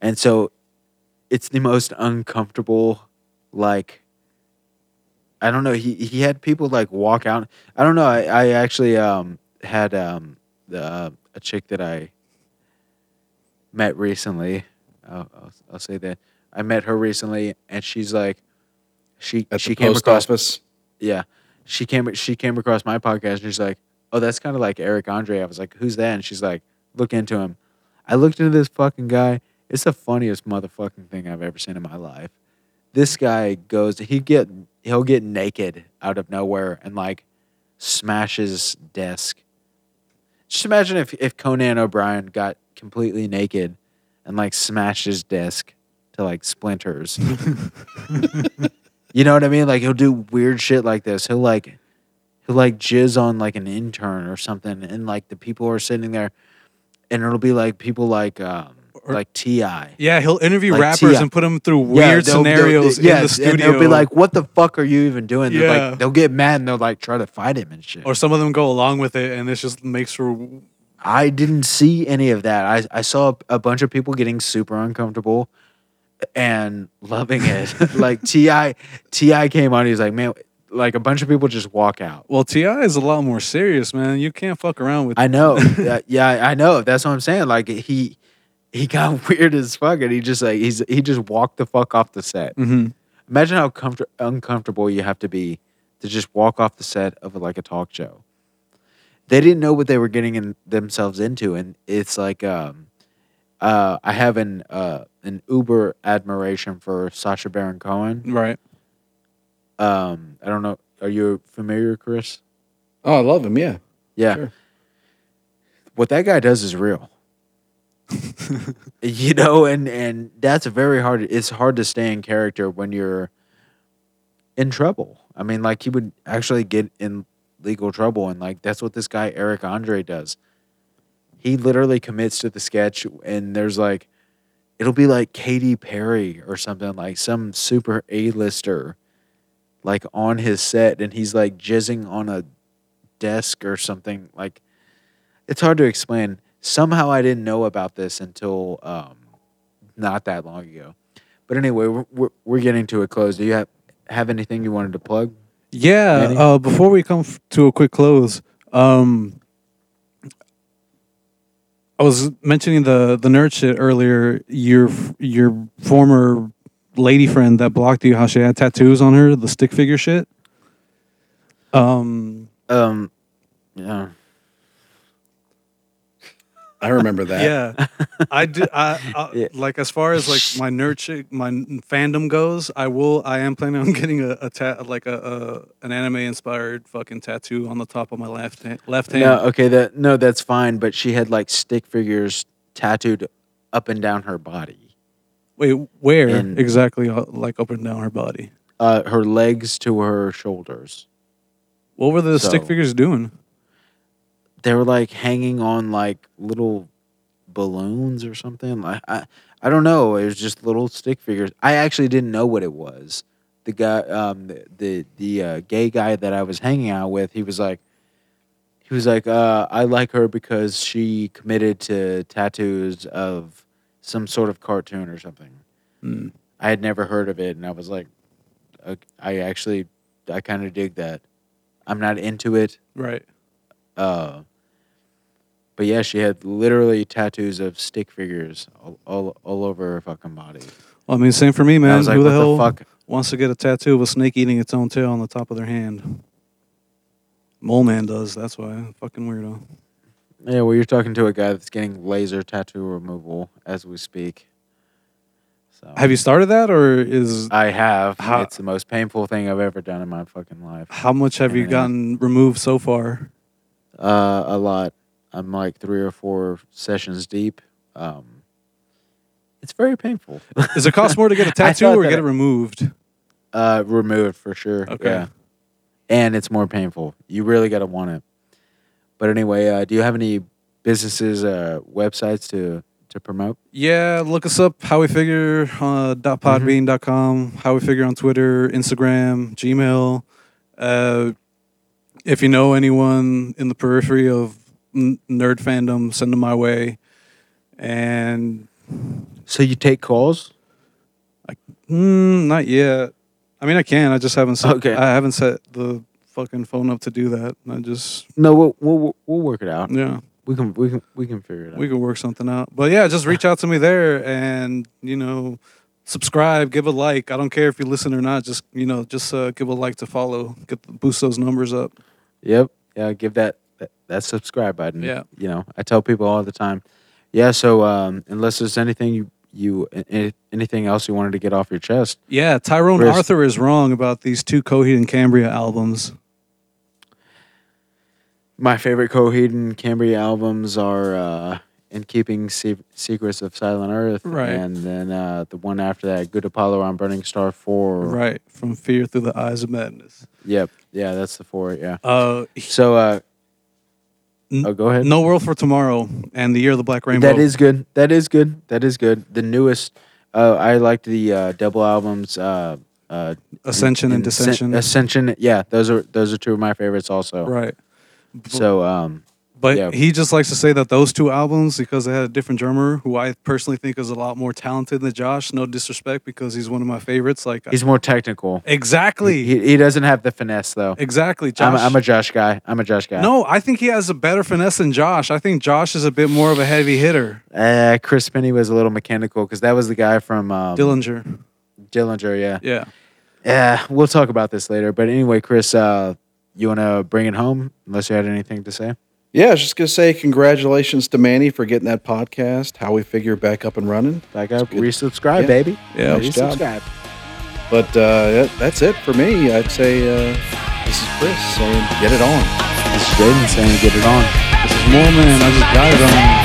[SPEAKER 4] and so it's the most uncomfortable. Like, I don't know. He he had people like walk out. I don't know. I, I actually um had um the uh, a chick that I met recently. I'll, I'll, I'll say that I met her recently, and she's like, she
[SPEAKER 5] at
[SPEAKER 4] she
[SPEAKER 5] the
[SPEAKER 4] came
[SPEAKER 5] post
[SPEAKER 4] across
[SPEAKER 5] office.
[SPEAKER 4] yeah she came she came across my podcast and she's like oh that's kind of like eric andre i was like who's that and she's like look into him i looked into this fucking guy it's the funniest motherfucking thing i've ever seen in my life this guy goes he get he'll get naked out of nowhere and like smashes desk just imagine if, if conan o'brien got completely naked and like smashed his desk to like splinters you know what I mean? Like he'll do weird shit like this. He'll like he'll like jizz on like an intern or something, and like the people are sitting there, and it'll be like people like um
[SPEAKER 1] Or-
[SPEAKER 4] like Ti. Yeah,
[SPEAKER 1] Yeah, he'll interview
[SPEAKER 4] Like
[SPEAKER 1] rappers
[SPEAKER 4] Tia.
[SPEAKER 1] and put them through
[SPEAKER 4] they'll-
[SPEAKER 1] weird
[SPEAKER 4] they'll-
[SPEAKER 1] scenarios
[SPEAKER 4] yeah,
[SPEAKER 1] in the studio.
[SPEAKER 4] And they'll be like, "What the fuck are you even doing?" They're
[SPEAKER 1] Yeah.
[SPEAKER 4] Like they'll get mad and they'll like try to fight him and shit.
[SPEAKER 1] or some of them go along with it, and this just makes for
[SPEAKER 4] I didn't see any of that. I I saw a, a bunch of people getting super uncomfortable and loving it. like Ti Ti came on, he's like, "Man." Like a bunch of people just walk out.
[SPEAKER 1] Well, Ti is a lot more serious, man. You can't fuck around with.
[SPEAKER 4] I know. yeah, yeah, I know. That's what I'm saying. Like he he got weird as fuck, and he just like he's he just walked the fuck off the set.
[SPEAKER 1] Mhm.
[SPEAKER 4] Imagine how comfort- uncomfortable you have to be to just walk off the set of like a talk show. They didn't know what they were getting in, themselves into, and it's like um, uh, I have an uh, an uber admiration for Sasha Baron Cohen.
[SPEAKER 1] Right.
[SPEAKER 4] Um, I don't know. Are you familiar, Chris?
[SPEAKER 5] Oh, I love him. Yeah.
[SPEAKER 4] Yeah.
[SPEAKER 5] Sure.
[SPEAKER 4] What that guy does is real. you know, and and that's very hard. It's hard to stay in character when you're in trouble. I mean, like he would actually get in legal trouble, and like that's what this guy Eric Andre does. He literally commits to the sketch, and there's like, it'll be like Katy Perry or something like some super A lister, like on his set, and he's like jizzing on a desk or something. Like, it's hard to explain. Somehow I didn't know about this until um, not that long ago. But anyway, we're, we're, we're getting to a close. Do you have, have anything you wanted to plug?
[SPEAKER 1] Yeah.
[SPEAKER 4] Manny?
[SPEAKER 1] Uh, before we come f- to a quick close, um, I was mentioning the the nerd shit earlier. Your f- your former lady friend that blocked you, how she had tattoos on her, the stick figure shit. Um.
[SPEAKER 4] Um, yeah.
[SPEAKER 5] I remember that.
[SPEAKER 1] Yeah, I do. I, I
[SPEAKER 4] Yeah.
[SPEAKER 1] like as far as like my nerd chick, my n- fandom goes. I will. I am planning on getting a, a tat like a, a an anime inspired fucking tattoo on the top of my left hand, left hand.
[SPEAKER 4] No, okay, that no, that's fine. But she had like stick figures tattooed up and down her body,
[SPEAKER 1] Wait, where
[SPEAKER 4] And-
[SPEAKER 1] exactly? uh, Like up and down her body.
[SPEAKER 4] uh, her legs to her shoulders.
[SPEAKER 1] What were the stick
[SPEAKER 4] So-
[SPEAKER 1] figures doing?
[SPEAKER 4] They were like hanging on like little balloons or something. Like I, I don't know. It was just little stick figures. I actually didn't know what it was. The guy, um, the the, the uh, gay guy that I was hanging out with, he was like, he was like, uh, I like her because she committed to tattoos of some sort of cartoon or something.
[SPEAKER 1] Hmm.
[SPEAKER 4] I had never heard of it, and I was like, "Ok- I actually, I kind of dig that. I'm not into it.
[SPEAKER 1] Right.
[SPEAKER 4] Uh, but yeah, she had literally tattoos of stick figures all, all, all over her fucking body.
[SPEAKER 1] Well, I mean, same for me,
[SPEAKER 4] And I
[SPEAKER 1] man.
[SPEAKER 4] was like,
[SPEAKER 1] Who the
[SPEAKER 4] what
[SPEAKER 1] hell
[SPEAKER 4] the fuck?
[SPEAKER 1] wants to get a tattoo of a snake eating its own tail on the top of their hand? Mole man does. That's why. Fucking weirdo.
[SPEAKER 4] Yeah, well, you're talking to a guy that's getting laser tattoo removal as we speak. So
[SPEAKER 1] Have you started that, or is
[SPEAKER 4] I have.
[SPEAKER 1] How-
[SPEAKER 4] It's the most painful thing I've ever done in my fucking life.
[SPEAKER 1] How much have you
[SPEAKER 4] Yeah.
[SPEAKER 1] gotten removed so far?
[SPEAKER 4] Uh, a lot. I'm like three or four sessions deep. Um, it's very painful.
[SPEAKER 1] Does it cost more to get a tattoo
[SPEAKER 4] thought
[SPEAKER 1] or
[SPEAKER 4] that
[SPEAKER 1] get it
[SPEAKER 4] it-
[SPEAKER 1] removed?
[SPEAKER 4] Uh, removed for sure.
[SPEAKER 1] Okay.
[SPEAKER 4] Yeah. And it's more painful. You really got to want it. But anyway, uh, do you have any businesses, uh, websites to to promote?
[SPEAKER 1] Yeah, look us up. How we figure uh, dot podbean.com. How we figure on Twitter, Instagram, Gmail. Uh, if you know anyone in the periphery of n- nerd fandom, send them my way. And
[SPEAKER 4] So you take calls?
[SPEAKER 1] mm, not yet. I mean, I can. I just haven't set.
[SPEAKER 4] Okay.
[SPEAKER 1] I haven't set the fucking phone up to do that. I just
[SPEAKER 4] No, we'll we'll, we'll work it out.
[SPEAKER 1] yeah.
[SPEAKER 4] We can we can we can figure it out.
[SPEAKER 1] We could work something out. But yeah, just reach out to me there and, you know, subscribe, give a like. I don't care if you listen or not. Just, you know, just uh, give a like to follow, get boost those numbers up.
[SPEAKER 4] Yep. Yeah, give that, that that subscribe button.
[SPEAKER 1] Yeah.
[SPEAKER 4] You know, I tell people all the time. Yeah, so um, unless there's anything you you a- a- anything else you wanted to get off your chest.
[SPEAKER 1] Yeah, Tyrone
[SPEAKER 4] Chris.
[SPEAKER 1] Arthur is wrong about these two Coheed and Cambria albums.
[SPEAKER 4] My favorite Coheed and Cambria albums are uh, In Keeping Se- Secrets of Silent Earth
[SPEAKER 1] Right.
[SPEAKER 4] and then uh, the one after that Good Apollo on Burning Star 4.
[SPEAKER 1] Right. From Fear Through the Eyes of Madness.
[SPEAKER 4] Yep. Yeah, that's the 4, yeah.
[SPEAKER 1] Uh,
[SPEAKER 4] So uh
[SPEAKER 1] N-
[SPEAKER 4] Oh, go ahead.
[SPEAKER 1] No World for Tomorrow and The Year of the Black Rainbow.
[SPEAKER 4] That is good. That is good. That is good. The newest, uh, I liked the uh, double albums, uh, uh,
[SPEAKER 1] Ascension and
[SPEAKER 4] Ascen-
[SPEAKER 1] Dissension.
[SPEAKER 4] Ascension, yeah, those are those are two of my favorites also.
[SPEAKER 1] right.
[SPEAKER 4] So, um,
[SPEAKER 1] But
[SPEAKER 4] Yeah.
[SPEAKER 1] he just likes to say that those two albums, because they had a different drummer, who I personally think is a lot more talented than Josh. No disrespect, because he's one of my favorites. Like
[SPEAKER 4] he's more technical.
[SPEAKER 1] exactly,
[SPEAKER 4] He, he doesn't have the finesse though.
[SPEAKER 1] exactly.
[SPEAKER 4] I'm,
[SPEAKER 1] Josh.
[SPEAKER 4] a- I'm a Josh guy. I'm a Josh guy.
[SPEAKER 1] no, I think he has a better finesse than Josh. I think Josh is a bit more of a heavy hitter.
[SPEAKER 4] Uh, Chris Penny was a little mechanical because that was the guy from um,
[SPEAKER 1] Dillinger,
[SPEAKER 4] Dillinger. Yeah.
[SPEAKER 1] yeah.
[SPEAKER 4] Yeah. We'll talk about this later. But anyway, Chris, uh, you want to bring it home? Unless you had anything to say.
[SPEAKER 5] Yeah, I was just gonna say congratulations to Manny for getting that podcast. How we figure back up and running.
[SPEAKER 4] Back up,
[SPEAKER 5] good.
[SPEAKER 4] resubscribe,
[SPEAKER 5] Yeah.
[SPEAKER 4] baby.
[SPEAKER 1] Yeah.
[SPEAKER 5] Nice job.
[SPEAKER 4] Resubscribe.
[SPEAKER 5] But uh, that- that's it for me. I'd say uh, this is Chris saying get it on.
[SPEAKER 4] This is Jaden saying get it on.
[SPEAKER 1] This is Mormon. I just got it on.